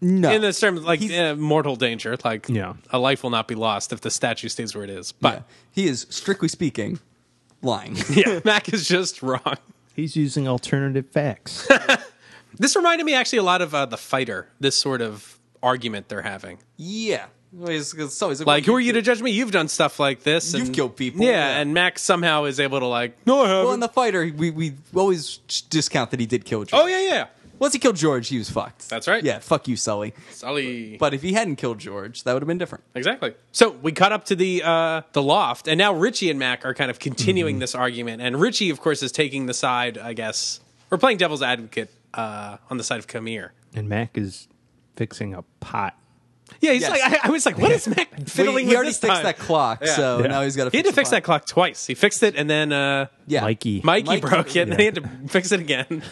[SPEAKER 6] no.
[SPEAKER 5] In this term, like
[SPEAKER 6] He's-
[SPEAKER 5] uh, mortal danger, like
[SPEAKER 9] Yeah.
[SPEAKER 5] a life will not be lost if the statue stays where it is. But
[SPEAKER 6] he is strictly speaking lying.
[SPEAKER 5] *laughs*
[SPEAKER 9] *laughs*
[SPEAKER 5] yeah. Mac is just wrong.
[SPEAKER 9] He's using alternative facts.
[SPEAKER 5] This reminded me actually a lot of uh, the fighter. This sort of argument they're having.
[SPEAKER 6] yeah. Well, it's- it's always
[SPEAKER 5] Like, who are you to judge me? You've done stuff like this.
[SPEAKER 6] You've
[SPEAKER 5] and-
[SPEAKER 6] killed people,
[SPEAKER 5] Yeah,
[SPEAKER 6] yeah.
[SPEAKER 5] and Mac somehow is able to like, no, I haven't.
[SPEAKER 6] Well, in the fighter, we, we always discount that he did kill George.
[SPEAKER 5] oh yeah, yeah.
[SPEAKER 6] Once he killed George, he was fucked.
[SPEAKER 5] That's right.
[SPEAKER 6] Yeah, fuck you, Sully.
[SPEAKER 5] Sully.
[SPEAKER 6] But if he hadn't killed George, that would have been different.
[SPEAKER 5] Exactly. So we cut up to the uh, the loft, and now Richie and Mac are kind of continuing this argument, and Richie, of course, is taking the side. I guess we're playing devil's advocate uh, on the side of Kamir.
[SPEAKER 9] *laughs* and Mac is fixing a pot.
[SPEAKER 5] Yeah, he's
[SPEAKER 6] Yes.
[SPEAKER 5] like, I, I was like, what is
[SPEAKER 6] *laughs*
[SPEAKER 5] Mac fiddling
[SPEAKER 6] Well, he
[SPEAKER 5] with
[SPEAKER 6] already
[SPEAKER 5] this
[SPEAKER 6] fixed
[SPEAKER 5] time?
[SPEAKER 6] that clock,
[SPEAKER 5] Yeah.
[SPEAKER 6] so
[SPEAKER 9] Yeah.
[SPEAKER 6] now he's got to.
[SPEAKER 5] He had to fix that clock twice. He fixed it, and then uh,
[SPEAKER 6] Yeah,
[SPEAKER 9] Mikey.
[SPEAKER 5] Mikey,
[SPEAKER 6] Mikey-
[SPEAKER 5] broke it, and then he had
[SPEAKER 6] *laughs*
[SPEAKER 5] to fix it again.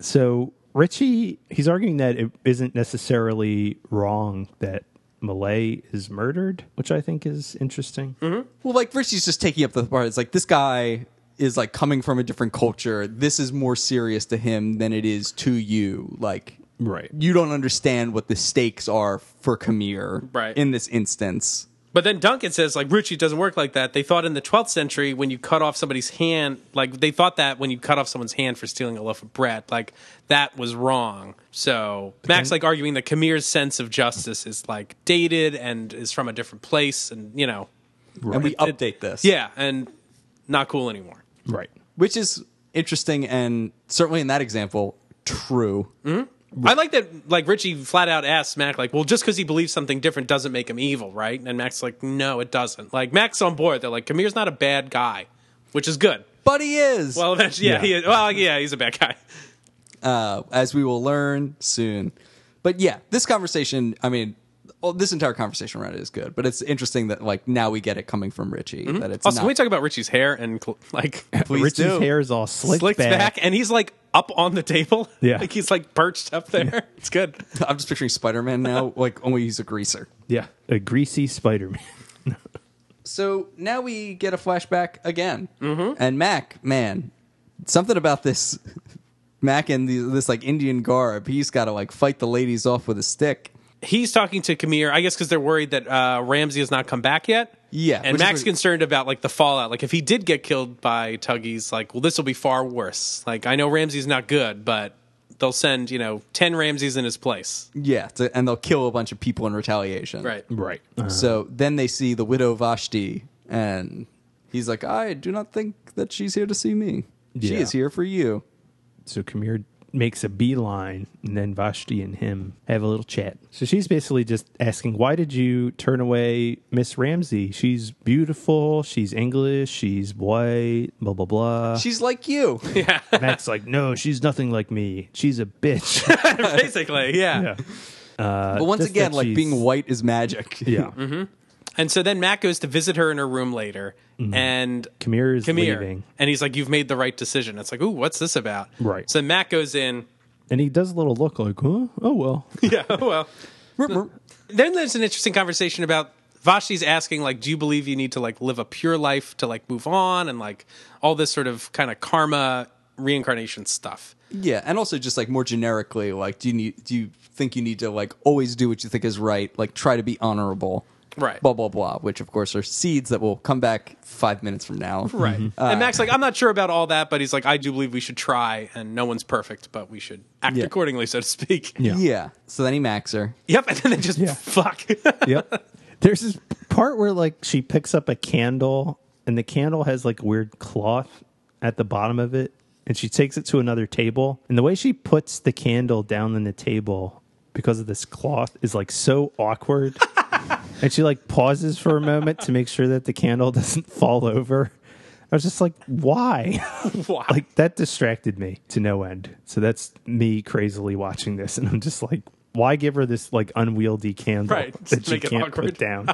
[SPEAKER 9] So Richie, he's arguing that it isn't necessarily wrong that Malay is murdered, which I think is interesting.
[SPEAKER 6] Well, like Richie's just taking up the part. It's like this guy is like coming from a different culture. This is more serious to him than it is to you. Like,
[SPEAKER 9] Right.
[SPEAKER 6] You don't understand what the stakes are for Khmer,
[SPEAKER 5] Right.
[SPEAKER 6] In this instance,
[SPEAKER 5] But then Duncan says, like, Richie it doesn't work like that. They thought in the 12th century when you cut off somebody's hand, like, they thought that when you cut off someone's hand for stealing a loaf of bread, like, that was wrong. So Max, like, arguing that Khmer's sense of justice is, like, dated and is from a different place and, you know,
[SPEAKER 6] and we
[SPEAKER 5] It- it-
[SPEAKER 6] update this.
[SPEAKER 5] yeah, and not cool anymore.
[SPEAKER 9] Right.
[SPEAKER 6] which is interesting and certainly in that example, true.
[SPEAKER 5] I like that, like, Richie flat out asks Mac, like, well, just because he believes something different doesn't make him evil, right? And Mac's like, no, it doesn't. Like, Mac's on board. They're like, Khmer's not a bad guy, which is good.
[SPEAKER 6] But he is,
[SPEAKER 5] Well, eventually, yeah,
[SPEAKER 9] Yeah.
[SPEAKER 5] he is. Well, yeah, he's a bad guy.
[SPEAKER 6] uh, as we will learn soon. But yeah, this conversation. I mean. Well, this entire conversation around it is good, but it's interesting that like now we get it coming from Richie that it's
[SPEAKER 5] Also, can
[SPEAKER 6] not.
[SPEAKER 5] Mm-hmm. we talk about Richie's hair and cl- like
[SPEAKER 6] Please
[SPEAKER 9] Richie's
[SPEAKER 6] do.
[SPEAKER 9] hair is all slicked,
[SPEAKER 5] slicks back.
[SPEAKER 9] back.
[SPEAKER 5] and he's like up on the table. *laughs*
[SPEAKER 9] Yeah.
[SPEAKER 5] like he's like perched up there. *laughs* It's good.
[SPEAKER 6] *laughs* I'm just picturing Spider
[SPEAKER 5] *laughs*
[SPEAKER 6] Man now, like only he's a greaser.
[SPEAKER 9] Yeah. A greasy Spider Man.
[SPEAKER 6] So now we get a flashback again, mm-hmm. and Mac, man, something about this *laughs* Mac and the, this like Indian garb. He's got to like fight the ladies off with a stick.
[SPEAKER 5] He's talking to Kamir, I guess, because they're worried that uh, Ramsey has not come back yet.
[SPEAKER 6] Yeah,
[SPEAKER 5] and
[SPEAKER 6] which is
[SPEAKER 5] Mac's
[SPEAKER 6] what-
[SPEAKER 5] concerned about like the fallout. Like if he did get killed by Tuggies, like well, this will be far worse. Like I know Ramsey's not good, but they'll send you know ten Ramseys in his place.
[SPEAKER 6] Yeah, to, and they'll kill a bunch of people in retaliation.
[SPEAKER 5] Right.
[SPEAKER 9] *laughs* right.
[SPEAKER 6] So then they see the widow Vashti, and he's like, "I do not think that she's here to see me. She
[SPEAKER 9] Yeah.
[SPEAKER 6] is here for you."
[SPEAKER 9] So Kamir makes a beeline, and then Vashti and him have a little chat. So she's basically just asking, Why did you turn away Miss Ramsey? She's beautiful. She's English. She's white. Blah, blah,
[SPEAKER 6] *laughs*
[SPEAKER 9] blah.
[SPEAKER 6] She's like you.
[SPEAKER 9] Mac's like, No, she's nothing like me. She's a bitch.
[SPEAKER 5] *laughs* Basically, *laughs* yeah.
[SPEAKER 9] Yeah. Uh,
[SPEAKER 6] but once
[SPEAKER 9] just
[SPEAKER 6] again,
[SPEAKER 9] that
[SPEAKER 6] like
[SPEAKER 9] she's-
[SPEAKER 6] being white is magic.
[SPEAKER 9] *laughs* yeah.
[SPEAKER 5] And so then Mac goes to visit her in her room later, and
[SPEAKER 9] Kamir is
[SPEAKER 5] Come here.
[SPEAKER 9] leaving.
[SPEAKER 5] And he's like, You've made the right decision. It's like, Ooh, what's this about?
[SPEAKER 9] Right.
[SPEAKER 5] So Matt goes in. *laughs*
[SPEAKER 9] And he does a little look like, huh? Oh, well.
[SPEAKER 5] Yeah, well.
[SPEAKER 6] Yeah.
[SPEAKER 5] Then there's an interesting conversation about Vashti's asking, like, do you believe you need to like live a pure life to like move on and like all this sort of kind of karma reincarnation stuff.
[SPEAKER 6] Yeah, and also just like more generically, like do you need do you think you need to like always do what you think is right, like try to be honorable,
[SPEAKER 5] Right.
[SPEAKER 6] Blah blah blah, which of course are seeds that will come back five minutes from now,
[SPEAKER 5] Right. and Mac's like, I'm not sure about all that, but he's like, I do believe we should try and no one's perfect, but we should act
[SPEAKER 6] Yeah.
[SPEAKER 5] accordingly, so to speak.
[SPEAKER 6] Yeah.
[SPEAKER 9] Mm-hmm.
[SPEAKER 6] So then he max her.
[SPEAKER 5] *laughs* Yep. And then they just fuck. *laughs*
[SPEAKER 9] yep. *laughs* There's this part where like she picks up a candle and the candle has like weird cloth at the bottom of it and she takes it to another table and the way she puts the candle down on the table because of this cloth is like so *laughs* awkward. and she like pauses for a moment to make sure that the candle *laughs* doesn't fall over. I was just like, *laughs* why?
[SPEAKER 5] wow.
[SPEAKER 9] like that distracted me to no end. So that's me crazily watching this, and I'm just like, why give her this like unwieldy
[SPEAKER 5] *laughs*
[SPEAKER 7] *laughs*
[SPEAKER 9] candle
[SPEAKER 5] Right, just
[SPEAKER 9] that she
[SPEAKER 5] make it *laughs*
[SPEAKER 9] can't
[SPEAKER 5] awkward.
[SPEAKER 9] put down?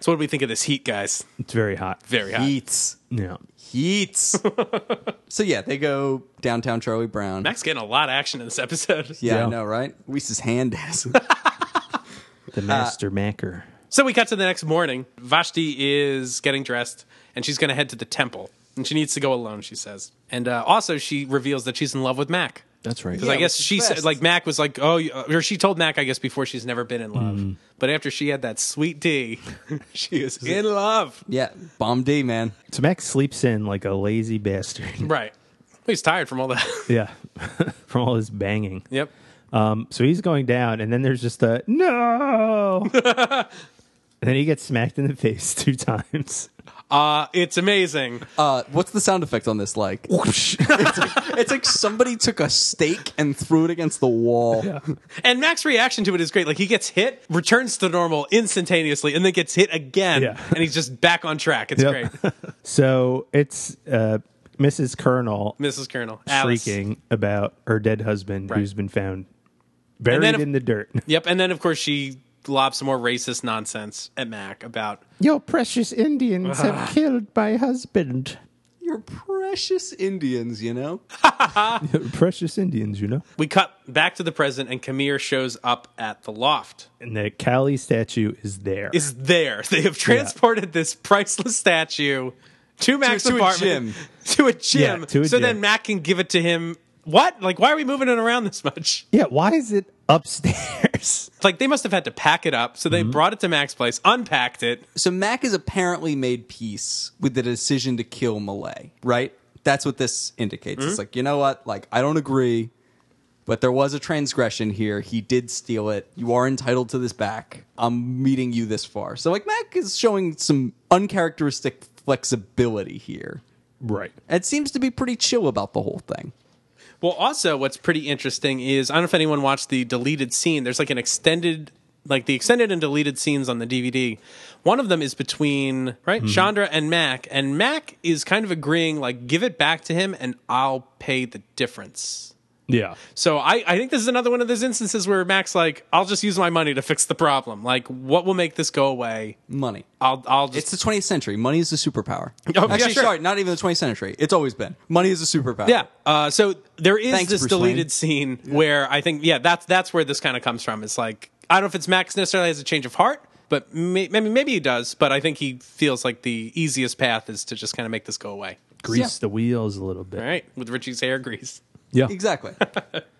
[SPEAKER 5] So, what do we think of this heat, guys?
[SPEAKER 7] It's very hot.
[SPEAKER 5] Very hot.
[SPEAKER 6] Heats.
[SPEAKER 7] Yeah.
[SPEAKER 6] Heats. so yeah, they go downtown Charlie Brown.
[SPEAKER 5] Max getting a lot of action in this episode.
[SPEAKER 6] yeah,
[SPEAKER 7] Yeah.
[SPEAKER 6] I know, right? Reese's hand ass.
[SPEAKER 7] The
[SPEAKER 5] Uh,
[SPEAKER 7] master macker.
[SPEAKER 5] So we cut to the next morning. Vashti is getting dressed and she's going to head to the temple. And she needs to go alone, she says. And uh, also, she reveals that she's in love with Mac.
[SPEAKER 7] That's right.
[SPEAKER 5] Because I
[SPEAKER 6] Yeah,
[SPEAKER 5] guess
[SPEAKER 6] which is
[SPEAKER 5] she
[SPEAKER 6] best.
[SPEAKER 5] said, like, Mac was like, oh, you- or she told Mac, I guess, before she's never been in love.
[SPEAKER 7] Mm-hmm.
[SPEAKER 5] But after she had that sweet D, *laughs* she is in love.
[SPEAKER 6] *laughs* yeah, bomb D man.
[SPEAKER 7] So Max sleeps in like a lazy bastard. *laughs*
[SPEAKER 5] Right. He's tired from all that.
[SPEAKER 7] yeah. *laughs* From all his banging.
[SPEAKER 5] yep.
[SPEAKER 7] Um, so he's going down, and then there's just a
[SPEAKER 5] *laughs*
[SPEAKER 7] no. and then he gets smacked in the face *laughs* two times.
[SPEAKER 5] Uh, it's amazing.
[SPEAKER 6] Uh, what's the sound effect on this like? *laughs* it's like? It's like somebody took a stake and threw it against the wall.
[SPEAKER 5] And Mac's reaction to it is great. Like, he gets hit, returns to normal instantaneously, and then gets hit again.
[SPEAKER 7] Yeah.
[SPEAKER 5] And he's just back on track. It's
[SPEAKER 7] Yep. *laughs*
[SPEAKER 5] great.
[SPEAKER 7] So it's uh, Mrs. Colonel
[SPEAKER 5] Mrs. Colonel. Alice.
[SPEAKER 7] shrieking about her dead husband
[SPEAKER 5] Right.
[SPEAKER 7] who's been found buried
[SPEAKER 5] if-
[SPEAKER 7] in the dirt. *laughs*
[SPEAKER 5] Yep, and then of course she lobs some more racist nonsense at Mac about
[SPEAKER 9] Your precious
[SPEAKER 5] *laughs*
[SPEAKER 9] Indians have killed my husband.
[SPEAKER 6] You're precious Indians, you know.
[SPEAKER 7] *laughs* Precious Indians, you know.
[SPEAKER 5] we cut back to the present and Kamir shows up at the loft.
[SPEAKER 7] And the Kali statue is there.
[SPEAKER 5] Is there. *laughs* They have transported this priceless statue to Mac's
[SPEAKER 6] to a
[SPEAKER 5] apartment *laughs*
[SPEAKER 6] gym.
[SPEAKER 5] to a gym.
[SPEAKER 7] Yeah, to a
[SPEAKER 5] so
[SPEAKER 7] gym.
[SPEAKER 5] then Mac can give it to him. What? Like why are we moving it around this much? *laughs*
[SPEAKER 7] yeah, why is it upstairs? *laughs*
[SPEAKER 5] It's like they must have had to pack it up. So
[SPEAKER 7] Mm-hmm.
[SPEAKER 5] they brought it to Mac's place, unpacked it.
[SPEAKER 6] So Mac has apparently made peace with the decision to kill Malay, right? That's what this indicates.
[SPEAKER 5] Mm-hmm.
[SPEAKER 6] It's like, you know what? Like, I don't agree, but there was a transgression here. He did steal it. You are entitled to this back. I'm meeting you this far. So, like, Mac is showing some uncharacteristic flexibility here.
[SPEAKER 7] right.
[SPEAKER 6] It seems to be pretty chill about the whole thing.
[SPEAKER 5] Well, also, what's pretty interesting is I don't know if anyone watched the deleted scene. There's like an extended, like the extended and deleted scenes on the DVD. One of them is between right Chandra and Mac, and Mac is kind of agreeing, like, give it back to him, and I'll pay the difference.
[SPEAKER 7] Yeah.
[SPEAKER 5] So I, I think this is another one of those instances where Mac's like, I'll just use my money to fix the problem. Like, what will make this go away?
[SPEAKER 6] Money.
[SPEAKER 5] I'll, I'll just
[SPEAKER 6] It's the 20th century. Money is
[SPEAKER 5] *laughs*
[SPEAKER 6] a superpower.
[SPEAKER 5] Oh, yeah,
[SPEAKER 6] Actually,
[SPEAKER 5] sure.
[SPEAKER 6] sorry, not even the 20th century. It's always been. Money is a superpower.
[SPEAKER 5] Yeah. Uh, so there is
[SPEAKER 6] Thanks,
[SPEAKER 5] this
[SPEAKER 6] Bruce
[SPEAKER 5] deleted
[SPEAKER 6] Wayne.
[SPEAKER 5] scene where I think, yeah, that's that's where this kind of comes from. It's like I don't know if it's Max necessarily has a change of heart, but may, maybe maybe he does. But I think he feels like the easiest path is to just kind of make this go away.
[SPEAKER 7] Grease the wheels a little bit.
[SPEAKER 5] All right, with Richie's hair grease.
[SPEAKER 7] Yeah.
[SPEAKER 6] Exactly.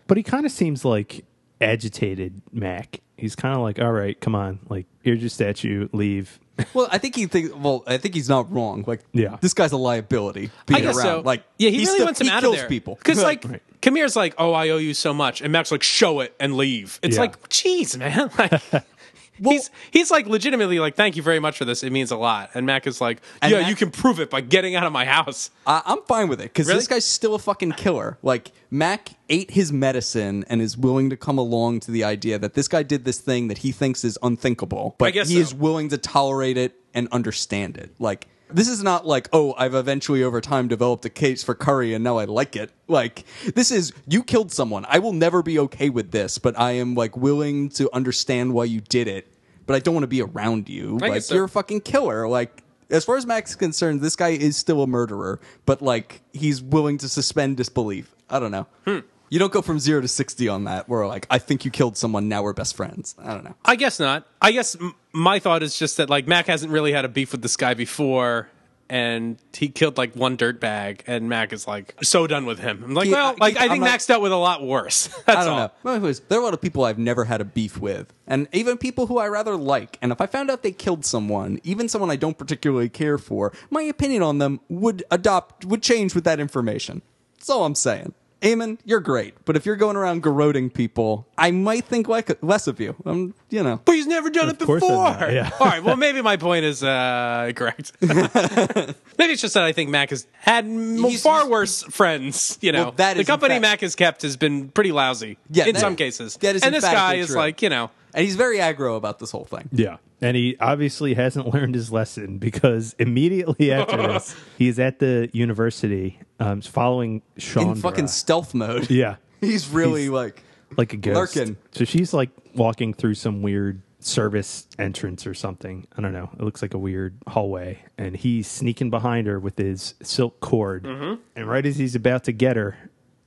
[SPEAKER 7] But he kind of seems like agitated Mac. He's kind of like, all right, come on, like here's your statue, leave.
[SPEAKER 6] Well, I think he thinks. Well, I think he's not wrong. Like,
[SPEAKER 7] Yeah.
[SPEAKER 6] this guy's a liability. Being
[SPEAKER 5] I guess
[SPEAKER 6] around.
[SPEAKER 5] so.
[SPEAKER 6] Like,
[SPEAKER 5] yeah, he
[SPEAKER 6] he's
[SPEAKER 5] really
[SPEAKER 6] the-
[SPEAKER 5] wants him
[SPEAKER 6] he
[SPEAKER 5] out
[SPEAKER 6] kills
[SPEAKER 5] of there.
[SPEAKER 6] people.
[SPEAKER 5] because like
[SPEAKER 7] Right.
[SPEAKER 5] Kamir's like, oh, I owe you so much, and Mac's like, show it and leave. It's
[SPEAKER 7] Yeah.
[SPEAKER 5] like, jeez, man, *laughs* like.
[SPEAKER 6] *laughs*
[SPEAKER 5] he's he's like legitimately like thank you very much for this it means a lot and Mac is like
[SPEAKER 6] And
[SPEAKER 5] yeah
[SPEAKER 6] Mac-
[SPEAKER 5] you can prove it by getting out of my house
[SPEAKER 6] I, I'm fine with it because
[SPEAKER 5] Really?
[SPEAKER 6] this guy's still a fucking killer. Like, Mac ate his medicine and is willing to come along to the idea that this guy did this thing that he thinks is unthinkable, but
[SPEAKER 5] guess
[SPEAKER 6] he
[SPEAKER 5] so.
[SPEAKER 6] is willing to tolerate it and understand it. Like. This is not like, oh, I've eventually over time developed a case for curry and now I like it. Like, this is, you killed someone. I will never be okay with this, but I am like willing to understand why you did it, but I don't want to be around you.
[SPEAKER 5] I
[SPEAKER 6] like,
[SPEAKER 5] guess so.
[SPEAKER 6] you're a fucking killer. Like, as far as Max is concerned, this guy is still a murderer, but like he's willing to suspend disbelief. I don't know.
[SPEAKER 5] Hmm.
[SPEAKER 6] You don't go from zero to sixty on that. Where like I think you killed someone. Now we're best friends. I don't know.
[SPEAKER 5] I guess not. I guess m- my thought is just that like Mac hasn't really had a beef with this guy before, and he killed like one dirtbag, and Mac is like so done with him. I'm like,
[SPEAKER 6] Yeah,
[SPEAKER 5] well,
[SPEAKER 6] I-
[SPEAKER 5] like I
[SPEAKER 6] uh, I'm
[SPEAKER 5] think
[SPEAKER 6] not-
[SPEAKER 5] Mac's dealt with a lot worse. *laughs* That's
[SPEAKER 6] I don't
[SPEAKER 5] all.
[SPEAKER 6] know. Well, anyways, there are a lot of people I've never had a beef with, and even people who I rather like. And if I found out they killed someone, even someone I don't particularly care for, my opinion on them would adopt would change with that information. That's all I'm saying. Eamon, you're great, but if you're going around garroting people, I might think like less of you. I'm, you know.
[SPEAKER 5] But he's never done it
[SPEAKER 7] course
[SPEAKER 5] before.
[SPEAKER 7] I'm not, yeah.
[SPEAKER 5] All right. Well, maybe my point is uh, correct. *laughs* maybe it's just that I think Mac has had m-
[SPEAKER 6] He's-
[SPEAKER 5] far
[SPEAKER 6] he's-
[SPEAKER 5] worse friends. You know,
[SPEAKER 6] Well, that
[SPEAKER 5] the
[SPEAKER 6] is in
[SPEAKER 5] company
[SPEAKER 6] fact-
[SPEAKER 5] Mac has kept has been pretty lousy.
[SPEAKER 6] Yeah,
[SPEAKER 5] in
[SPEAKER 6] that-
[SPEAKER 5] some cases.
[SPEAKER 6] that is
[SPEAKER 5] and this guy
[SPEAKER 6] emphatically
[SPEAKER 5] is
[SPEAKER 6] true.
[SPEAKER 5] like, you know,
[SPEAKER 6] And he's very aggro about this whole thing.
[SPEAKER 7] Yeah. And he obviously hasn't *laughs* learned his lesson because immediately *laughs* after this, he's at the university, um, following Sean.
[SPEAKER 6] In fucking stealth mode.
[SPEAKER 7] yeah,
[SPEAKER 6] *laughs* He's really like
[SPEAKER 7] like a ghost.
[SPEAKER 6] Lurking.
[SPEAKER 7] So she's like walking through some weird service entrance or something. I don't know. It looks like a weird hallway. And he's sneaking behind her with his silk cord.
[SPEAKER 5] Mm-hmm.
[SPEAKER 7] And right as he's about to get her,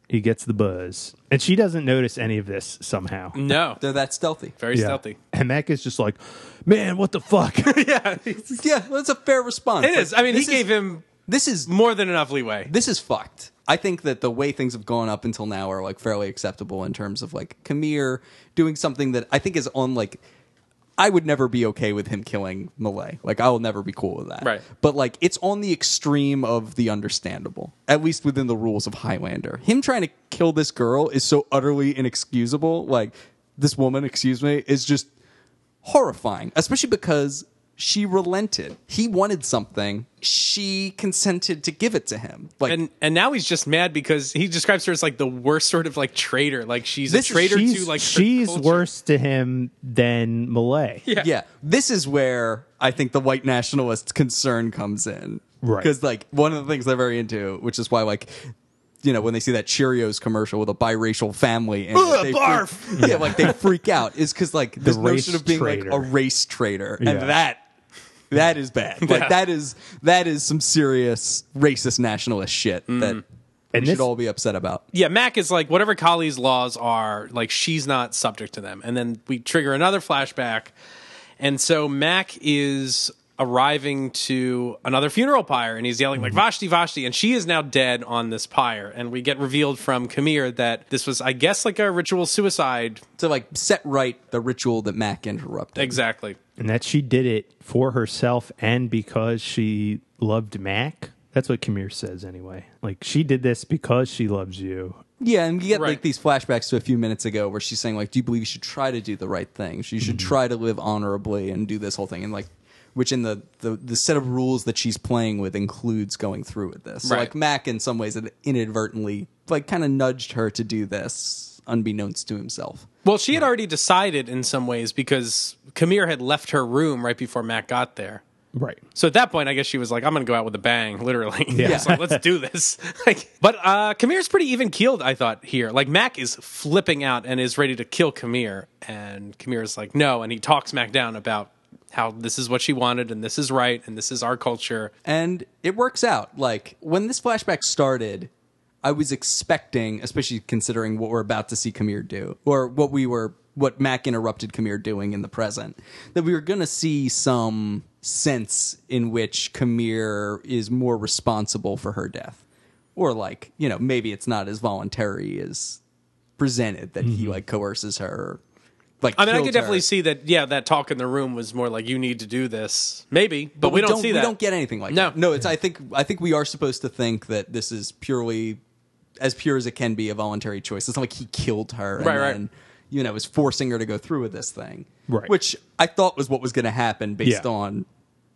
[SPEAKER 7] he gets the buzz. And she doesn't notice any of this somehow.
[SPEAKER 5] No,
[SPEAKER 6] They're that stealthy.
[SPEAKER 5] very
[SPEAKER 7] Yeah.
[SPEAKER 5] stealthy.
[SPEAKER 7] And Mac is just like, man, what
[SPEAKER 5] *laughs*
[SPEAKER 7] the fuck?
[SPEAKER 6] Yeah, that's a fair response.
[SPEAKER 5] It is. I mean, he gave him
[SPEAKER 6] This is
[SPEAKER 5] more than enough leeway.
[SPEAKER 6] this is fucked. I think that the way things have gone up until now are like fairly acceptable in terms of like Kamir doing something that I think is on like I would never be okay with him killing Malay. Like I will never be cool with that.
[SPEAKER 5] Right.
[SPEAKER 6] But like it's on the extreme of the understandable, at least within the rules of Highlander. Him trying to kill this girl is so utterly inexcusable. Like this woman, excuse me, is just horrifying, especially because she relented. He wanted something. She consented to give it to him. Like
[SPEAKER 5] And and now he's just mad because he describes her as like the worst sort of like traitor. Like she's
[SPEAKER 6] This
[SPEAKER 5] a
[SPEAKER 6] is-
[SPEAKER 5] traitor
[SPEAKER 7] she's
[SPEAKER 5] to like her
[SPEAKER 7] she's
[SPEAKER 5] culture.
[SPEAKER 7] worse to him than Malay.
[SPEAKER 5] Yeah.
[SPEAKER 6] yeah. This is where I think the white nationalist concern comes in.
[SPEAKER 7] Right.
[SPEAKER 6] Because, like, one of the things they're very into, which is why, like, you know, when they see that Cheerios commercial with a biracial family, and
[SPEAKER 5] Ugh,
[SPEAKER 6] they
[SPEAKER 5] barf!
[SPEAKER 6] Freak, yeah, like they freak out, is because like this
[SPEAKER 7] race
[SPEAKER 6] notion of being
[SPEAKER 7] traitor.
[SPEAKER 6] like a race traitor,
[SPEAKER 7] Yeah.
[SPEAKER 6] and that that is bad. Like
[SPEAKER 5] Yeah.
[SPEAKER 6] that is that is some serious racist nationalist shit that we should
[SPEAKER 7] And this-
[SPEAKER 6] all be upset about.
[SPEAKER 5] Yeah, Mac is like whatever Kali's laws are, like she's not subject to them. And then we trigger another flashback. And so Mac is arriving to another funeral pyre and he's yelling like Vashti Vashti and she is now dead on this pyre and we get revealed from Kamir that this was I guess like a ritual suicide
[SPEAKER 6] To like set right the ritual that Mac interrupted.
[SPEAKER 5] exactly
[SPEAKER 7] and that she did it for herself and because she loved Mac. That's what Kamir says anyway. Like she did this because she loves you.
[SPEAKER 6] Yeah, and you get
[SPEAKER 5] Right.
[SPEAKER 6] like these flashbacks to a few minutes ago where she's saying like, "Do you believe you should try to do the right thing? You should
[SPEAKER 5] Mm-hmm.
[SPEAKER 6] try to live honorably and do this whole thing." And like, which in the the, the set of rules that she's playing with includes going through with this. So,
[SPEAKER 5] Right.
[SPEAKER 6] Like Mac, in some ways, had inadvertently like kind of nudged her to do this, unbeknownst to himself.
[SPEAKER 5] Well, she had already decided in some ways because Kamir had left her room right before Mac got there.
[SPEAKER 7] Right.
[SPEAKER 5] So at that point, I guess she was like, "I'm going to go out with a bang," *laughs* literally.
[SPEAKER 7] Yeah.
[SPEAKER 5] It's like, let's do this. *laughs* like, but uh, Kamir's pretty even keeled, I thought. Here, like Mac is flipping out and is ready to kill Kamir, and Kamir is like, "No," and he talks Mac down about how this is what she wanted, and this is right, and this is our culture.
[SPEAKER 6] and it works out. Like when this flashback started, I was expecting, especially considering what we're about to see Kamir do, or what we were, what Mac interrupted Kamir doing in the present, that we were going to see some sense in which Kamir is more responsible for her death, or like you know maybe it's not as voluntary as presented that he like coerces her. Like
[SPEAKER 5] Mm-hmm. I mean, I
[SPEAKER 6] killed
[SPEAKER 5] could definitely
[SPEAKER 6] her.
[SPEAKER 5] see that. Yeah, that talk in the room was more like, "You need to do this," maybe, but, we, don't, see that.
[SPEAKER 6] We don't get anything like
[SPEAKER 5] No.
[SPEAKER 6] that. No, it's. I think. I think we are supposed to think that this is purely, as pure as it can be, a voluntary choice. It's not like he killed her, and
[SPEAKER 5] Right, right.
[SPEAKER 6] Then, you know, is forcing her to go through with this thing,
[SPEAKER 7] Right.
[SPEAKER 6] Which I thought was what was going to happen based
[SPEAKER 7] Yeah.
[SPEAKER 6] on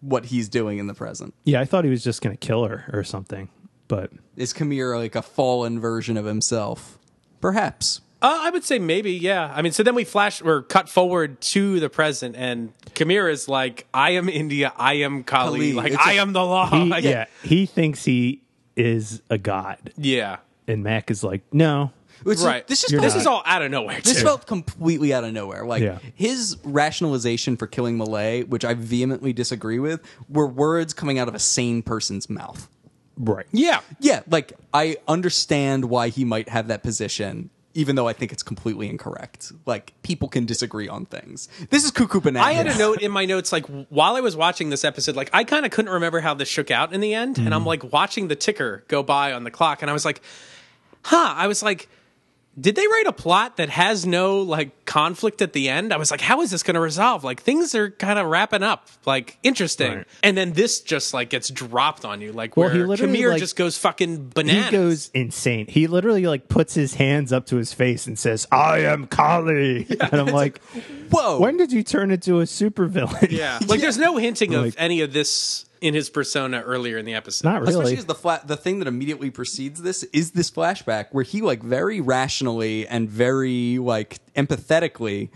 [SPEAKER 6] what he's doing in the present.
[SPEAKER 7] Yeah, I thought he was just going to kill her or something. But
[SPEAKER 6] Is Kamir like a fallen version of himself? Perhaps.
[SPEAKER 5] Uh, I would say maybe, yeah. I mean, so then we flash or cut forward to the present, and Kamir is like, "I am India, I am Kali,
[SPEAKER 6] Kali,
[SPEAKER 5] like
[SPEAKER 6] it's
[SPEAKER 5] I
[SPEAKER 6] a-
[SPEAKER 5] am the law." *laughs*
[SPEAKER 7] he,
[SPEAKER 5] Like,
[SPEAKER 7] yeah, he thinks he is a god.
[SPEAKER 5] yeah,
[SPEAKER 7] And Mac is like, "No."
[SPEAKER 6] Which is-
[SPEAKER 5] right.
[SPEAKER 6] This just
[SPEAKER 5] this
[SPEAKER 6] felt-
[SPEAKER 5] is all out of nowhere.
[SPEAKER 6] This
[SPEAKER 5] too.
[SPEAKER 6] felt completely out of nowhere. Like
[SPEAKER 7] Yeah.
[SPEAKER 6] his rationalization for killing Malay, which I vehemently disagree with, were words coming out of a sane person's mouth.
[SPEAKER 7] Right.
[SPEAKER 5] yeah,
[SPEAKER 6] Yeah, like I understand why he might have that position, even though I think it's completely incorrect. Like people can disagree on things. This is cuckoo bananas.
[SPEAKER 5] I had a note in my notes like while I was watching this episode, like I kind of couldn't remember how this shook out in the end, and
[SPEAKER 7] Mm-hmm.
[SPEAKER 5] I'm like watching the ticker go by on the clock, and I was like, "Huh." I was like, "Did they write a plot that has no like conflict at the end?" I was like, "How is this going to resolve?" Like things are kind of wrapping up, like interesting,
[SPEAKER 7] Right.
[SPEAKER 5] and then this just like gets dropped on you, like
[SPEAKER 7] Well, he
[SPEAKER 5] where
[SPEAKER 7] literally,
[SPEAKER 5] Kamir
[SPEAKER 7] like-
[SPEAKER 5] just goes fucking
[SPEAKER 7] He
[SPEAKER 5] bananas.
[SPEAKER 7] goes insane. He literally like puts his hands up to his face and says, "I am *laughs* Kali," and I'm like,
[SPEAKER 6] whoa.
[SPEAKER 7] "When did you turn into a supervillain?"
[SPEAKER 5] yeah, like there's no hinting of
[SPEAKER 7] Like-
[SPEAKER 5] any of this in his persona earlier in the episode.
[SPEAKER 7] *laughs* not
[SPEAKER 6] Especially
[SPEAKER 7] really.
[SPEAKER 6] as the flat, the thing that immediately precedes this is this flashback where he like very rationally and very like empathetically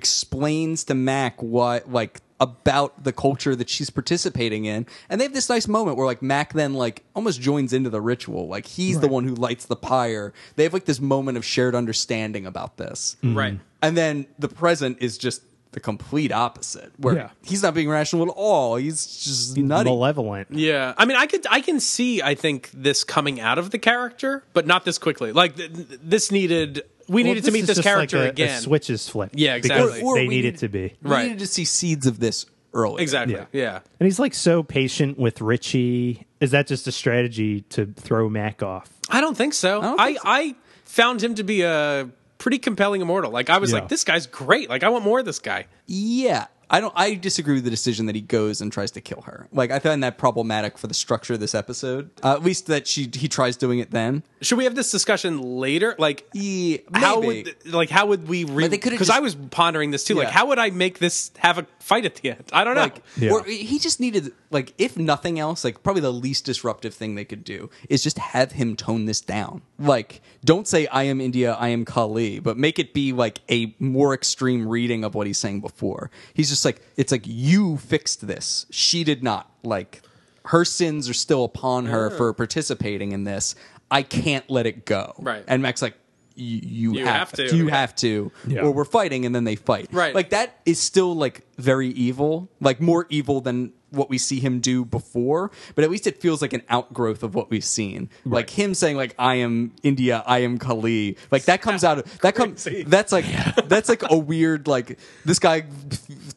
[SPEAKER 6] explains to Mac what like about the culture that she's participating in, and they have this nice moment where like Mac then like almost joins into the ritual, like he's the one who lights the pyre.
[SPEAKER 7] Mm-hmm.
[SPEAKER 6] They have like this moment of shared understanding about this,
[SPEAKER 5] right.
[SPEAKER 6] and then the present is just the complete opposite, where
[SPEAKER 7] Yeah.
[SPEAKER 6] he's not being rational at all. He's just nutty.
[SPEAKER 7] malevolent.
[SPEAKER 5] Yeah, I mean, I could, I can see, I think this coming out of the character, but not this quickly. Like th- th- this needed, we needed to meet this character again.
[SPEAKER 7] switches flip.
[SPEAKER 5] Yeah,
[SPEAKER 7] because
[SPEAKER 5] exactly.
[SPEAKER 6] Or- or
[SPEAKER 7] they
[SPEAKER 6] we
[SPEAKER 7] need
[SPEAKER 6] need-
[SPEAKER 7] it to be.
[SPEAKER 5] Right.
[SPEAKER 6] We needed to see seeds of this early.
[SPEAKER 5] Exactly. Yeah.
[SPEAKER 7] Yeah. And he's like so patient with Richie. Is that just a strategy to throw Mac
[SPEAKER 5] *laughs*
[SPEAKER 7] off?
[SPEAKER 5] I don't think so. I
[SPEAKER 6] don't
[SPEAKER 5] I,
[SPEAKER 6] think so.
[SPEAKER 5] found him to be a pretty compelling immortal. Like I was
[SPEAKER 7] Yeah.
[SPEAKER 5] like, this guy's great. Like I want more of this guy.
[SPEAKER 6] Yeah. I don't I disagree with the decision that he goes and tries to kill her. Like I find that problematic for the structure of this episode. Uh, at least that she he tries doing it then.
[SPEAKER 5] Should we have this discussion later? Like
[SPEAKER 6] Yeah,
[SPEAKER 5] how
[SPEAKER 6] maybe.
[SPEAKER 5] would like how would we re-
[SPEAKER 6] But they could've
[SPEAKER 5] because
[SPEAKER 6] just-
[SPEAKER 5] I was pondering this too. Like
[SPEAKER 6] Yeah.
[SPEAKER 5] how would I make this have a fight at the end? I don't know.
[SPEAKER 6] Like, or he just needed, like, if nothing else, like, probably the least disruptive thing they could do is just have him tone this down. Like, don't say, I am India, I am Kali, but make it be, like, a more extreme reading of what he's saying before. He's just like, it's like, you fixed this. She did not. Like, her sins are still upon her for participating in this. I can't let it go.
[SPEAKER 5] Right.
[SPEAKER 6] And Mac's like, "You- you,
[SPEAKER 5] You
[SPEAKER 6] have,
[SPEAKER 5] have
[SPEAKER 6] to.
[SPEAKER 5] to,
[SPEAKER 6] You
[SPEAKER 5] yeah.
[SPEAKER 6] have to.
[SPEAKER 7] Yeah.
[SPEAKER 6] Or we're fighting, and then they fight.
[SPEAKER 5] Right.
[SPEAKER 6] Like, that is still like very evil, like more evil than what we see him do before, but at least it feels like an outgrowth of what we've seen. Like him saying like I am India, I am Kali. Like that comes out of that comes that's like *laughs* that's like a weird like this guy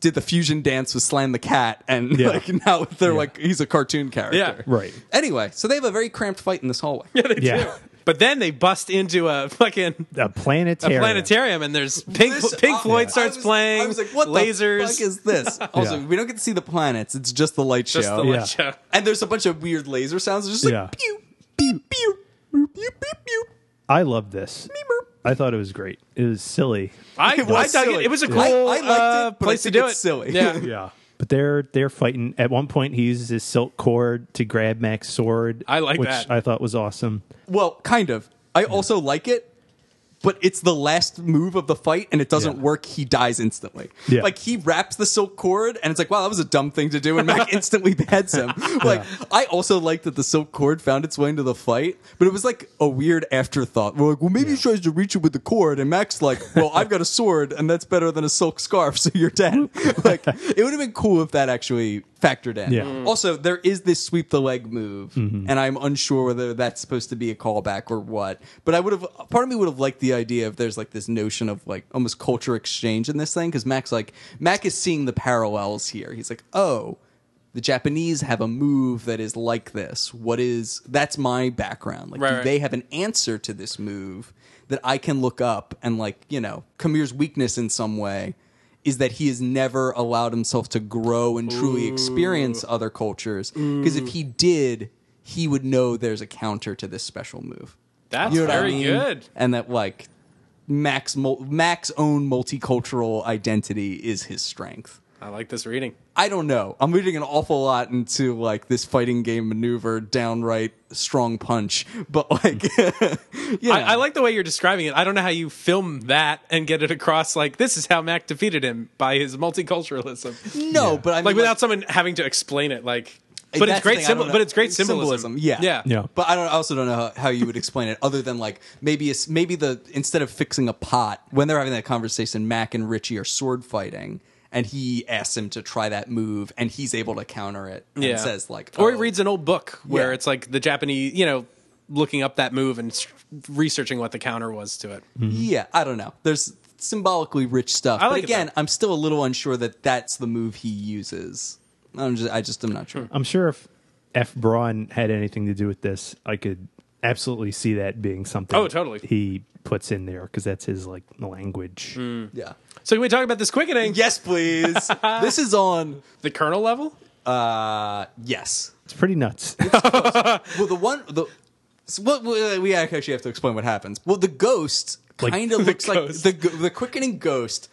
[SPEAKER 6] did the fusion dance with Slam the Cat and
[SPEAKER 7] Yeah.
[SPEAKER 6] like now they're like he's a cartoon character.
[SPEAKER 5] Yeah.
[SPEAKER 7] Right.
[SPEAKER 6] Anyway, so they have a very cramped fight in this hallway.
[SPEAKER 7] Yeah.
[SPEAKER 5] But then they bust into a fucking
[SPEAKER 7] A
[SPEAKER 5] a
[SPEAKER 7] planetarium.
[SPEAKER 5] planetarium, and there's Pink
[SPEAKER 6] This-
[SPEAKER 5] Pink
[SPEAKER 6] I-
[SPEAKER 5] Floyd
[SPEAKER 6] oh, I
[SPEAKER 5] starts
[SPEAKER 6] was-
[SPEAKER 5] playing.
[SPEAKER 6] I was like, what
[SPEAKER 5] lasers?
[SPEAKER 6] the fuck is
[SPEAKER 5] *laughs*
[SPEAKER 6] this? Also,
[SPEAKER 7] Yeah.
[SPEAKER 6] we don't get to see the planets. It's just the light
[SPEAKER 5] just
[SPEAKER 6] show.
[SPEAKER 5] the
[SPEAKER 7] Yeah.
[SPEAKER 5] light show.
[SPEAKER 6] and there's a bunch of weird laser sounds. It's just like
[SPEAKER 7] Yeah.
[SPEAKER 6] pew, pew, pew, pew, pew, pew, pew.
[SPEAKER 7] I love this. I thought it was great. It was silly.
[SPEAKER 5] I,
[SPEAKER 6] It was
[SPEAKER 5] I dug
[SPEAKER 6] silly.
[SPEAKER 5] it. It was a
[SPEAKER 6] Yeah.
[SPEAKER 5] cool
[SPEAKER 6] I- I liked it,
[SPEAKER 5] uh,
[SPEAKER 6] but I
[SPEAKER 5] place to
[SPEAKER 6] think
[SPEAKER 5] do
[SPEAKER 6] it's
[SPEAKER 5] it.
[SPEAKER 6] silly. *laughs*
[SPEAKER 5] Yeah.
[SPEAKER 7] Yeah. But they're they're fighting. At one point, he uses his silk cord to grab Mac's sword.
[SPEAKER 5] I like
[SPEAKER 7] which
[SPEAKER 5] that.
[SPEAKER 7] I thought was awesome.
[SPEAKER 6] Well, kind of. I also like it, but it's the last move of the fight, and it doesn't
[SPEAKER 7] Yeah.
[SPEAKER 6] work. He dies instantly.
[SPEAKER 7] Yeah.
[SPEAKER 6] Like he wraps the silk cord, and it's like, wow, that was a dumb thing to do, and
[SPEAKER 7] *laughs*
[SPEAKER 6] Mac instantly heads him. Like I also like that the silk cord found its way into the fight, but it was like a weird afterthought. We're like, well, maybe he tries to reach it with the cord, and Mac's like, well, I've got a sword, and that's better than a silk scarf, *laughs* so you're
[SPEAKER 7] *laughs*
[SPEAKER 6] dead. like it would have been cool if that actually factored in.
[SPEAKER 7] Yeah. Mm.
[SPEAKER 6] Also, there is this sweep the leg move,
[SPEAKER 5] Mm-hmm.
[SPEAKER 6] and I'm unsure whether that's supposed to be a callback or what. But I would have, part of me would have liked the idea if there's like this notion of like almost culture exchange in this thing, because Mac's like, Mac is seeing the parallels here. He's like, oh, the Japanese have a move that is like this. What is, that's my background. Like,
[SPEAKER 5] Right,
[SPEAKER 6] do
[SPEAKER 5] right.
[SPEAKER 6] they have an answer to this move that I can look up and like, you know, Kamir's weakness in some way. Is that he has never allowed himself to grow and truly experience other cultures?
[SPEAKER 5] Mm.
[SPEAKER 6] Because if he did, he would know there's a counter to this special move.
[SPEAKER 5] That's
[SPEAKER 6] You know what I
[SPEAKER 5] very
[SPEAKER 6] mean?
[SPEAKER 5] good.
[SPEAKER 6] And that like Max mul- Mac's own multicultural identity is his strength.
[SPEAKER 5] I like this reading.
[SPEAKER 6] I don't know. I'm reading an awful lot into like this fighting game maneuver, downright strong punch. But like, *laughs* yeah,
[SPEAKER 5] I, I like the way you're describing it. I don't know how you film that and get it across. Like this is how Mac defeated him by his multiculturalism.
[SPEAKER 6] no, but I mean,
[SPEAKER 5] Like without someone having to explain it. Like, but
[SPEAKER 6] that's
[SPEAKER 5] it's
[SPEAKER 6] the
[SPEAKER 5] great
[SPEAKER 6] thing, I
[SPEAKER 5] symbol.
[SPEAKER 6] don't
[SPEAKER 5] But
[SPEAKER 6] know.
[SPEAKER 5] it's great symbolism.
[SPEAKER 6] Yeah,
[SPEAKER 5] yeah,
[SPEAKER 7] Yeah.
[SPEAKER 6] But I don't. I also don't know how, how you would explain it, other than like maybe it's maybe the instead of fixing a pot when they're having that conversation, Mac and Richie are sword fighting, and he asks him to try that move, and he's able to counter it. And
[SPEAKER 5] Yeah.
[SPEAKER 6] says like,
[SPEAKER 5] or he
[SPEAKER 6] oh,
[SPEAKER 5] reads an old book where
[SPEAKER 6] Yeah.
[SPEAKER 5] it's like the Japanese, you know, looking up that move and s- researching what the counter was to it.
[SPEAKER 6] Yeah, I don't know. There's symbolically rich stuff,
[SPEAKER 5] I
[SPEAKER 6] but
[SPEAKER 5] like it,
[SPEAKER 6] again,
[SPEAKER 5] though.
[SPEAKER 6] I'm still a little unsure that that's the move he uses. I'm just, I just am not sure.
[SPEAKER 7] I'm sure if F. Braun had anything to do with this, I could absolutely see that being something.
[SPEAKER 5] Oh, totally.
[SPEAKER 7] He puts in there because that's his like language.
[SPEAKER 5] Hmm.
[SPEAKER 6] Yeah.
[SPEAKER 5] So can we talk about this quickening?
[SPEAKER 6] Yes, please. *laughs* this is on.
[SPEAKER 5] The kernel level.
[SPEAKER 6] Uh, yes.
[SPEAKER 7] It's pretty nuts. *laughs*
[SPEAKER 6] Well, the one the so what we uh, we actually have to explain what happens. Well, the ghost
[SPEAKER 7] Like,
[SPEAKER 6] kind of looks like
[SPEAKER 5] ghost.
[SPEAKER 6] the go- the quickening ghost.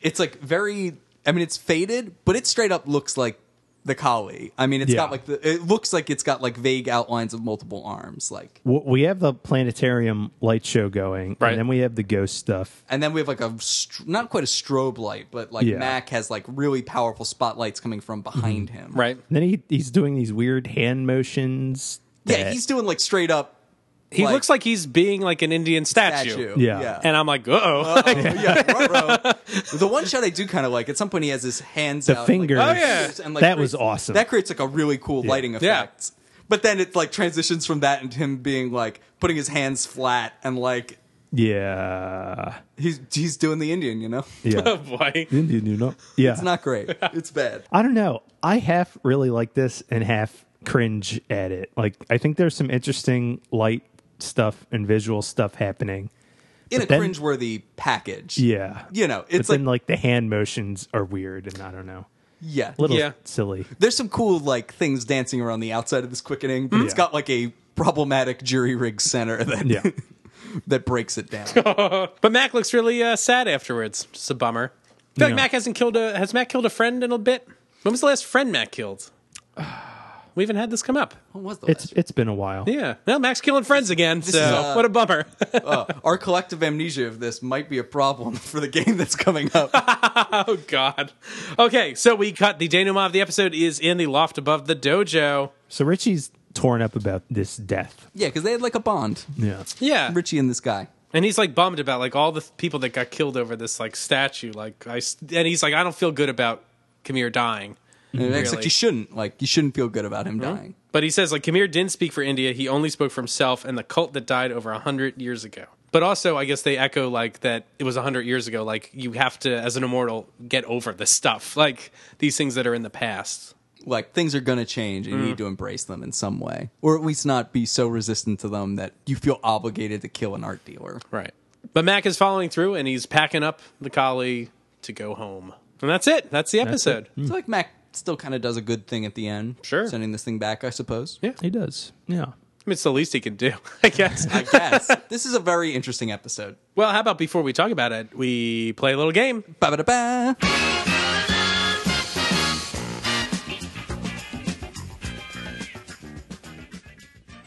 [SPEAKER 6] It's like very. I mean, it's faded, but it straight up looks like the collie. I mean, it's
[SPEAKER 7] Yeah.
[SPEAKER 6] got like the. It looks like it's got like vague outlines of multiple arms, like.
[SPEAKER 7] W- we have the planetarium light show going,
[SPEAKER 5] Right.
[SPEAKER 7] and then we have the ghost stuff.
[SPEAKER 6] And then we have like a str- not quite a strobe light, but like
[SPEAKER 7] Yeah.
[SPEAKER 6] Mac has like really powerful spotlights coming from behind
[SPEAKER 9] Mm-hmm.
[SPEAKER 6] him.
[SPEAKER 5] Right.
[SPEAKER 7] And then he he's doing these weird hand motions.
[SPEAKER 6] Yeah,
[SPEAKER 7] that-
[SPEAKER 6] he's doing like straight up
[SPEAKER 5] He
[SPEAKER 6] Like-
[SPEAKER 5] looks like he's being like an Indian statue.
[SPEAKER 6] statue.
[SPEAKER 9] Yeah.
[SPEAKER 5] And I'm like, uh oh.
[SPEAKER 6] yeah,
[SPEAKER 9] *laughs*
[SPEAKER 6] ruh-roh. the one shot I do kind of like. At some point, he has his hands
[SPEAKER 9] The
[SPEAKER 6] out,
[SPEAKER 9] fingers.
[SPEAKER 6] Like,
[SPEAKER 9] Oh,
[SPEAKER 5] yeah.
[SPEAKER 6] and, like,
[SPEAKER 9] That was
[SPEAKER 6] creates-
[SPEAKER 9] awesome.
[SPEAKER 6] That creates like a really cool lighting effect. But then it like transitions from that into him being like putting his hands flat and like
[SPEAKER 9] Yeah.
[SPEAKER 6] he's he's doing the Indian, you know.
[SPEAKER 5] *laughs*
[SPEAKER 9] Yeah.
[SPEAKER 5] Boy.
[SPEAKER 9] Indian, you know. Yeah.
[SPEAKER 6] It's not great. It's bad.
[SPEAKER 9] I don't know. I half really like this and half cringe at it. Like I think there's some interesting light stuff and visual stuff happening.
[SPEAKER 6] In a
[SPEAKER 9] But then-
[SPEAKER 6] cringeworthy package.
[SPEAKER 9] Yeah.
[SPEAKER 6] You know,
[SPEAKER 9] But
[SPEAKER 6] it's like,
[SPEAKER 9] then like the hand motions are weird and I don't know.
[SPEAKER 6] yeah.
[SPEAKER 9] Little
[SPEAKER 5] Yeah.
[SPEAKER 9] silly.
[SPEAKER 6] There's some cool like things dancing around the outside of this quickening, but it's
[SPEAKER 9] Yeah.
[SPEAKER 6] got like a problematic jury rig center *laughs* that
[SPEAKER 9] Yeah.
[SPEAKER 6] that breaks it down.
[SPEAKER 5] But Mac looks really uh, sad afterwards. Just a bummer. I feel like
[SPEAKER 9] Yeah.
[SPEAKER 5] Mac hasn't killed a has Mac killed a friend in a bit? When was the last friend Mac
[SPEAKER 6] *sighs*
[SPEAKER 5] killed? We even had this come up.
[SPEAKER 6] *laughs* What was the
[SPEAKER 9] It's it's been a while.
[SPEAKER 5] Yeah. Well, Mac's killing friends again, so
[SPEAKER 6] uh,
[SPEAKER 5] what a bummer. *laughs*
[SPEAKER 6] Oh, our collective amnesia of this might be a problem *laughs* for the game that's coming up.
[SPEAKER 5] *laughs* oh God. Okay, so we cut the denouement of the episode is in the loft above the dojo.
[SPEAKER 9] So Richie's torn up about this death.
[SPEAKER 6] *laughs* yeah, because they had like a bond,
[SPEAKER 9] Yeah.
[SPEAKER 5] Yeah.
[SPEAKER 6] Richie and this guy.
[SPEAKER 5] and he's like bummed about like all the th- people that got killed over this like statue like i s- and he's like i don't feel good about Kamir dying
[SPEAKER 6] And it's like
[SPEAKER 5] Really?
[SPEAKER 6] you shouldn't, like you shouldn't feel good about him dying.
[SPEAKER 5] but he says like Kamir didn't speak for india he only spoke for himself and the cult that died over 100 years ago but also i guess they echo like that it was 100 years ago like you have to as an immortal get over this stuff like these things that are in the past
[SPEAKER 6] Like things are gonna change, and you need to embrace them in some way, or at least not be so resistant to them that you feel obligated to kill an art dealer.
[SPEAKER 5] right but mac is following through and he's packing up the collie to go home and that's it that's the episode
[SPEAKER 6] So like Mac still kind of does a good thing at the end,
[SPEAKER 5] Sure.
[SPEAKER 6] sending this thing back, I suppose.
[SPEAKER 9] He does. Yeah.
[SPEAKER 5] I mean, it's the least he can do *laughs* i guess
[SPEAKER 6] I guess this is a very interesting episode.
[SPEAKER 5] Well, how about before we talk about it, we play a little game?
[SPEAKER 6] Ba-ba-da-ba.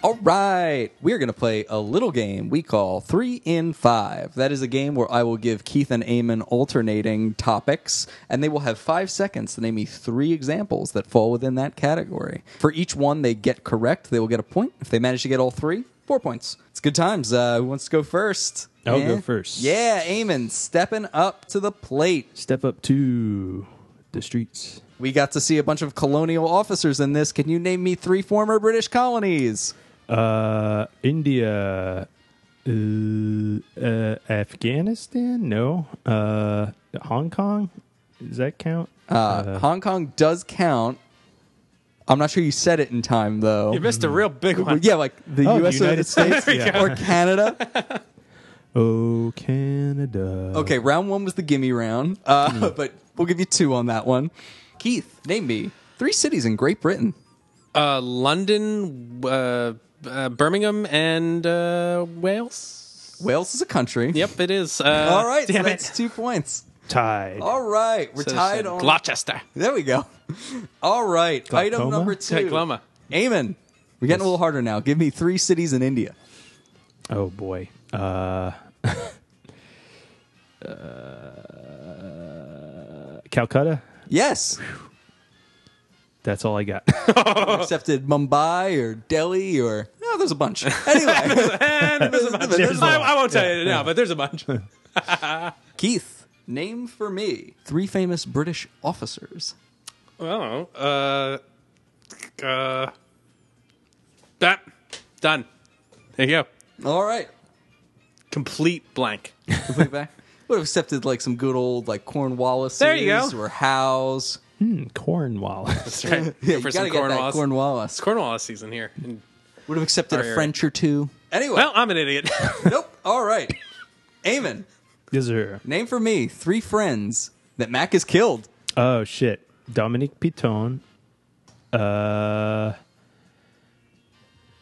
[SPEAKER 6] All right, we are going to play a little game we call Three in Five. That is a game where I will give Keith and Eamon alternating topics, and they will have five seconds to name me three examples that fall within that category. For each one they get correct, they will get a point. If they manage to get all three, four points. It's good times. Uh, who wants to go first?
[SPEAKER 9] I'll
[SPEAKER 6] Yeah.
[SPEAKER 9] go first.
[SPEAKER 6] Yeah, Eamon stepping up to the plate.
[SPEAKER 9] Step up to the streets.
[SPEAKER 6] We got to see a bunch of colonial officers in this. Can you name me three former British colonies?
[SPEAKER 9] Uh, India, uh, uh, Afghanistan. No, uh, Hong Kong. Does that count?
[SPEAKER 6] Uh,
[SPEAKER 9] Uh-huh.
[SPEAKER 6] Hong Kong does count. I'm not sure you said it in time though.
[SPEAKER 5] You missed a real big one.
[SPEAKER 6] Yeah, like the
[SPEAKER 9] Oh,
[SPEAKER 6] U.S. *laughs*
[SPEAKER 9] the United States? There we
[SPEAKER 6] or
[SPEAKER 9] *laughs*
[SPEAKER 6] Canada.
[SPEAKER 9] oh, Canada.
[SPEAKER 6] Okay, round one was the gimme round,
[SPEAKER 9] Hmm.
[SPEAKER 6] uh, *laughs* but we'll give you two on that one. Keith, name me three cities in Great Britain.
[SPEAKER 5] Uh, London, uh, uh, Birmingham, and uh, Wales.
[SPEAKER 6] Wales is a country.
[SPEAKER 5] Yep, it is. Uh,
[SPEAKER 6] All right, so
[SPEAKER 5] damn
[SPEAKER 6] that's
[SPEAKER 5] it.
[SPEAKER 6] two points.
[SPEAKER 9] Tied.
[SPEAKER 6] All right, we're
[SPEAKER 5] So
[SPEAKER 6] tied
[SPEAKER 5] said uh,
[SPEAKER 6] on.
[SPEAKER 5] Gloucester.
[SPEAKER 6] There we go. *laughs* All right, item
[SPEAKER 9] Glaucoma?
[SPEAKER 6] number two.
[SPEAKER 5] Glaucoma.
[SPEAKER 6] Eamon, we're getting a little harder now. Give me three cities in India.
[SPEAKER 9] Oh boy. Uh, *laughs* uh, Calcutta.
[SPEAKER 6] Yes,
[SPEAKER 9] That's all I got. *laughs*
[SPEAKER 6] accepted Mumbai or Delhi or no, there's a bunch. Anyway,
[SPEAKER 5] And there's a bunch.
[SPEAKER 6] There's
[SPEAKER 5] I,
[SPEAKER 9] one.
[SPEAKER 5] I won't tell you now, but there's a bunch.
[SPEAKER 6] Keith, name for me three famous British officers.
[SPEAKER 5] oh, uh, uh, that done. There you go.
[SPEAKER 6] All right,
[SPEAKER 5] Complete
[SPEAKER 6] *laughs*
[SPEAKER 5] blank.
[SPEAKER 6] Completely back. Would have accepted like some good old like Cornwallis
[SPEAKER 5] There you go.
[SPEAKER 6] or Howe's.
[SPEAKER 9] Hmm, Cornwallis.
[SPEAKER 5] That's right. Go
[SPEAKER 6] Yeah, you gotta get that Cornwallis.
[SPEAKER 5] It's Cornwallis season here. And-
[SPEAKER 6] Would have accepted
[SPEAKER 5] Right,
[SPEAKER 6] a
[SPEAKER 5] right.
[SPEAKER 6] French or two. Anyway,
[SPEAKER 5] well, I'm an
[SPEAKER 6] *laughs*
[SPEAKER 5] idiot.
[SPEAKER 6] nope. All right, Eamon,
[SPEAKER 9] *laughs* Yes, sir.
[SPEAKER 6] name for me three friends that Mac has killed.
[SPEAKER 9] Oh shit. Dominic Piton. Uh.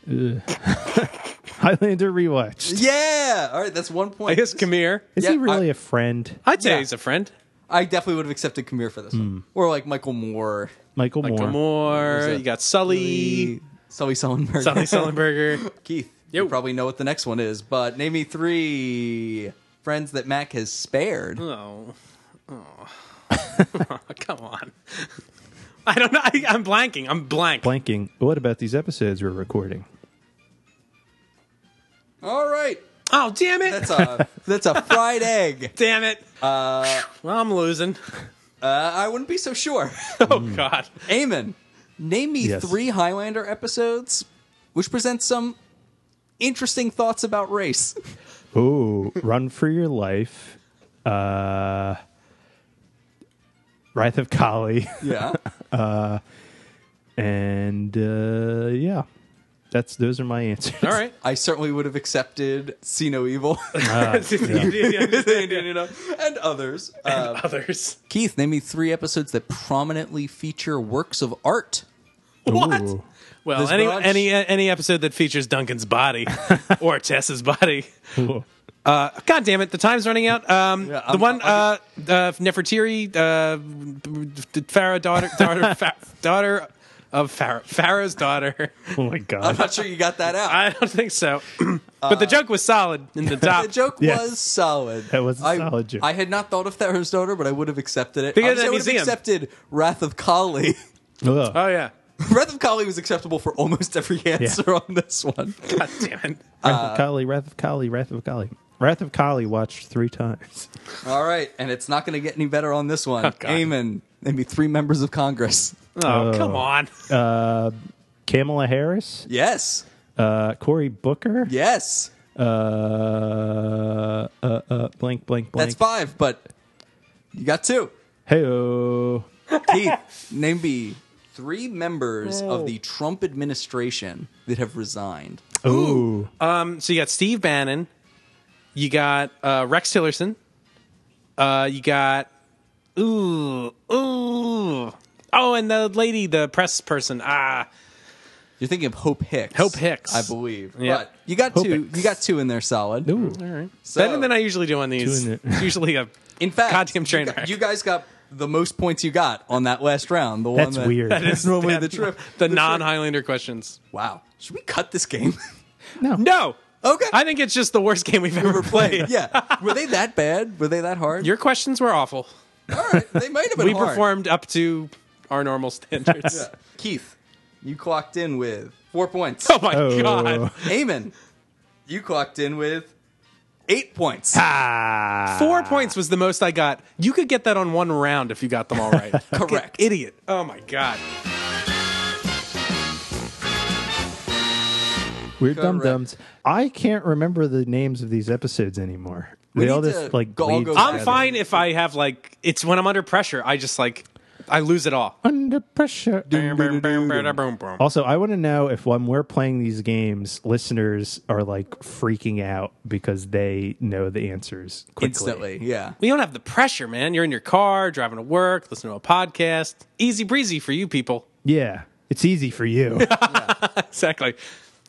[SPEAKER 9] ugh. *laughs* Highlander rewatch.
[SPEAKER 6] Yeah. All right, that's one point.
[SPEAKER 5] I guess Kamir.
[SPEAKER 9] Is
[SPEAKER 6] Yeah,
[SPEAKER 9] he really
[SPEAKER 6] I-
[SPEAKER 9] a friend?
[SPEAKER 5] I'd say
[SPEAKER 6] Yeah.
[SPEAKER 5] he's a friend.
[SPEAKER 6] I definitely would have accepted Kamir for this one, or like Michael Moore,
[SPEAKER 9] Michael
[SPEAKER 5] Like
[SPEAKER 9] Moore.
[SPEAKER 5] Moore.
[SPEAKER 6] Who's that?
[SPEAKER 5] You got Sully.
[SPEAKER 6] Sully Sullenberger.
[SPEAKER 5] Sully Sullenberger.
[SPEAKER 6] *laughs* Keith,
[SPEAKER 5] Yo.
[SPEAKER 6] you probably know what the next one is, but name me three friends that Mac has spared.
[SPEAKER 5] Oh. oh. *laughs* Come on. I don't know. I, I'm blanking. I'm blank.
[SPEAKER 9] Blanking. What about these episodes we're recording?
[SPEAKER 6] All right.
[SPEAKER 5] Oh, damn it.
[SPEAKER 6] That's a that's a fried egg.
[SPEAKER 5] damn it. Uh, I'm losing. *laughs*
[SPEAKER 6] Uh, I wouldn't be so sure. *laughs*
[SPEAKER 5] Oh,
[SPEAKER 6] Hmm.
[SPEAKER 5] God.
[SPEAKER 6] Eamon, name me
[SPEAKER 7] Yes.
[SPEAKER 6] three Highlander episodes which present some interesting thoughts about race.
[SPEAKER 7] Ooh, Run for Your Life. Uh, Wrath of Kali. *laughs*
[SPEAKER 6] Yeah.
[SPEAKER 7] And uh, yeah, that's those are my answers. *laughs*
[SPEAKER 5] All right.
[SPEAKER 6] I certainly would have accepted See No Evil *laughs*
[SPEAKER 5] *laughs*
[SPEAKER 6] and others. Uh,
[SPEAKER 5] Others.
[SPEAKER 6] Keith, name me three episodes that prominently feature works of art.
[SPEAKER 5] What?
[SPEAKER 7] Ooh.
[SPEAKER 5] Well,
[SPEAKER 6] This
[SPEAKER 5] any,
[SPEAKER 6] branch-
[SPEAKER 5] any any episode that features Duncan's
[SPEAKER 6] *laughs*
[SPEAKER 5] body or Tess's body. Uh,
[SPEAKER 7] Ooh.
[SPEAKER 5] God damn it, the time's running out. Um,
[SPEAKER 6] Yeah,
[SPEAKER 5] the
[SPEAKER 6] I'm-
[SPEAKER 5] one
[SPEAKER 6] I'm-
[SPEAKER 5] uh, uh, Nefertiri, uh, d- Pharaoh daughter,
[SPEAKER 6] *laughs*
[SPEAKER 5] daughter, fa- daughter of Pharaoh, Pharaoh's daughter.
[SPEAKER 7] Oh my
[SPEAKER 6] I'm
[SPEAKER 7] god.
[SPEAKER 6] not sure you got that
[SPEAKER 5] *laughs*
[SPEAKER 6] out.
[SPEAKER 5] I don't think so, *clears throat* but the joke was solid in the top.
[SPEAKER 6] Uh, *laughs* the joke
[SPEAKER 7] Yes.
[SPEAKER 6] was solid.
[SPEAKER 7] That was a
[SPEAKER 6] I-
[SPEAKER 7] solid joke.
[SPEAKER 6] I had not thought of Theron's daughter, but I would have accepted it.
[SPEAKER 5] Think of
[SPEAKER 6] Obviously, I
[SPEAKER 5] that
[SPEAKER 6] would have
[SPEAKER 5] museum.
[SPEAKER 6] accepted Wrath of Kali. *laughs*
[SPEAKER 7] Ugh.
[SPEAKER 5] oh yeah,
[SPEAKER 6] Wrath of Kali was acceptable for almost every answer on this one.
[SPEAKER 5] God damn it.
[SPEAKER 7] Wrath of Kali, Wrath of Kali, Wrath of Kali. Wrath of Kali watched three times. *laughs*
[SPEAKER 6] All right, and it's not going to get any better on this one.
[SPEAKER 5] God.
[SPEAKER 6] Amen. Maybe three members of Congress. *laughs*
[SPEAKER 5] Oh come on,
[SPEAKER 7] Kamala Harris,
[SPEAKER 6] Yes,
[SPEAKER 7] uh, Cory Booker,
[SPEAKER 6] yes.
[SPEAKER 7] uh, uh, uh, blank, blank,
[SPEAKER 6] That's
[SPEAKER 7] blank.
[SPEAKER 6] five, but you got two.
[SPEAKER 7] Hey, oh,
[SPEAKER 6] Keith, name me three members
[SPEAKER 7] Oh.
[SPEAKER 6] of the Trump administration that have resigned.
[SPEAKER 7] ooh,
[SPEAKER 5] so you got Steve Bannon, you got uh, Rex Tillerson, uh, you got ooh ooh oh, and the lady, the press person. Ah,
[SPEAKER 6] You're thinking of Hope Hicks.
[SPEAKER 5] Hope Hicks.
[SPEAKER 6] I believe.
[SPEAKER 5] Yeah.
[SPEAKER 6] But you got
[SPEAKER 7] Hope
[SPEAKER 6] two.
[SPEAKER 7] Hicks.
[SPEAKER 6] You got two in there solid.
[SPEAKER 7] ooh.
[SPEAKER 6] So,
[SPEAKER 5] better than I usually do on these.
[SPEAKER 7] Doing it.
[SPEAKER 5] It's usually a
[SPEAKER 6] In fact,
[SPEAKER 5] goddamn train
[SPEAKER 6] you, gu-
[SPEAKER 5] wreck.
[SPEAKER 6] you guys got the most points you got on that last round. The one
[SPEAKER 7] That's
[SPEAKER 6] *laughs* that,
[SPEAKER 7] weird. That
[SPEAKER 6] *laughs* That's normally the trip.
[SPEAKER 5] *laughs* the non Highlander questions.
[SPEAKER 6] Wow. Should we cut this game? *laughs*
[SPEAKER 5] No.
[SPEAKER 6] okay.
[SPEAKER 5] I think it's just the worst game we've ever
[SPEAKER 6] *laughs*
[SPEAKER 5] played.
[SPEAKER 6] yeah. Were they that bad? Were they that hard?
[SPEAKER 5] Your questions were awful.
[SPEAKER 6] All right. They might have been
[SPEAKER 5] We
[SPEAKER 6] hard.
[SPEAKER 5] performed up to our normal
[SPEAKER 6] *laughs*
[SPEAKER 5] standards.
[SPEAKER 6] Keith, you clocked in with four points.
[SPEAKER 5] Oh my
[SPEAKER 7] Oh.
[SPEAKER 5] god.
[SPEAKER 6] Eamon, you clocked in with eight points.
[SPEAKER 5] Four points was the most I got. You could get that on one round if you got them all *laughs* right.
[SPEAKER 6] Correct.
[SPEAKER 5] Idiot. Oh my god.
[SPEAKER 7] Weird dum
[SPEAKER 6] Correct.
[SPEAKER 7] dums. I can't remember the names of these episodes anymore.
[SPEAKER 6] We
[SPEAKER 7] they all
[SPEAKER 6] need
[SPEAKER 7] just
[SPEAKER 6] to
[SPEAKER 7] like
[SPEAKER 6] go- all
[SPEAKER 7] bleed
[SPEAKER 6] go
[SPEAKER 7] together.
[SPEAKER 5] I'm fine if I have like it's when I'm under pressure, I just like I lose it all.
[SPEAKER 7] under pressure. Also, I want to know if when we're playing these games, listeners are like freaking out because they know the answers quickly.
[SPEAKER 6] Instantly. Yeah.
[SPEAKER 5] We don't have the pressure, man. You're in your car, driving to work, listening to a podcast. Easy breezy for you people.
[SPEAKER 7] Yeah. It's easy for you.
[SPEAKER 5] Exactly.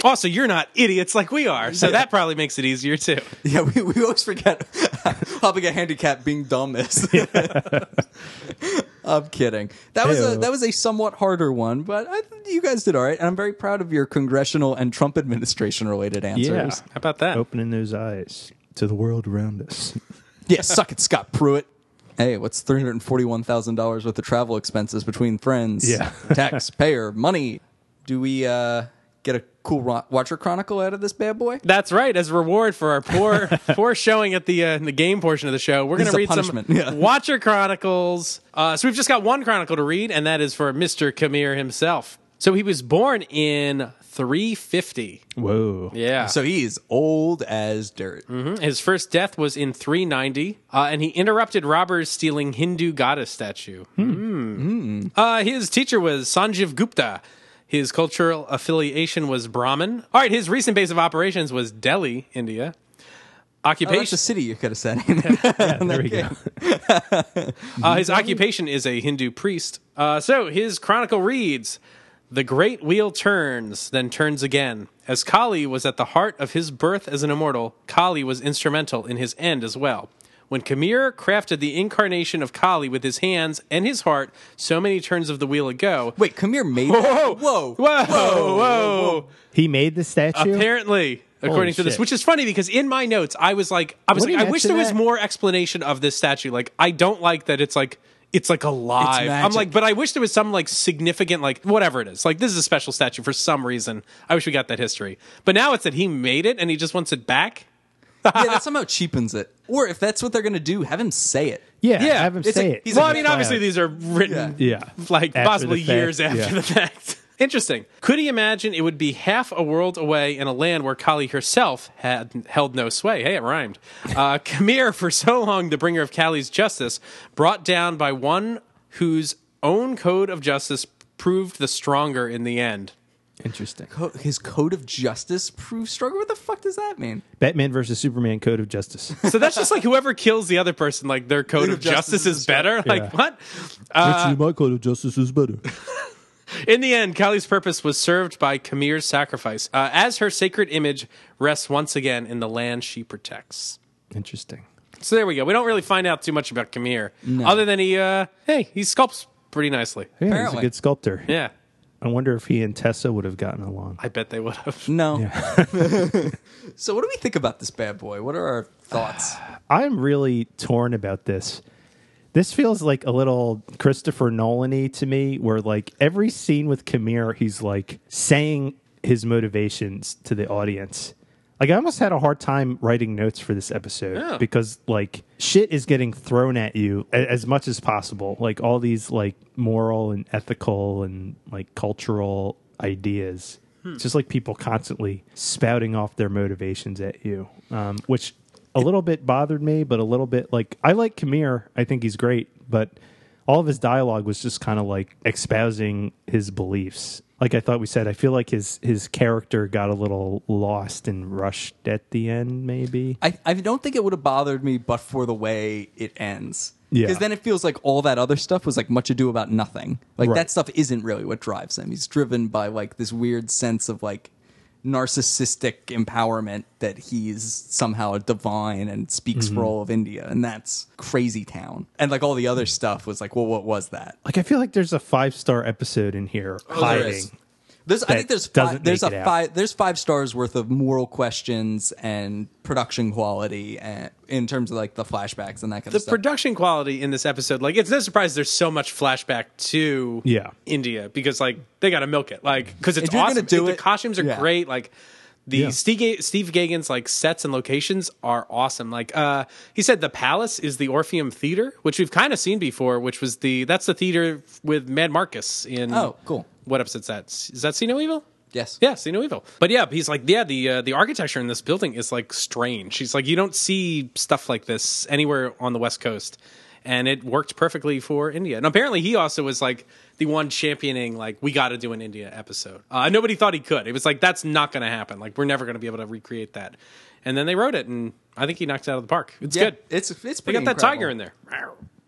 [SPEAKER 5] Also, you're not idiots like we are, so that probably makes it easier too.
[SPEAKER 6] Yeah, we, we always forget *laughs* hopping a handicap being dumb is.
[SPEAKER 7] *laughs*
[SPEAKER 6] *laughs* I'm kidding. That was a
[SPEAKER 7] Ew.
[SPEAKER 6] that was a somewhat harder one, but I, think you guys did all right, and I'm very proud of your congressional and Trump administration related
[SPEAKER 7] yeah.
[SPEAKER 6] answers.
[SPEAKER 5] How about that?
[SPEAKER 7] Opening those eyes to the world around us.
[SPEAKER 6] *laughs* Yeah, suck it, Scott Pruitt. Hey, what's three hundred and forty-one thousand dollars worth of travel expenses between friends?
[SPEAKER 7] Yeah.
[SPEAKER 6] *laughs* taxpayer money. Do we uh, get a cool ro- Watcher Chronicle out of this bad boy?
[SPEAKER 5] That's right. As a reward for our
[SPEAKER 6] *laughs*
[SPEAKER 5] poor poor showing at the uh, in the game portion of the show, we're going
[SPEAKER 6] This is
[SPEAKER 5] to
[SPEAKER 6] a
[SPEAKER 5] read some
[SPEAKER 6] punishment, yeah. *laughs*
[SPEAKER 5] Watcher Chronicles. Uh, so we've just got one chronicle to read, and that is for Mister Kamir himself. So he was born in 350.
[SPEAKER 7] Whoa.
[SPEAKER 5] *laughs* Yeah.
[SPEAKER 6] So he's old as dirt.
[SPEAKER 5] His first death was in 390, uh, and he interrupted robbers stealing Hindu goddess statue. Hmm. Uh, his teacher was Sanjiv Gupta. His cultural affiliation was Brahmin. All right, his recent base of operations was Delhi, India.
[SPEAKER 6] Oh, that's
[SPEAKER 5] Occupation.
[SPEAKER 6] a city you could have said. *laughs* there
[SPEAKER 7] we go.
[SPEAKER 5] Uh, his occupation is a Hindu priest. Uh, so his chronicle reads The great wheel turns, then turns again. As Kali was at the heart of his birth as an immortal, Kali was instrumental in his end as well. When Kamir crafted the incarnation of Kali with his hands and his heart so many turns of the wheel ago.
[SPEAKER 6] Wait, Kamir made that?
[SPEAKER 5] Whoa,
[SPEAKER 6] Whoa.
[SPEAKER 5] whoa,
[SPEAKER 7] He made the statue?
[SPEAKER 5] Apparently, according to this,
[SPEAKER 7] shit.
[SPEAKER 5] which is funny because in my notes I was like, I was
[SPEAKER 7] What do
[SPEAKER 5] like,
[SPEAKER 7] you
[SPEAKER 5] I
[SPEAKER 7] add
[SPEAKER 5] wish
[SPEAKER 7] to
[SPEAKER 5] there was
[SPEAKER 7] that?
[SPEAKER 5] more explanation of this statue. Like, I don't like that it's like it's like alive. I'm
[SPEAKER 6] magic.
[SPEAKER 5] like, but I wish there was some like significant, like whatever it is. Like this is a special statue for some reason. I wish we got that history. But now it's that he made it and he just wants it back.
[SPEAKER 6] yeah, that somehow cheapens it. Or if that's what they're going to do, have him say it.
[SPEAKER 9] Yeah,
[SPEAKER 5] Yeah,
[SPEAKER 9] have him
[SPEAKER 6] it's
[SPEAKER 9] say
[SPEAKER 6] a-
[SPEAKER 9] it.
[SPEAKER 6] he's
[SPEAKER 5] well,
[SPEAKER 6] a-
[SPEAKER 5] I mean, obviously these are written,
[SPEAKER 9] Yeah. Yeah.
[SPEAKER 5] like
[SPEAKER 9] After
[SPEAKER 5] possibly
[SPEAKER 9] the fact,
[SPEAKER 5] years after
[SPEAKER 9] yeah.
[SPEAKER 5] the fact. *laughs* Interesting. Could he imagine it would be half a world away in a land where Kali herself had held no sway? Hey, it rhymed. Uh, *laughs* Khmer, for so long the bringer of Kali's justice, brought down by one whose own code of justice proved the stronger in the end.
[SPEAKER 6] Interesting. Co- his code of justice proves stronger. What the fuck does that mean?
[SPEAKER 9] Batman versus Superman Code of Justice.
[SPEAKER 5] So that's just like whoever kills the other person, like their code of justice,
[SPEAKER 6] justice
[SPEAKER 5] is,
[SPEAKER 6] is
[SPEAKER 5] better. Like what? Uh,
[SPEAKER 9] my Code of Justice is better.
[SPEAKER 5] *laughs* In the end, Kali's purpose was served by Khmer's sacrifice, uh, as her sacred image rests once again in the land she protects.
[SPEAKER 9] Interesting.
[SPEAKER 5] So there we go. We don't really find out too much about Khmer, other than he, uh, hey, he sculpts pretty nicely.
[SPEAKER 9] Yeah, he's a
[SPEAKER 6] Apparently.
[SPEAKER 9] good sculptor.
[SPEAKER 5] Yeah,
[SPEAKER 9] I wonder if he and Tessa would have gotten along.
[SPEAKER 5] I bet they would have.
[SPEAKER 6] No. *laughs* so what do we think about this bad boy? What are our thoughts?
[SPEAKER 9] I'm really torn about this. This feels like a little Christopher Nolan-y to me, where like every scene with Khmer, he's like saying his motivations to the audience. Like I almost had a hard time writing notes for this episode
[SPEAKER 5] Yeah.
[SPEAKER 9] because like shit is getting thrown at you a- as much as possible. Like all these like moral and ethical and like cultural ideas. It's just like people constantly spouting off their motivations at you, um, which a little bit bothered me, but a little bit like I like Kamir. I think he's great, but all of his dialogue was just kind of like espousing his beliefs. Like I thought we said, I feel like his his character got a little lost and rushed at the end, maybe.
[SPEAKER 6] I, I don't think it would have bothered me but for the way it ends.
[SPEAKER 9] Yeah.
[SPEAKER 6] Because then it feels like all that other stuff was like much ado about nothing. Like
[SPEAKER 9] Right.
[SPEAKER 6] that stuff isn't really what drives him. He's driven by like this weird sense of like narcissistic empowerment that he's somehow divine and speaks
[SPEAKER 9] Mm-hmm.
[SPEAKER 6] for all of India. And that's crazy town. And like all the other stuff was like, well, what was that?
[SPEAKER 9] Like I feel like there's a five star episode in here
[SPEAKER 6] Oh, there
[SPEAKER 9] hiding.
[SPEAKER 6] is. There's, I
[SPEAKER 9] that
[SPEAKER 6] think there's
[SPEAKER 9] doesn't
[SPEAKER 6] five, there's
[SPEAKER 9] make
[SPEAKER 6] a
[SPEAKER 9] it out.
[SPEAKER 6] five there's five stars worth of moral questions and production quality and in terms of like the flashbacks and that kind
[SPEAKER 5] The
[SPEAKER 6] of stuff.
[SPEAKER 5] production quality in this episode, like, it's no surprise there's so much flashback to
[SPEAKER 9] Yeah.
[SPEAKER 5] India because, like, they got to milk it, like, because it's
[SPEAKER 6] If you're gonna
[SPEAKER 5] awesome.
[SPEAKER 6] do
[SPEAKER 5] the
[SPEAKER 6] it-
[SPEAKER 5] costumes are
[SPEAKER 6] yeah.
[SPEAKER 5] great, like. The Steve, Ga- Steve Gagan's like sets and locations are awesome. Like uh, he said, the Palace is the Orpheum Theater, which we've kind of seen before. Which was the that's the theater with Mad Marcus in
[SPEAKER 6] Oh, cool.
[SPEAKER 5] What episode's that? Is that See No Evil?
[SPEAKER 6] Yes.
[SPEAKER 5] Yeah, see no evil. But yeah, he's like, yeah, the uh, the architecture in this building is like strange. He's like, you don't see stuff like this anywhere on the West Coast, and it worked perfectly for India. And apparently, he also was like the one championing like we got to do an India episode. Uh, nobody thought he could. It was like that's not going to happen. Like we're never going to be able to recreate that. And then they wrote it, and I think he knocked it out of the park. It's
[SPEAKER 6] Yeah,
[SPEAKER 5] good.
[SPEAKER 6] It's it's
[SPEAKER 5] they
[SPEAKER 6] pretty
[SPEAKER 5] got that
[SPEAKER 6] incredible.
[SPEAKER 5] tiger in there.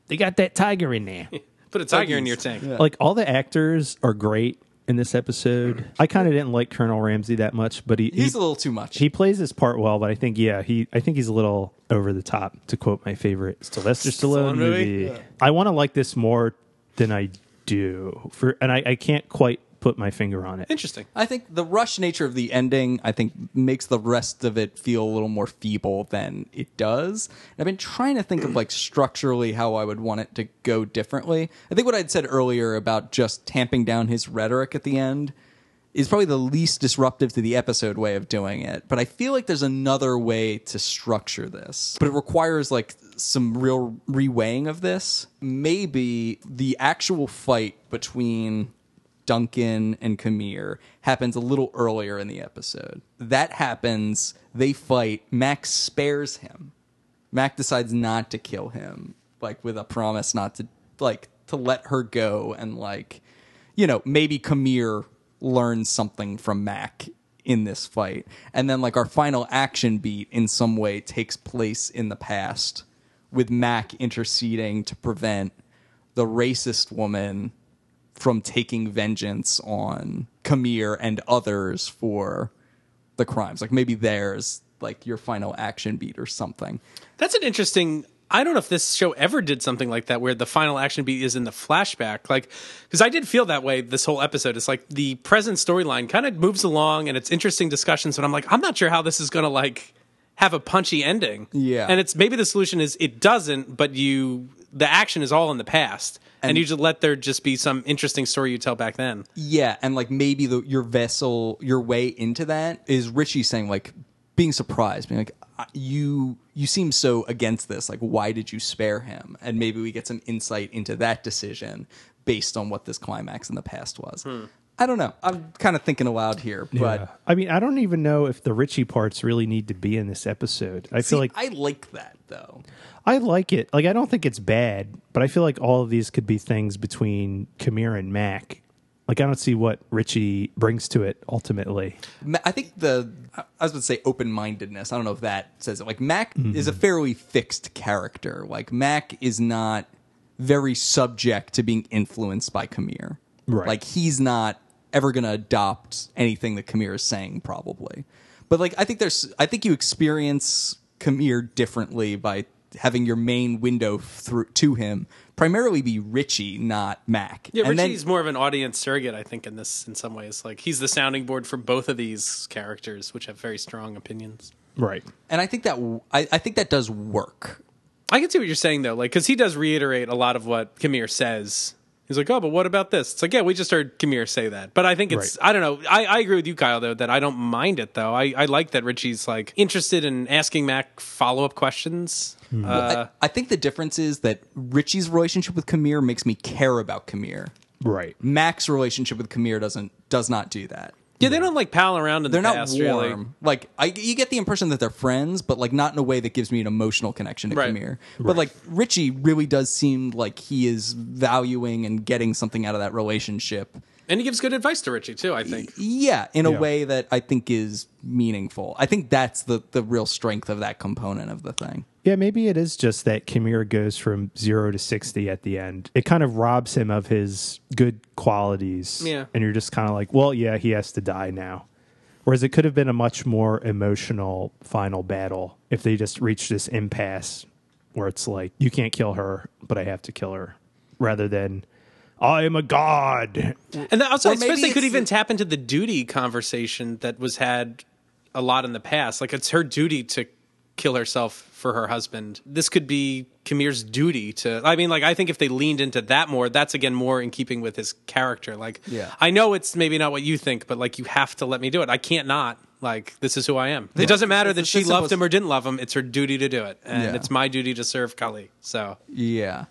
[SPEAKER 9] They got that tiger in there.
[SPEAKER 5] Put a tiger in your tank.
[SPEAKER 9] *laughs* like all the actors are great in this episode. I kind of didn't like Colonel Ramsey that much, but he
[SPEAKER 6] He's
[SPEAKER 9] he,
[SPEAKER 6] a little too much.
[SPEAKER 9] he plays his part well. But I think yeah, he I think he's a little over the top. To quote my favorite Sylvester Stallone
[SPEAKER 5] movie?
[SPEAKER 9] movie, I want to like this more than I do for, and I, I can't quite put my finger on it.
[SPEAKER 5] Interesting.
[SPEAKER 6] I think the rush nature of the ending, I think, makes the rest of it feel a little more feeble than it does. And I've been trying to think of like structurally how I would want it to go differently. I think what I'd said earlier about just tamping down his rhetoric at the end is probably the least disruptive to the episode way of doing it. But I feel like there's another way to structure this. But it requires like some real reweighing of this. Maybe the actual fight between Duncan and Kamir happens a little earlier in the episode. That happens, they fight, Max spares him. Mac decides not to kill him, like with a promise not to like to let her go and like you know, maybe Kamir learns something from Mac in this fight. And then like our final action beat in some way takes place in the past with Mac interceding to prevent the racist woman from taking vengeance on Kamir and others for the crimes. Like maybe there's like your final action beat or something.
[SPEAKER 5] That's an interesting. I don't know if this show ever did something like that, where the final action beat is in the flashback. Like, because I did feel that way this whole episode. It's like the present storyline kind of moves along, and it's interesting discussions. But I'm like, I'm not sure how this is going to like have a punchy ending.
[SPEAKER 6] Yeah.
[SPEAKER 5] and it's maybe the solution is it doesn't, but you the action is all in the past, and, you just let there just be some interesting story you tell back then.
[SPEAKER 6] Yeah, and like maybe the, your vessel, your way into that is Richie saying like being surprised, being like "I- you you seem so against this. Like, why did you spare him? And maybe we get some insight into that decision based on what this climax in the past was. I don't know. I'm kind of thinking aloud here, but
[SPEAKER 7] Yeah. I mean, I don't even know if the Richie parts really need to be in this episode. I
[SPEAKER 6] see,
[SPEAKER 7] feel like
[SPEAKER 6] I like that though.
[SPEAKER 7] I like it. Like I don't think it's bad, but I feel like all of these could be things between Kamir and Mac. Like I don't see what Richie brings to it ultimately.
[SPEAKER 6] Ma- I think the I was going to say open mindedness. I don't know if that says it. Like Mac
[SPEAKER 5] Mm-hmm.
[SPEAKER 6] is a fairly fixed character. Like Mac is not very subject to being influenced by Kamir.
[SPEAKER 7] Right.
[SPEAKER 6] Like he's not ever going to adopt anything that Kamir is saying, probably. But like I think there's I think you experience Kamir differently by having your main window through to him primarily be Richie, not Mac.
[SPEAKER 5] Yeah,
[SPEAKER 6] And then-
[SPEAKER 5] Richie's more of an audience surrogate, I think, in this in some ways. Like he's the sounding board for both of these characters, which have very strong opinions.
[SPEAKER 7] Right.
[SPEAKER 6] and I think that w- I, I think that does work.
[SPEAKER 5] I can see what you're saying though, like because he does reiterate a lot of what Kamir says. He's like, oh, but what about this? It's like, yeah, we just heard Kamir say that, but I think it's, I don't know, I, I agree with you, Kyle, though, that I don't mind it though. I, I like that Richie's like interested in asking Mac follow up questions. Uh,
[SPEAKER 6] I, I think the difference is that Richie's relationship with Kamir makes me care about Kamir.
[SPEAKER 7] Right.
[SPEAKER 6] Mac's relationship with Kamir doesn't does not do that.
[SPEAKER 5] yeah, they don't like pal around in
[SPEAKER 6] They're
[SPEAKER 5] the
[SPEAKER 6] not
[SPEAKER 5] past,
[SPEAKER 6] warm.
[SPEAKER 5] really.
[SPEAKER 6] Like I, you get the impression that they're friends, but like not in a way that gives me an emotional connection to
[SPEAKER 5] Right.
[SPEAKER 6] Kamir. But like Richie really does seem like he is valuing and getting something out of that relationship.
[SPEAKER 5] And he gives good advice to Richie too, I think.
[SPEAKER 6] Yeah, in a
[SPEAKER 7] Yeah.
[SPEAKER 6] way that I think is meaningful. I think that's the the real strength of that component of the thing.
[SPEAKER 7] Yeah, maybe it is just that Kimura goes from zero to 60 at the end. It kind of robs him of his good qualities.
[SPEAKER 5] Yeah.
[SPEAKER 7] And you're just kind of like, well, yeah, he has to die now. Whereas it could have been a much more emotional final battle if they just reached this impasse where it's like, you can't kill her, but I have to kill her, rather than, I am a god.
[SPEAKER 5] And then also,
[SPEAKER 6] Or
[SPEAKER 5] I suppose
[SPEAKER 6] maybe
[SPEAKER 5] they could
[SPEAKER 6] it's
[SPEAKER 5] even
[SPEAKER 6] the-
[SPEAKER 5] tap into the duty conversation that was had a lot in the past. Like it's her duty to kill herself for her husband. This could be Kamir's duty to. I mean, like I think if they leaned into that more, that's again more in keeping with his character. Like,
[SPEAKER 6] Yeah.
[SPEAKER 5] I know it's maybe not what you think, but like you have to let me do it. I can't not. Like this is who I am. It doesn't matter
[SPEAKER 6] it's
[SPEAKER 5] that
[SPEAKER 6] the
[SPEAKER 5] she loved
[SPEAKER 6] simplest-
[SPEAKER 5] him or didn't love him. It's her duty to do it, and
[SPEAKER 6] Yeah.
[SPEAKER 5] it's my duty to serve Kali. So
[SPEAKER 6] Yeah.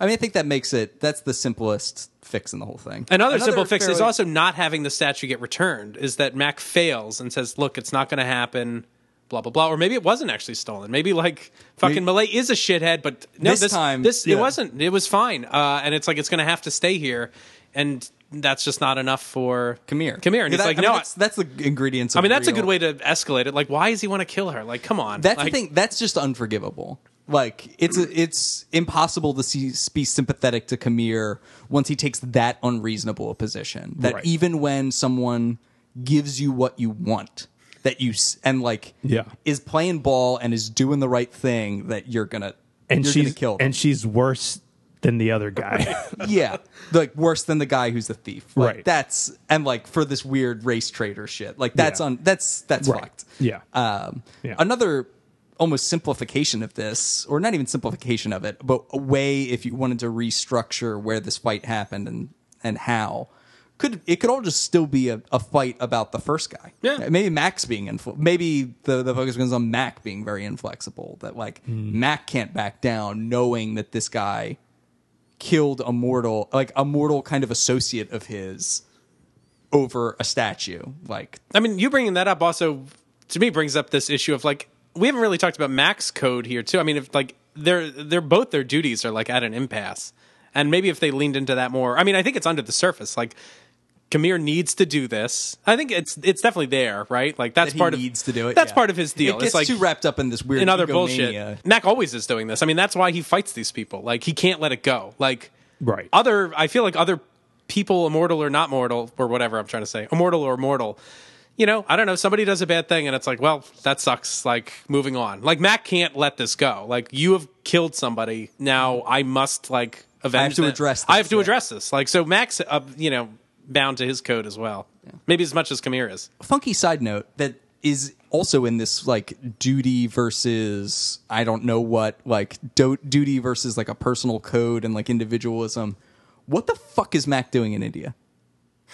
[SPEAKER 6] I mean, I think that makes it, that's the simplest fix in the whole thing.
[SPEAKER 5] Another, simple fix is
[SPEAKER 6] fairly-
[SPEAKER 5] also not having the statue get returned. Is that Mac fails and says, "Look, it's not going to happen." Blah blah blah. Or maybe it wasn't actually stolen. Maybe like fucking Malay is a shithead, but no,
[SPEAKER 6] This
[SPEAKER 5] this,
[SPEAKER 6] time,
[SPEAKER 5] this
[SPEAKER 6] yeah.
[SPEAKER 5] it wasn't. It was fine, uh, and it's like it's going to have to stay here, and that's just not enough for
[SPEAKER 6] Khmer.
[SPEAKER 5] Khmer, and
[SPEAKER 6] Yeah,
[SPEAKER 5] he's
[SPEAKER 6] that-
[SPEAKER 5] like,
[SPEAKER 6] I mean,
[SPEAKER 5] "No." I-
[SPEAKER 6] that's, that's the ingredients. Of
[SPEAKER 5] I mean, that's a
[SPEAKER 6] real-
[SPEAKER 5] good way to escalate it. Like, why does he want to kill her? Like, come on.
[SPEAKER 6] That's
[SPEAKER 5] like,
[SPEAKER 6] the thing. That's just unforgivable. Like it's it's impossible to see, be sympathetic to Kamir once he takes that unreasonable a position. That
[SPEAKER 7] Right.
[SPEAKER 6] even when someone gives you what you want, that you s- and like
[SPEAKER 7] Yeah.
[SPEAKER 6] is playing ball and is doing the right thing, that you're gonna
[SPEAKER 7] And,
[SPEAKER 6] you're
[SPEAKER 7] she's,
[SPEAKER 6] gonna kill. them.
[SPEAKER 7] and she's worse than the
[SPEAKER 6] *laughs*
[SPEAKER 7] other guy.
[SPEAKER 6] yeah, like worse than the guy who's the thief. Like,
[SPEAKER 7] Right.
[SPEAKER 6] That's and like for this weird race trader shit. Like that's
[SPEAKER 7] Yeah.
[SPEAKER 6] on. That's that's
[SPEAKER 7] Right.
[SPEAKER 6] fucked.
[SPEAKER 7] Yeah.
[SPEAKER 6] Um.
[SPEAKER 7] Yeah.
[SPEAKER 6] Another almost simplification of this, or not even simplification of it, but a way if you wanted to restructure where this fight happened and and how. Could it could all just still be a, a fight about the first guy?
[SPEAKER 5] Yeah.
[SPEAKER 6] Maybe Max being infl- maybe the the focus goes on Mac being very inflexible. That like Mac can't back down, knowing that this guy killed a mortal, like a mortal kind of associate of his, over a statue. Like,
[SPEAKER 5] I mean, you bringing that up also to me brings up this issue of like we haven't really talked about max code here too. I mean, if like they're they're both their duties are like at an impasse, and maybe if they leaned into that more, I mean, I think it's under the surface. Like Kamir needs to do this. I think it's it's definitely there, right? Like that's
[SPEAKER 6] that he
[SPEAKER 5] part
[SPEAKER 6] needs
[SPEAKER 5] of
[SPEAKER 6] to do it.
[SPEAKER 5] That's
[SPEAKER 6] yeah.
[SPEAKER 5] part of his deal.
[SPEAKER 6] It gets
[SPEAKER 5] it's like
[SPEAKER 6] too wrapped up in this weird
[SPEAKER 5] in other
[SPEAKER 6] egomania.
[SPEAKER 5] bullshit. Mac always is doing this. I mean, that's why he fights these people. Like he can't let it go. Like
[SPEAKER 7] Right.
[SPEAKER 5] Other, I feel like other people, immortal or not mortal, or whatever I'm trying to say, immortal or mortal. You know, I don't know. Somebody does a bad thing, and it's like, well, that sucks. Like moving on. Like Mac can't let this go. Like you have killed somebody. Now I must like avenge.
[SPEAKER 6] to
[SPEAKER 5] them.
[SPEAKER 6] address
[SPEAKER 5] I have
[SPEAKER 6] this,
[SPEAKER 5] to
[SPEAKER 6] yeah.
[SPEAKER 5] address this. Like so, Mac's uh, you know bound to his code as well. Maybe as much as Khmer is.
[SPEAKER 6] Funky side note that is also in this like duty versus I don't know what like do- duty versus like a personal code and like individualism. What the fuck is Mac doing in India?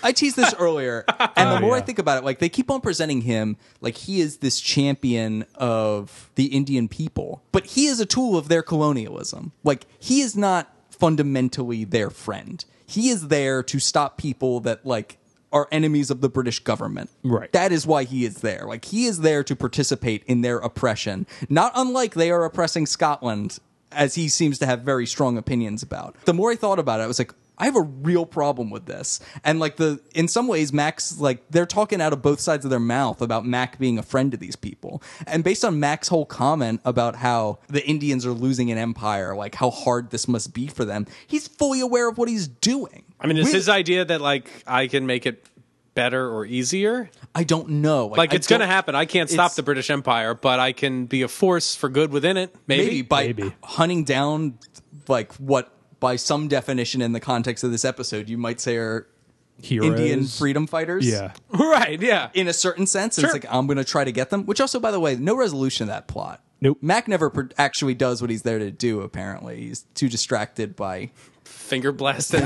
[SPEAKER 6] I teased this
[SPEAKER 7] *laughs*
[SPEAKER 6] earlier, and the more I
[SPEAKER 7] Oh, yeah.
[SPEAKER 6] think about it, like they keep on presenting him like he is this champion of the Indian people, but he is a tool of their colonialism. Like he is not fundamentally their friend. He is there to stop people that like are enemies of the British government.
[SPEAKER 7] Right.
[SPEAKER 6] That is why he is there. Like he is there to participate in their oppression, not unlike they are oppressing Scotland, as he seems to have very strong opinions about. The more I thought about it, I was like, I have a real problem with this. And like the in some ways Max like they're talking out of both sides of their mouth about Mac being a friend to these people. And based on Mac's whole comment about how the Indians are losing an empire, like how hard this must be for them, he's fully aware of what he's doing.
[SPEAKER 5] I mean, it's his idea that like I can make it better or easier.
[SPEAKER 6] I don't know.
[SPEAKER 5] Like
[SPEAKER 6] I
[SPEAKER 5] it's going to
[SPEAKER 6] don't-
[SPEAKER 5] happen. I can't stop
[SPEAKER 6] it's-
[SPEAKER 5] the British Empire, but I can be a force for good within it. Maybe.
[SPEAKER 6] maybe by
[SPEAKER 7] Maybe.
[SPEAKER 6] hunting down like what by some definition in the context of this episode you might say are
[SPEAKER 7] Heroes.
[SPEAKER 6] Indian freedom fighters.
[SPEAKER 7] Yeah.
[SPEAKER 5] *laughs* right? Yeah.
[SPEAKER 6] In a certain sense, it's
[SPEAKER 5] Sure.
[SPEAKER 6] like I'm going to try to get them. Which also, by the way, no resolution to that plot.
[SPEAKER 7] Nope.
[SPEAKER 6] Mac never pr- actually does what he's there to do. Apparently, he's too distracted
[SPEAKER 7] *laughs*
[SPEAKER 6] by.
[SPEAKER 5] Finger blasting.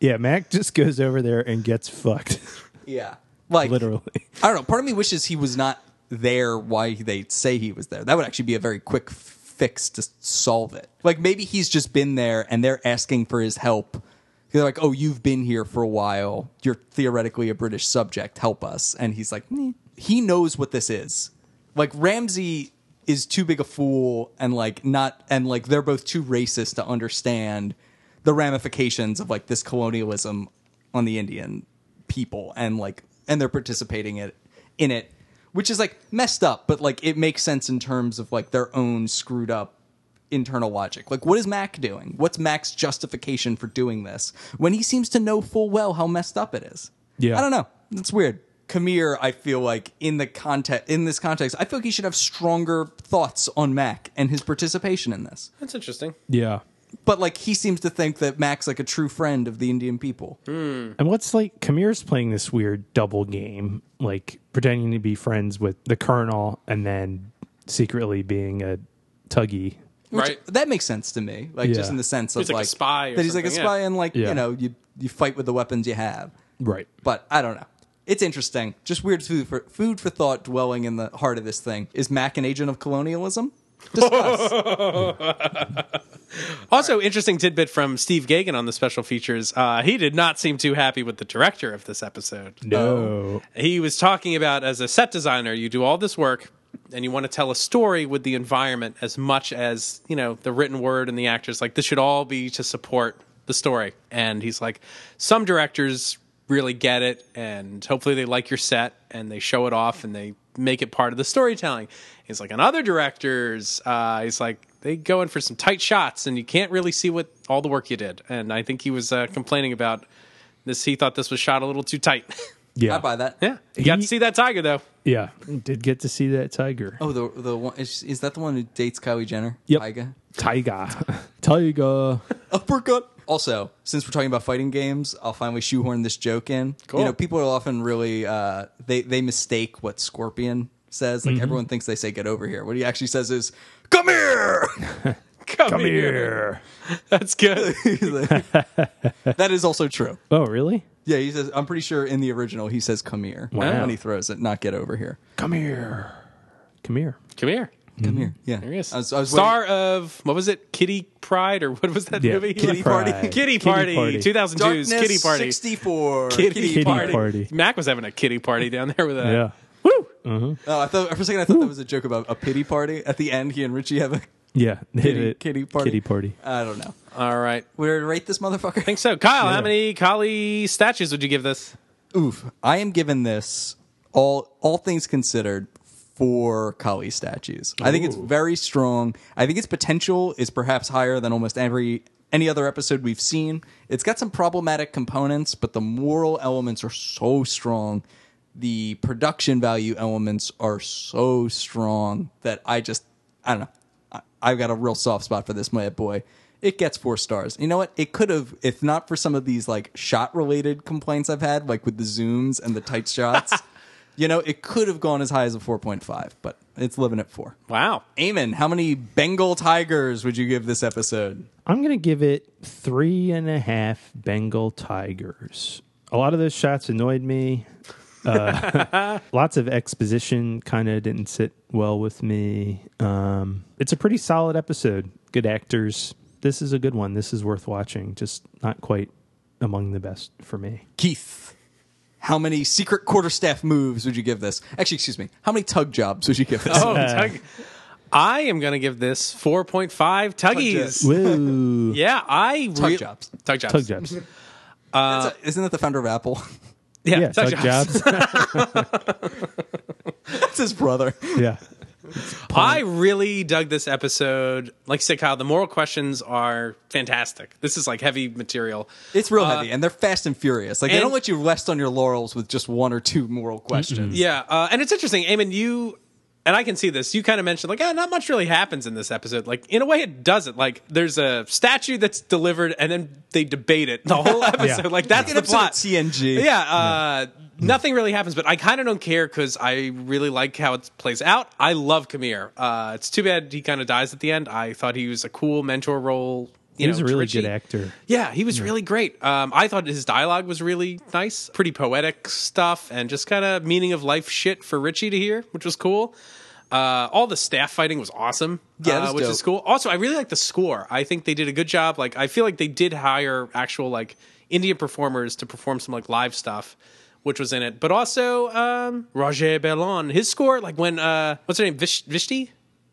[SPEAKER 7] Yeah, Mac just goes over there and gets fucked. *laughs*
[SPEAKER 6] Yeah, like
[SPEAKER 7] Literally.
[SPEAKER 6] I don't know. Part of me wishes he was not there. Why they say he was there? That would actually be a very quick f- fix to s- solve it. Like maybe he's just been there and they're asking for his help. They're like, "Oh, you've been here for a while. You're theoretically a British subject. Help us." And he's like, "Meh." "He knows what this is." Like Ramsey is too big a fool and like not and like they're both too racist to understand the ramifications of like this colonialism on the Indian people and like and they're participating it in it which is like messed up but like it makes sense in terms of like their own screwed up internal logic like what is mac doing what's mac's justification for doing this when he seems to know full well how messed up it is
[SPEAKER 7] Yeah.
[SPEAKER 6] i don't know it's weird Kamir, I feel like in the context in this context, I feel like he should have stronger thoughts on Mac and his participation in this.
[SPEAKER 5] That's interesting.
[SPEAKER 7] Yeah.
[SPEAKER 6] But like he seems to think that Mac's like a true friend of the Indian people.
[SPEAKER 7] And what's like Kamir's playing this weird double game, like pretending to be friends with the colonel and then secretly being a tuggy.
[SPEAKER 6] Which-
[SPEAKER 5] Right.
[SPEAKER 6] That makes sense to me. Like just
[SPEAKER 7] Yeah.
[SPEAKER 6] in the sense of
[SPEAKER 5] He's like a spy or
[SPEAKER 6] that he's like a
[SPEAKER 5] something,
[SPEAKER 6] spy
[SPEAKER 5] yeah.
[SPEAKER 6] and like
[SPEAKER 7] Yeah.
[SPEAKER 6] you know you you fight with the weapons you have.
[SPEAKER 7] Right.
[SPEAKER 6] But I don't know. It's interesting. Just weird food for food for thought dwelling in the heart of this thing. Is Mac an agent
[SPEAKER 5] *laughs*
[SPEAKER 6] of colonialism? Discuss.
[SPEAKER 5] Also, interesting tidbit from Steve Gagan on the special features. Uh, he did not seem too happy with the director of this episode.
[SPEAKER 7] No.
[SPEAKER 5] He was talking about as a set designer, you do all this work and you want to tell a story with the environment as much as, you know, the written word and the actors. Like, this should all be to support the story. And he's like, some directors really get it and hopefully they like your set and they show it off and they make it part of the storytelling. He's like, and other directors, uh, he's like, they go in for some tight shots and you can't really see what all the work you did. And I think he was uh, complaining about this. He thought this was shot a little too tight. *laughs*
[SPEAKER 7] Yeah.
[SPEAKER 6] I buy that.
[SPEAKER 5] Yeah. You got to
[SPEAKER 7] He-
[SPEAKER 5] see that tiger, though. *laughs*
[SPEAKER 7] Yeah. Did get to see that tiger.
[SPEAKER 6] Oh, the the one is, is that the one who dates Kylie Jenner?
[SPEAKER 7] Yep.
[SPEAKER 6] Tyga?
[SPEAKER 7] Tiger. *laughs* Tiger.
[SPEAKER 6] Uppercut. Also, since we're talking about fighting games, I'll finally shoehorn this joke in. You know, people are often really uh, they they mistake what Scorpion says.
[SPEAKER 5] Mm-hmm.
[SPEAKER 6] Like everyone thinks they say "get over here." What he actually says is "come here." *laughs*
[SPEAKER 5] Come,
[SPEAKER 7] Come here.
[SPEAKER 5] That's good.
[SPEAKER 6] that is also true.
[SPEAKER 7] Oh, really?
[SPEAKER 6] Yeah, he says. I'm pretty sure in the original he says "come here"
[SPEAKER 7] Wow.
[SPEAKER 6] when he throws it, not "get over here."
[SPEAKER 7] Come here. Come here.
[SPEAKER 5] Come here.
[SPEAKER 6] Come here. Yeah,
[SPEAKER 5] Mm-hmm. There he is.
[SPEAKER 6] I was, I was
[SPEAKER 5] Star of, what was it? Kitty Pride, or what was that
[SPEAKER 7] Yeah,
[SPEAKER 5] movie?
[SPEAKER 7] Kitty
[SPEAKER 6] Party.
[SPEAKER 5] *laughs*
[SPEAKER 7] Pryde.
[SPEAKER 5] Kitty Party.
[SPEAKER 6] waiting.
[SPEAKER 5] 2002's
[SPEAKER 6] Darkness
[SPEAKER 5] Kitty Party.
[SPEAKER 6] 64.
[SPEAKER 7] Kitty Party.
[SPEAKER 5] Mac was having a kitty party down there with a.
[SPEAKER 7] Yeah.
[SPEAKER 5] Woo!
[SPEAKER 6] Oh, I thought for a second I thought that was a joke about a pity party. At the end, he and Richie have a
[SPEAKER 7] Yeah. They
[SPEAKER 6] kitty,
[SPEAKER 7] did it.
[SPEAKER 6] kitty party.
[SPEAKER 7] Kitty party.
[SPEAKER 6] I don't know.
[SPEAKER 5] All right.
[SPEAKER 6] We're to rate this motherfucker.
[SPEAKER 5] think so. Kyle,
[SPEAKER 7] Yeah.
[SPEAKER 5] how many Kali statues would you give this?
[SPEAKER 6] Oof. I am giving this all all things considered four Kali statues. I think it's very strong. I think its potential is perhaps higher than almost every any other episode we've seen. It's got some problematic components, but the moral elements are so strong. The production value elements are so strong that I just I don't know. I, I've got a real soft spot for this my boy. It gets four stars. You know what? It could have, if not for some of these like shot related complaints I've had, like with the zooms and the tight shots, You know, it could have gone as high as a 4.5, but it's living at 4.
[SPEAKER 5] Wow.
[SPEAKER 6] Eamon, how many Bengal Tigers would you give this episode?
[SPEAKER 7] I'm going to give it three and a half Bengal Tigers. A lot of those shots annoyed me.
[SPEAKER 5] *laughs*
[SPEAKER 7] Uh, lots of exposition kind of didn't sit well with me. Um, it's a pretty solid episode. Good actors. This is a good one. This is worth watching. Just not quite among the best
[SPEAKER 5] *laughs*
[SPEAKER 7] for me.
[SPEAKER 6] Keith, how many secret quarterstaff moves would you give this? Actually, excuse me, how many tug jobs would you give this?
[SPEAKER 5] Oh, *laughs* tug. I am going to give this 4.5 tuggies.
[SPEAKER 7] Woo.
[SPEAKER 5] Yeah, I
[SPEAKER 6] Tug
[SPEAKER 5] rea-
[SPEAKER 6] jobs.
[SPEAKER 5] Tug jobs.
[SPEAKER 7] Tug jobs.
[SPEAKER 6] That's a- isn't that the founder of Apple? *laughs*
[SPEAKER 5] Yeah,
[SPEAKER 7] Yeah,
[SPEAKER 5] tug,
[SPEAKER 7] tug
[SPEAKER 5] jobs.
[SPEAKER 7] jobs.
[SPEAKER 6] That's his brother.
[SPEAKER 7] yeah.
[SPEAKER 5] I really dug this episode. Like I said, Kyle, the moral questions are fantastic. This is like heavy material.
[SPEAKER 6] It's real heavy, and they're fast and furious. Like
[SPEAKER 5] Uh,
[SPEAKER 6] they
[SPEAKER 5] and- Mm-hmm.
[SPEAKER 6] don't let you rest on your laurels with just one or two moral questions.
[SPEAKER 5] Yeah, uh, and it's interesting, Eamon, you and I can see this. You kind of mentioned like, ah, not much really happens in this episode. Like in a way, it doesn't. Like there's a statue that's delivered, and then they debate it the whole episode. Like that's
[SPEAKER 6] An
[SPEAKER 5] the
[SPEAKER 6] episode
[SPEAKER 5] plot.
[SPEAKER 6] at CNG.
[SPEAKER 5] Yeah. Uh, Nothing really happens, but I kind of don't care because I really like how it plays out. I love Kamir. Uh, it's too bad he kind of dies at the end. I thought he was a cool mentor role. You
[SPEAKER 7] He was
[SPEAKER 5] know,
[SPEAKER 7] a
[SPEAKER 5] to
[SPEAKER 7] really
[SPEAKER 5] Richie.
[SPEAKER 7] good actor.
[SPEAKER 5] Yeah, he was really great. Um, I thought his dialogue was really nice, pretty poetic stuff, and just kind of meaning of life shit for Richie to hear, which was cool. Uh, all the staff fighting was awesome, uh,
[SPEAKER 6] Yeah, it was
[SPEAKER 5] which
[SPEAKER 6] dope.
[SPEAKER 5] is cool. Also, I really like the score. I think they did a good job. Like, I feel like they did hire actual like Indian performers to perform some like live stuff, which was in it. But also, um, Roger Bellon, his score, like when uh, what's her name, Vish- Vishti.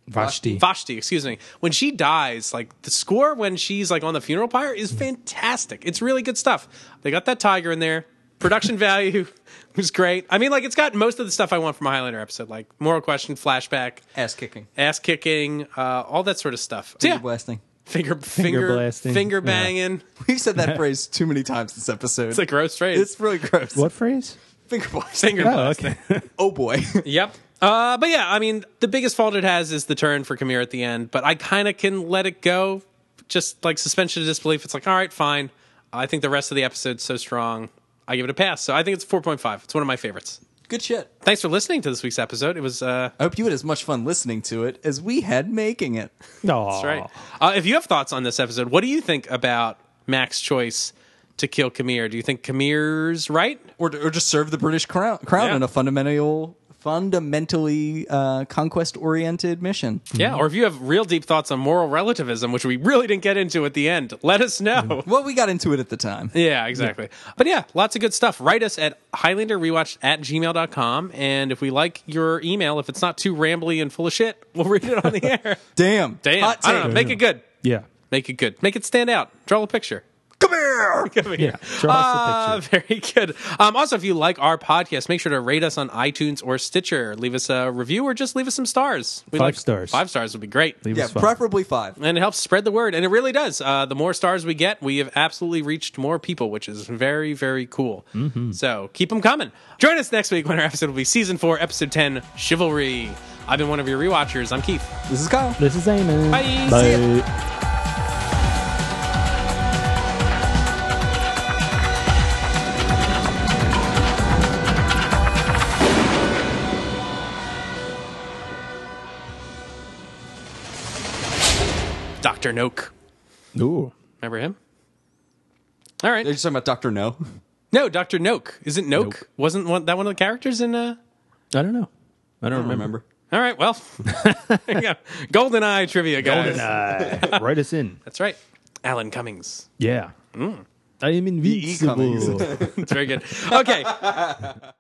[SPEAKER 7] Vashti.
[SPEAKER 5] Vashti, excuse me. When she dies, like the score when she's like on the funeral pyre is fantastic. It's really good stuff. They got that tiger in there. Production value *laughs* was great. I mean, like it's got most of the stuff I want from a Highlander episode, like moral question, flashback,
[SPEAKER 6] Ass kicking.
[SPEAKER 5] ass kicking, uh, all that sort of stuff. So, yeah,
[SPEAKER 6] Blasting.
[SPEAKER 5] finger finger
[SPEAKER 7] blasting.
[SPEAKER 5] finger
[SPEAKER 7] Yeah.
[SPEAKER 5] banging.
[SPEAKER 6] We've said
[SPEAKER 5] *laughs*
[SPEAKER 6] that phrase too many times this episode.
[SPEAKER 5] It's a gross phrase.
[SPEAKER 6] It's really gross.
[SPEAKER 7] What phrase?
[SPEAKER 6] Finger blasting.
[SPEAKER 5] finger
[SPEAKER 7] Oh,
[SPEAKER 5] blasting.
[SPEAKER 7] okay.
[SPEAKER 6] Oh boy. *laughs*
[SPEAKER 5] Yep. Uh, but yeah, I mean, the biggest fault it has is the turn for Kamir at the end, but I kind of can let it go. Just like suspension of disbelief. It's like, all right, fine. I think the rest of the episode's so strong. I give it a pass. So I think it's 4.5. It's one of my favorites.
[SPEAKER 6] Good shit.
[SPEAKER 5] Thanks for listening to this week's episode. It was, uh,
[SPEAKER 6] I hope you had as much fun listening to it as we had making it.
[SPEAKER 7] No.
[SPEAKER 5] that's right. Uh, if you have thoughts on this episode, what do you think about Mac's choice to kill Kamir? Do you think Kamir's right?
[SPEAKER 6] Or, or just serve the British crown, crown
[SPEAKER 5] Yeah.
[SPEAKER 6] in a fundamental, fundamentally uh, conquest oriented mission.
[SPEAKER 5] Yeah. Or if you have real deep thoughts on moral relativism, which we really didn't get into at the end, let us know.
[SPEAKER 6] Well, we got into it at the time.
[SPEAKER 5] Yeah, exactly. But yeah, lots of good stuff. Write us at highlanderrewatch at gmail.com. And if we like your email, if it's not too rambly and full of shit, we'll read it *laughs* on the air.
[SPEAKER 6] Damn.
[SPEAKER 5] Damn.
[SPEAKER 6] Hot
[SPEAKER 5] I don't
[SPEAKER 6] take.
[SPEAKER 5] know. Make it good.
[SPEAKER 7] Yeah.
[SPEAKER 5] Make it good. Make it stand out. Draw a *laughs* picture.
[SPEAKER 6] Come
[SPEAKER 5] *laughs*
[SPEAKER 6] here.
[SPEAKER 7] Yeah. Draw us a
[SPEAKER 5] Uh,
[SPEAKER 7] picture.
[SPEAKER 5] very good. Um, also, if you like our podcast, make sure to rate us on iTunes or Stitcher. Leave us a review or just leave us some stars. We
[SPEAKER 7] Five
[SPEAKER 5] like-
[SPEAKER 7] stars.
[SPEAKER 5] Five stars would be great.
[SPEAKER 7] Leave
[SPEAKER 6] Yeah,
[SPEAKER 7] us five.
[SPEAKER 6] preferably five.
[SPEAKER 5] and it helps spread the word and it really does uh, the more stars we get we have absolutely reached more people which is very very cool so keep them coming join us next week when our episode will be season 4 episode 10 chivalry i've been one of your rewatchers i'm keith
[SPEAKER 6] This
[SPEAKER 5] *laughs*
[SPEAKER 6] is Kyle.
[SPEAKER 7] This is Eamon.
[SPEAKER 5] Bye.
[SPEAKER 7] Bye.
[SPEAKER 5] See dr noak
[SPEAKER 7] Ooh.
[SPEAKER 5] remember him all right
[SPEAKER 6] Are you talking about Dr. No?
[SPEAKER 5] no dr noak isn't noak wasn't one, that one of the characters in uh
[SPEAKER 7] I don't know. I don't,
[SPEAKER 6] I remember.
[SPEAKER 5] all right well *laughs* there you go. golden eye trivia guys
[SPEAKER 7] Uh, *laughs* write us in. Hmm.
[SPEAKER 5] that's right alan cummings
[SPEAKER 7] *laughs* Yeah. I am
[SPEAKER 6] E. Cummings.
[SPEAKER 7] invincible.
[SPEAKER 5] It's very good. Okay.